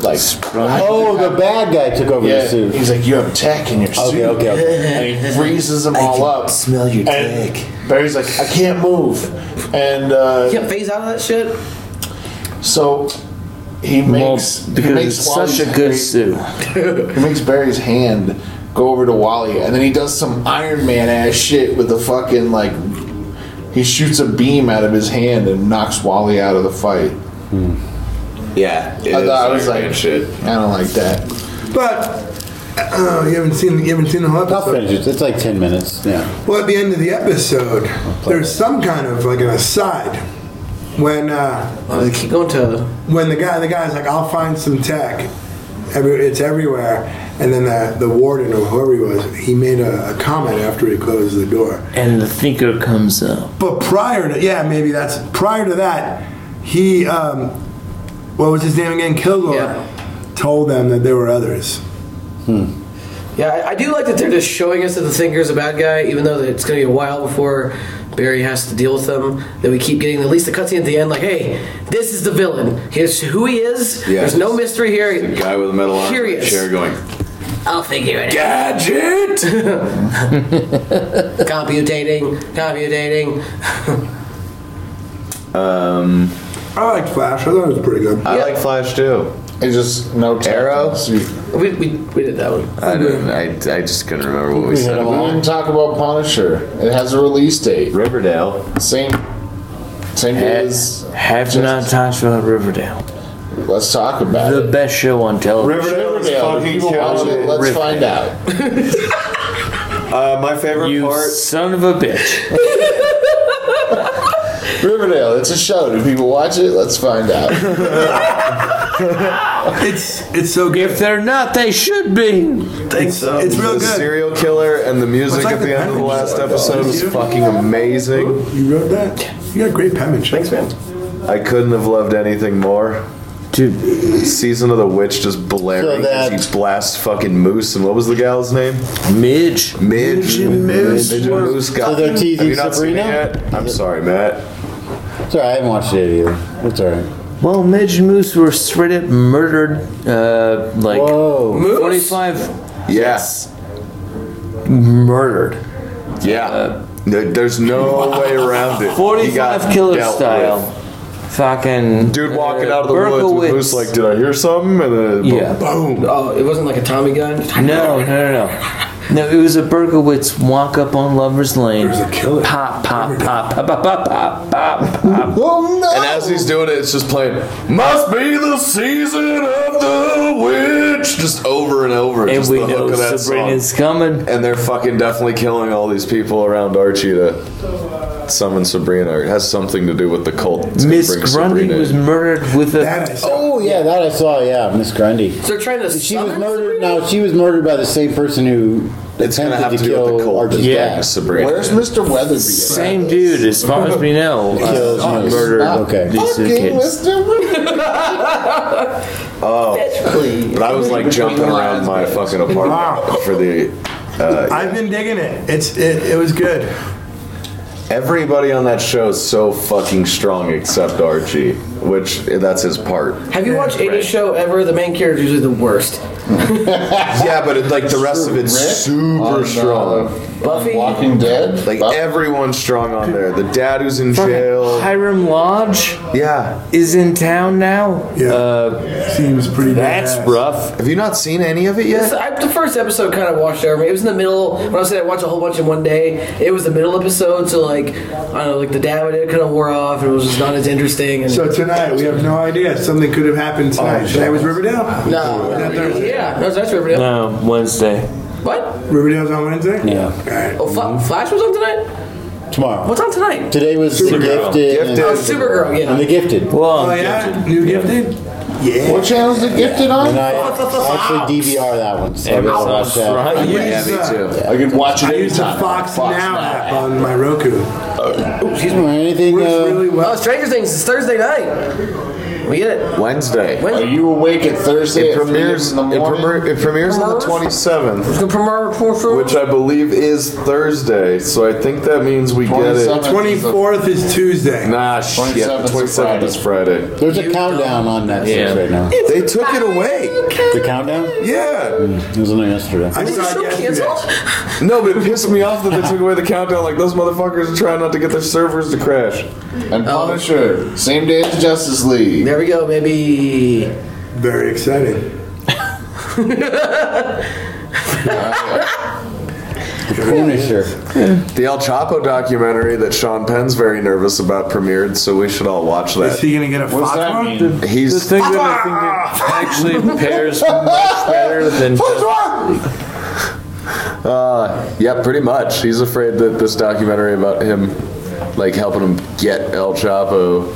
[SPEAKER 10] like.
[SPEAKER 9] Oh, the bad guy took over
[SPEAKER 10] Yeah,
[SPEAKER 9] the suit.
[SPEAKER 10] he's like, "You have tech in your
[SPEAKER 9] Okay,
[SPEAKER 10] suit."
[SPEAKER 9] okay, okay.
[SPEAKER 10] And he freezes them
[SPEAKER 9] I
[SPEAKER 10] all
[SPEAKER 9] can
[SPEAKER 10] up.
[SPEAKER 9] smell your
[SPEAKER 10] and Barry's like, "I can't move," and uh,
[SPEAKER 11] You can't phase out of that shit.
[SPEAKER 10] so he makes
[SPEAKER 6] because
[SPEAKER 10] he makes
[SPEAKER 6] it's such a
[SPEAKER 10] good suit. he makes Barry's hand go over to Wally, and then he does some Iron Man ass shit with the fucking like. He shoots a beam out of his hand and knocks Wally out of the fight.
[SPEAKER 17] Hmm. Yeah, it
[SPEAKER 10] I
[SPEAKER 17] is
[SPEAKER 10] thought I was
[SPEAKER 17] Iron Man
[SPEAKER 10] like,
[SPEAKER 17] shit.
[SPEAKER 10] I don't like that.
[SPEAKER 7] But uh, you haven't seen you haven't seen the whole
[SPEAKER 9] I'll finish
[SPEAKER 7] episode.
[SPEAKER 9] it. It's like ten minutes. Yeah.
[SPEAKER 7] Well, at the end of the episode, there's some kind of like an aside when uh,
[SPEAKER 11] Oh, keep going to
[SPEAKER 7] when the guy the guy's like, "I'll find some tech." Every, it's everywhere, and then the, the warden or whoever he was, he made a, a comment after he closed the door.
[SPEAKER 6] And the thinker comes up.
[SPEAKER 7] But prior to yeah, maybe that's prior to that. He, um, what was his name again? Kilgore told them that there were others.
[SPEAKER 11] Yeah, I, I do like that they're just showing us that the Thinker's a bad guy, even though that it's going to be a while before Barry has to deal with them. That we keep getting at least the cutscene at the end, like, "Hey, this is the villain. Here's who he is.
[SPEAKER 17] Yeah.
[SPEAKER 11] There's no mystery here.
[SPEAKER 17] The guy with the metal arm in the
[SPEAKER 11] Curious.
[SPEAKER 17] chair going,
[SPEAKER 11] I'll figure it
[SPEAKER 17] Gadget!
[SPEAKER 11] out." computating, computating.
[SPEAKER 17] um,
[SPEAKER 7] I liked Flash. I thought it was pretty good.
[SPEAKER 17] I like Flash too.
[SPEAKER 10] It's just no
[SPEAKER 17] Arrow.
[SPEAKER 11] We, we, we did that one.
[SPEAKER 17] I didn't. I, I just couldn't remember what we
[SPEAKER 10] We
[SPEAKER 17] said.
[SPEAKER 10] didn't talk about Punisher. It has a release date.
[SPEAKER 17] Riverdale.
[SPEAKER 10] Same. Same day as.
[SPEAKER 6] Have not talked about Riverdale.
[SPEAKER 10] Let's talk about
[SPEAKER 6] the best show on television.
[SPEAKER 10] Riverdale is fucking killing it. Let's find out.
[SPEAKER 17] Uh, my favorite
[SPEAKER 6] you
[SPEAKER 17] part.
[SPEAKER 6] Son of a bitch.
[SPEAKER 10] Riverdale, it's a show. Do people watch it? Let's find out.
[SPEAKER 7] it's it's so good.
[SPEAKER 6] If they're not, they should be.
[SPEAKER 7] It's, it's real
[SPEAKER 17] the
[SPEAKER 7] good.
[SPEAKER 17] serial killer and the music
[SPEAKER 7] It's like
[SPEAKER 17] at the,
[SPEAKER 7] the
[SPEAKER 17] end of the
[SPEAKER 7] Penguins
[SPEAKER 17] last
[SPEAKER 7] are
[SPEAKER 17] episode
[SPEAKER 7] dogs.
[SPEAKER 17] was fucking amazing.
[SPEAKER 7] You wrote that? You got great penmanship. Thanks, man.
[SPEAKER 17] I couldn't have loved anything more.
[SPEAKER 6] Dude,
[SPEAKER 17] season of the witch just blaring.
[SPEAKER 9] So that-
[SPEAKER 17] as he blasts fucking moose, and what was the gal's name?
[SPEAKER 6] Midge.
[SPEAKER 17] Midge.
[SPEAKER 9] and Moose.
[SPEAKER 17] Midge and Moose. Got
[SPEAKER 9] So they're teasing
[SPEAKER 17] have you not seen it
[SPEAKER 9] Sabrina?
[SPEAKER 17] yet? I'm sorry, Matt.
[SPEAKER 9] It's alright. I haven't watched it yet either. It's alright.
[SPEAKER 6] Well, Midge and Moose were straight up murdered, uh, like
[SPEAKER 9] Whoa.
[SPEAKER 6] 25
[SPEAKER 17] Yes.
[SPEAKER 6] murdered.
[SPEAKER 17] Yeah.
[SPEAKER 10] Uh,
[SPEAKER 17] There- There's no way around it. He
[SPEAKER 6] 45
[SPEAKER 17] got
[SPEAKER 6] killer
[SPEAKER 17] dealt
[SPEAKER 6] style.
[SPEAKER 17] with.
[SPEAKER 6] Fucking.
[SPEAKER 17] Dude walking out of the woods
[SPEAKER 6] Berkowitz.
[SPEAKER 17] with Moose like, did I hear something? And then
[SPEAKER 6] Yeah.
[SPEAKER 17] boom.
[SPEAKER 11] Oh, it wasn't like a Tommy gun.
[SPEAKER 6] No, no, no, no. No, it was a Berkowitz walk up on Lover's Lane. There's a killer. Pop, pop, pop, pop, pop, pop, pop, pop, pop.
[SPEAKER 10] Oh no!
[SPEAKER 17] And as he's doing it, it's just playing, must be the season of the witch, just over and over.
[SPEAKER 6] And
[SPEAKER 17] just
[SPEAKER 6] we
[SPEAKER 17] the
[SPEAKER 6] know
[SPEAKER 17] hook of that
[SPEAKER 6] Sabrina's
[SPEAKER 17] song.
[SPEAKER 6] coming.
[SPEAKER 17] And they're fucking definitely killing all these people around Archie to summon Sabrina. Or It has something to do with the cult. that's gonna bring
[SPEAKER 6] Miss Grundy
[SPEAKER 17] Sabrina
[SPEAKER 6] was
[SPEAKER 17] in.
[SPEAKER 6] murdered with a.
[SPEAKER 9] Oh yeah, that I saw. Yeah, Miss Grundy.
[SPEAKER 11] So they're trying to.
[SPEAKER 9] She was murdered. No, she was murdered by the same person who
[SPEAKER 17] It's gonna
[SPEAKER 9] attempted
[SPEAKER 17] have
[SPEAKER 9] to,
[SPEAKER 17] to do with
[SPEAKER 9] kill
[SPEAKER 17] the cult.
[SPEAKER 9] Archie's
[SPEAKER 6] Yeah.
[SPEAKER 9] dad.
[SPEAKER 17] Sabrina.
[SPEAKER 10] Where's Mr. Weatherby?
[SPEAKER 6] Same dude, as far as we know.
[SPEAKER 9] Kills
[SPEAKER 6] Uh,
[SPEAKER 9] Moose.
[SPEAKER 6] murdered
[SPEAKER 9] Okay.
[SPEAKER 6] these two kids.
[SPEAKER 10] Mr. Weatherby.
[SPEAKER 17] But I was like jumping around my fucking apartment for the
[SPEAKER 10] Uh,
[SPEAKER 9] I've been digging it. It's it, it was good.
[SPEAKER 10] Everybody on that show is so fucking strong except Archie, which that's his part.
[SPEAKER 11] Have you watched any show ever? The main character is usually the worst.
[SPEAKER 10] yeah, but it, like the rest of it's super strong.
[SPEAKER 11] Buffy,
[SPEAKER 10] Walking Dead, like everyone's strong on there. The dad who's in jail.
[SPEAKER 6] Hiram Lodge
[SPEAKER 10] Yeah,
[SPEAKER 6] is in town now. Yeah. Uh,
[SPEAKER 9] Seems pretty
[SPEAKER 6] That's
[SPEAKER 11] badass.
[SPEAKER 6] rough.
[SPEAKER 10] Have you not seen any of it
[SPEAKER 11] This- I, the first episode kind of washed over me. It was in the middle. When I said I watched a whole bunch in one day, it was the middle episode. So like, I don't know, like the dab it kind of wore off, and it was just not as interesting. And
[SPEAKER 9] So tonight we have no idea. Something could have happened tonight. Today was Riverdale.
[SPEAKER 11] No. yeah, no, that's Riverdale.
[SPEAKER 6] No, Wednesday.
[SPEAKER 11] What?
[SPEAKER 9] Riverdale's on Wednesday.
[SPEAKER 6] Yeah.
[SPEAKER 11] Oh, Fla- Flash was on tonight.
[SPEAKER 7] Tomorrow.
[SPEAKER 11] What's on tonight?
[SPEAKER 7] Today was the
[SPEAKER 11] Supergirl.
[SPEAKER 7] gifted. and-
[SPEAKER 11] Gifted. Oh, Supergirl, yeah.
[SPEAKER 7] And the gifted.
[SPEAKER 6] Well,
[SPEAKER 9] Oh yeah, new gifted. Yeah.
[SPEAKER 7] What
[SPEAKER 9] channel's the gifted
[SPEAKER 7] And I actually DVR that one. So I
[SPEAKER 6] Every
[SPEAKER 7] just watched that.
[SPEAKER 6] Friday.
[SPEAKER 10] Yeah, me too.
[SPEAKER 8] I can watch it
[SPEAKER 9] I use the
[SPEAKER 8] anytime.
[SPEAKER 9] Fox, Now app on my Roku.
[SPEAKER 10] Uh,
[SPEAKER 7] Excuse me. Anything?
[SPEAKER 9] Works
[SPEAKER 7] Uh,
[SPEAKER 9] really well.
[SPEAKER 11] Oh, Stranger Things. It's Thursday night. We get it.
[SPEAKER 10] Wednesday.
[SPEAKER 11] When
[SPEAKER 8] Are you awake at Thursday?
[SPEAKER 10] It
[SPEAKER 8] at three
[SPEAKER 10] premieres.
[SPEAKER 8] in the
[SPEAKER 10] It,
[SPEAKER 8] morning?
[SPEAKER 10] premier, it premieres on the twenty seventh,
[SPEAKER 11] the premiere report for
[SPEAKER 10] which I believe is Thursday. So I think that means we get it.
[SPEAKER 8] 27th.
[SPEAKER 9] Twenty fourth is Tuesday.
[SPEAKER 10] Nah, shit. The
[SPEAKER 8] 27th is
[SPEAKER 10] twenty seventh is Friday.
[SPEAKER 7] there's a countdown on Netflix
[SPEAKER 10] Yeah.
[SPEAKER 7] right now.
[SPEAKER 10] They took it away.
[SPEAKER 7] The countdown?
[SPEAKER 10] Yeah.
[SPEAKER 7] It was on there yesterday.
[SPEAKER 9] I saw it yesterday.
[SPEAKER 10] No, but it pissed me off that they took away the countdown. Like those motherfuckers are trying not to get their servers to crash.
[SPEAKER 8] And Punisher, same day as Justice League.
[SPEAKER 11] There we go, baby.
[SPEAKER 9] Very exciting.
[SPEAKER 7] The Punisher.
[SPEAKER 10] The El Chapo documentary that Sean Penn's very nervous about premiered, so we should all
[SPEAKER 9] Is
[SPEAKER 10] watch that.
[SPEAKER 9] he gonna get a
[SPEAKER 8] What's
[SPEAKER 9] Fox
[SPEAKER 8] that
[SPEAKER 9] one?
[SPEAKER 8] mean?
[SPEAKER 6] The
[SPEAKER 10] He's
[SPEAKER 6] thing that I think that actually pairs much better than
[SPEAKER 10] uh, yeah, pretty much. He's afraid that this documentary about him, like helping him get El Chapo,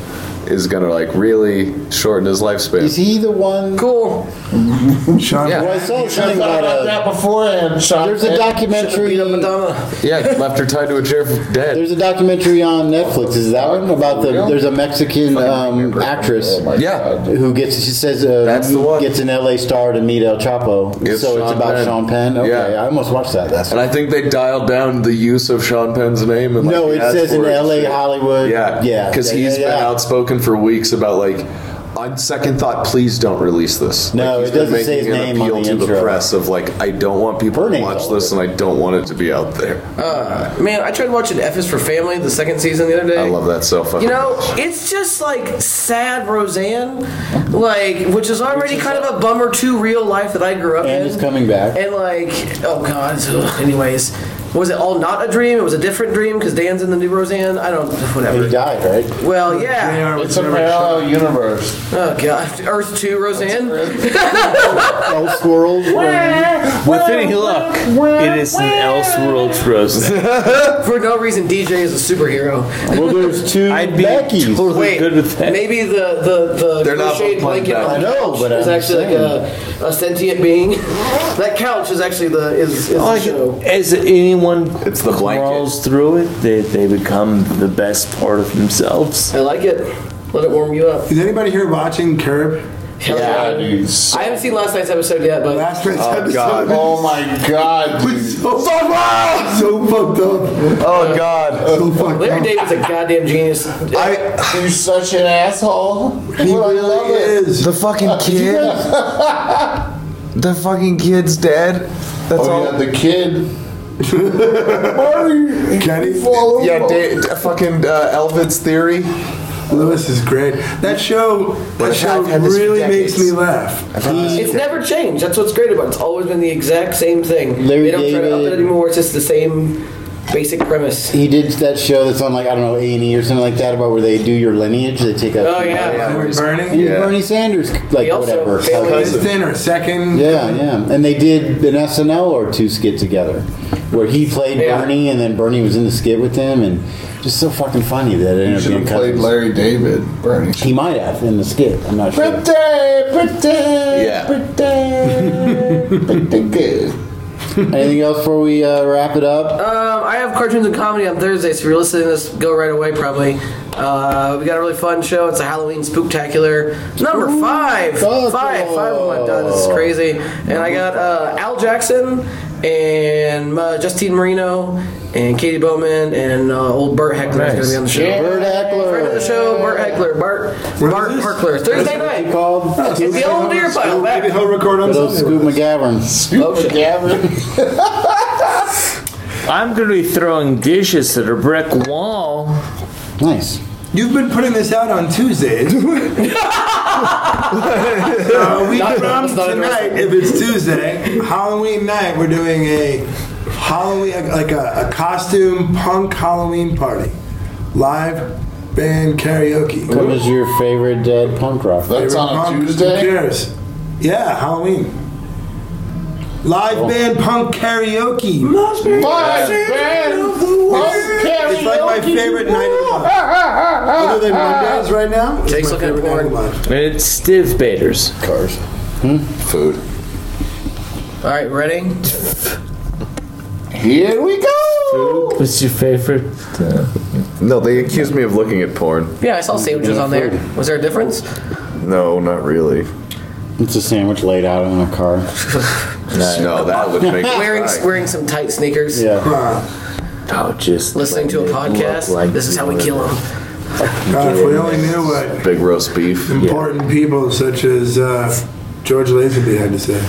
[SPEAKER 10] is gonna like really shorten his
[SPEAKER 7] Is
[SPEAKER 10] lifespan.
[SPEAKER 7] he the one?
[SPEAKER 11] Cool.
[SPEAKER 9] Sean.
[SPEAKER 10] Yeah.
[SPEAKER 7] Well, I saw
[SPEAKER 8] I
[SPEAKER 7] something
[SPEAKER 8] thought
[SPEAKER 7] about
[SPEAKER 8] about
[SPEAKER 7] a,
[SPEAKER 8] that beforehand, Sean.
[SPEAKER 7] There's a documentary.
[SPEAKER 11] Beat up Madonna.
[SPEAKER 10] Yeah, left her tied to a chair for dead.
[SPEAKER 7] There's a documentary on Netflix. Is that one about the? There's a Mexican um, actress
[SPEAKER 10] Yeah.
[SPEAKER 7] who gets. She says uh,
[SPEAKER 10] Oh That's the one.
[SPEAKER 7] gets an LA star to meet El Chapo.
[SPEAKER 10] It's
[SPEAKER 7] so
[SPEAKER 10] Sean
[SPEAKER 7] it's about
[SPEAKER 10] Penn.
[SPEAKER 7] Sean Penn. Okay,
[SPEAKER 10] Yeah.
[SPEAKER 7] I almost watched that. That's
[SPEAKER 10] And I think they dialed down the use of Sean Penn's name. And, like,
[SPEAKER 7] no. It
[SPEAKER 10] asked
[SPEAKER 7] says in
[SPEAKER 10] for it.
[SPEAKER 7] LA Hollywood.
[SPEAKER 10] Yeah,
[SPEAKER 7] yeah.
[SPEAKER 10] because
[SPEAKER 7] yeah,
[SPEAKER 10] he's
[SPEAKER 7] yeah,
[SPEAKER 10] been
[SPEAKER 7] yeah.
[SPEAKER 10] outspoken for weeks about like, on second thought, please don't release this.
[SPEAKER 7] No,
[SPEAKER 10] like, he's
[SPEAKER 7] it
[SPEAKER 10] been
[SPEAKER 7] doesn't say his
[SPEAKER 10] making an
[SPEAKER 7] name on
[SPEAKER 10] appeal
[SPEAKER 7] the
[SPEAKER 10] to the
[SPEAKER 7] intro.
[SPEAKER 10] press of like, I don't want people
[SPEAKER 7] Her
[SPEAKER 10] to
[SPEAKER 7] name's
[SPEAKER 10] watch
[SPEAKER 7] all
[SPEAKER 10] this, and
[SPEAKER 7] over
[SPEAKER 10] I don't want it to be out there.
[SPEAKER 11] Uh, man, I tried watching F is for Family, the second season, the other day.
[SPEAKER 10] I love that so fucking.
[SPEAKER 11] You know,
[SPEAKER 10] much.
[SPEAKER 11] it's just like sad Roseanne, like which is already kind of a bummer to real life that I grew up
[SPEAKER 7] And
[SPEAKER 11] in.
[SPEAKER 7] it's coming back.
[SPEAKER 11] And like, oh god. ugh. Anyways, was it all not a dream? It was a different dream because Dan's in the new Roseanne. I don't.
[SPEAKER 7] He
[SPEAKER 11] Whatever.
[SPEAKER 7] died, right?
[SPEAKER 11] Well, yeah.
[SPEAKER 8] It's a parallel universe.
[SPEAKER 11] Oh god. Earth two, Roseanne.
[SPEAKER 7] Elseworlds. world.
[SPEAKER 6] Within luck, it is an Elseworlds roast.
[SPEAKER 11] For no reason, DJ is a superhero.
[SPEAKER 7] Well, there's two
[SPEAKER 6] I'd be
[SPEAKER 7] Beckys.
[SPEAKER 6] totally
[SPEAKER 11] Wait,
[SPEAKER 6] good with that.
[SPEAKER 11] maybe the the the
[SPEAKER 10] They're not
[SPEAKER 11] crocheted
[SPEAKER 10] both playing
[SPEAKER 11] blanket
[SPEAKER 10] back.
[SPEAKER 11] on the
[SPEAKER 7] I know,
[SPEAKER 11] couch
[SPEAKER 7] but
[SPEAKER 11] is
[SPEAKER 7] I'm
[SPEAKER 11] actually like a, a sentient being. that couch is actually the is, is
[SPEAKER 6] I
[SPEAKER 11] the
[SPEAKER 6] like
[SPEAKER 11] show.
[SPEAKER 6] it. As anyone
[SPEAKER 10] It's the blanket.
[SPEAKER 6] crawls through it, they, they become the best part of themselves.
[SPEAKER 11] I like it. Let it warm you up.
[SPEAKER 9] Is anybody here watching Curb?
[SPEAKER 11] Hell yeah. I haven't seen last night's episode yet, but
[SPEAKER 9] Last night's episode
[SPEAKER 10] God.
[SPEAKER 8] Oh my god, dude.
[SPEAKER 9] was so, so fucked up.
[SPEAKER 10] oh God,
[SPEAKER 9] So fucked
[SPEAKER 11] Larry
[SPEAKER 9] up.
[SPEAKER 11] David's a goddamn genius.
[SPEAKER 10] I
[SPEAKER 8] You're such an asshole.
[SPEAKER 9] He
[SPEAKER 8] But I love
[SPEAKER 9] really
[SPEAKER 8] it.
[SPEAKER 9] is.
[SPEAKER 10] the fucking kid, the fucking kid's dead. That's
[SPEAKER 8] Oh, yeah, the kid.
[SPEAKER 9] Kenny
[SPEAKER 8] Follow
[SPEAKER 10] Yeah, da- da- fucking uh, Elvin's theory.
[SPEAKER 9] Lewis is great. That show, that
[SPEAKER 10] I've
[SPEAKER 9] show
[SPEAKER 10] had this for
[SPEAKER 9] really
[SPEAKER 10] decades.
[SPEAKER 9] makes me laugh.
[SPEAKER 11] It's never changed. That's what's great about it. It's always been the exact same thing.
[SPEAKER 7] Larry
[SPEAKER 11] they don't try to up it
[SPEAKER 7] David-
[SPEAKER 11] anymore. It's just the same basic premise.
[SPEAKER 7] He did that show that's on like I don't know A and E or something like that about where they do your lineage. They take a
[SPEAKER 11] Oh yeah.
[SPEAKER 9] We're burning.
[SPEAKER 7] He's Bernie Sanders, like
[SPEAKER 11] He also-
[SPEAKER 7] whatever.
[SPEAKER 11] Family
[SPEAKER 7] Like,
[SPEAKER 11] Cousin.
[SPEAKER 9] Thin or second.
[SPEAKER 7] Yeah, yeah. And they did an SNL or two skit together where he played
[SPEAKER 11] Yeah.
[SPEAKER 7] Bernie and then Bernie was in the skit with him and just so fucking funny that it
[SPEAKER 8] You
[SPEAKER 7] ended up
[SPEAKER 8] should
[SPEAKER 7] being
[SPEAKER 8] have played
[SPEAKER 7] cousins.
[SPEAKER 8] Larry David, Bernie.
[SPEAKER 7] He might have in the skit. I'm not sure.
[SPEAKER 8] Birthday, birthday,
[SPEAKER 10] Yeah.
[SPEAKER 8] birthday, birthday.
[SPEAKER 7] Anything else before we uh, wrap it up?
[SPEAKER 11] Um, I have cartoons and comedy on Thursday, so if you're listening to this, go right away probably. Uh, we got a really fun show. It's a Halloween spooktacular. Number five. Five.
[SPEAKER 7] Ooh,
[SPEAKER 11] Five of them I've done. This is crazy. And I got uh, Al Jackson and uh, Justine Marino and Katie Bowman and uh, old Bert Heckler is going to be on the show.
[SPEAKER 3] Nice. Yeah. Bert
[SPEAKER 11] Heckler, friend of the show, Bert Heckler, Bart Bart Herkler, Thursday night.
[SPEAKER 7] Called
[SPEAKER 11] It's the old deer pile. Back.
[SPEAKER 7] Maybe he'll record on Scoop McGavern. Scoop
[SPEAKER 6] I'm gonna be throwing dishes at a brick wall.
[SPEAKER 7] Nice.
[SPEAKER 9] You've been putting this out on Tuesdays. so we
[SPEAKER 3] Not-
[SPEAKER 9] come
[SPEAKER 3] that's not
[SPEAKER 9] tonight
[SPEAKER 3] interesting.
[SPEAKER 9] if it's Tuesday. Halloween night, we're doing a Halloween like a, a costume punk Halloween party, live band karaoke.
[SPEAKER 7] What is your favorite dead punk rock?
[SPEAKER 9] Favorite punk, Who cares? Yeah, Halloween. Live band punk karaoke.
[SPEAKER 3] Live band punk
[SPEAKER 9] It's like my
[SPEAKER 3] karaoke.
[SPEAKER 9] favorite night of the month.
[SPEAKER 7] Ah.
[SPEAKER 9] Other than Mondays right now, it's
[SPEAKER 11] Jake's
[SPEAKER 9] my
[SPEAKER 11] looking at
[SPEAKER 9] favorite night of the month.
[SPEAKER 6] It's Stiv Baders.
[SPEAKER 7] Cars.
[SPEAKER 10] Food.
[SPEAKER 11] All right, ready?
[SPEAKER 10] Here we
[SPEAKER 6] go. What's your favorite?
[SPEAKER 10] No, they accused me of looking at porn.
[SPEAKER 11] Yeah, I saw sandwiches on there. Was there a difference?
[SPEAKER 10] No, not really.
[SPEAKER 7] It's a sandwich laid out in a car.
[SPEAKER 10] No, that would make
[SPEAKER 11] wearing wearing some tight sneakers.
[SPEAKER 7] Yeah.
[SPEAKER 6] Oh, just
[SPEAKER 11] Listening to a podcast. this is how we kill them.
[SPEAKER 9] God, if we only knew what
[SPEAKER 10] big roast beef.
[SPEAKER 9] important people such as uh, George Lazenby had to say.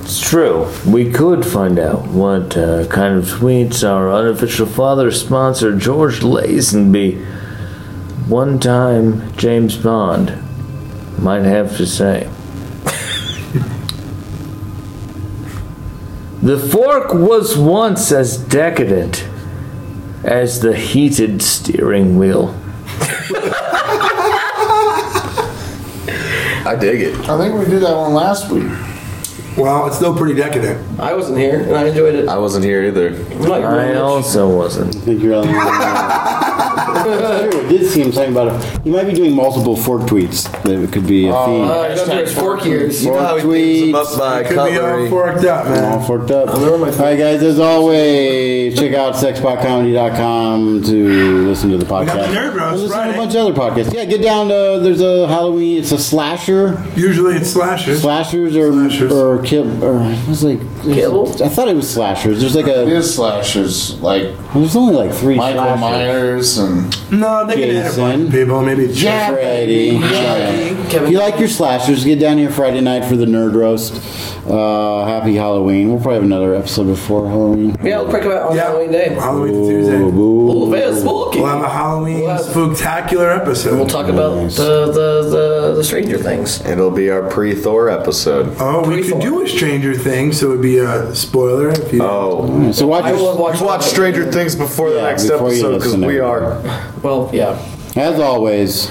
[SPEAKER 6] It's true. We could find out what uh, kind of tweets our unofficial father sponsor George Lazenby, one time James Bond, might have to say. the fork was once as decadent as the heated steering wheel.
[SPEAKER 10] I dig it.
[SPEAKER 9] I think we did that one last week. Well, it's still pretty decadent.
[SPEAKER 11] I wasn't here, and I enjoyed it.
[SPEAKER 10] I wasn't here either.
[SPEAKER 6] I also wasn't.
[SPEAKER 7] I think you're on That's true. It did seem something about it. You might be doing multiple fork tweets. That it could be a theme.
[SPEAKER 11] Uh, you don't do it fork ears.
[SPEAKER 10] You know how he cleans them up by cutlery.
[SPEAKER 9] forked up, man.
[SPEAKER 7] All forked up. All right, guys. As always, check out sexpotcomedy.com to listen to the podcast.
[SPEAKER 9] Bros
[SPEAKER 7] Listen to a bunch of other podcasts. Yeah, get down to there's a Halloween. It's a slasher.
[SPEAKER 9] Usually it's slashers.
[SPEAKER 7] Slashers or or kill or it was like
[SPEAKER 11] Kill?
[SPEAKER 7] I thought it was slashers. There's like a
[SPEAKER 8] It is slashers like
[SPEAKER 7] there's only like three
[SPEAKER 8] Michael Myers
[SPEAKER 7] slashers.
[SPEAKER 8] and
[SPEAKER 9] No, they can hit a bunch of people. Maybe
[SPEAKER 7] Yeah, Freddy.
[SPEAKER 8] Freddy.
[SPEAKER 7] Yeah. If you like your slashers, get down here Friday night for the nerd roast. Uh, happy Halloween. We'll probably have another episode before Halloween.
[SPEAKER 11] Yeah, we'll crack about on Halloween Day.
[SPEAKER 9] Halloween to Tuesday.
[SPEAKER 7] Ooh,
[SPEAKER 11] very spooky.
[SPEAKER 9] We'll have a Halloween spooktacular episode.
[SPEAKER 11] We'll talk about the, the, the, the Stranger Things.
[SPEAKER 10] It'll be our pre-Thor episode.
[SPEAKER 9] Oh, we could do a Stranger Thing, so it'd be a spoiler if you.
[SPEAKER 10] Oh,
[SPEAKER 7] So watch.
[SPEAKER 11] I will watch-
[SPEAKER 10] watch Stranger Things before the next
[SPEAKER 7] before you
[SPEAKER 10] episode because
[SPEAKER 7] listen to
[SPEAKER 10] we
[SPEAKER 7] it.
[SPEAKER 10] are.
[SPEAKER 11] Well, yeah.
[SPEAKER 7] As always.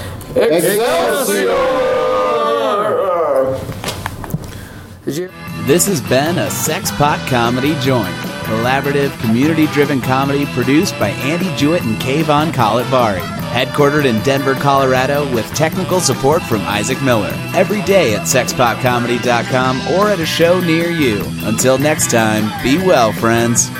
[SPEAKER 1] This has been a Sexpot Comedy Joint, collaborative, community driven comedy produced by Andy Jewett and Kayvon Kalatvari. Headquartered in Denver, Colorado, with technical support from Isaac Miller. Every day at sexpotcomedy.com or at a show near you. Until next time, be well, friends.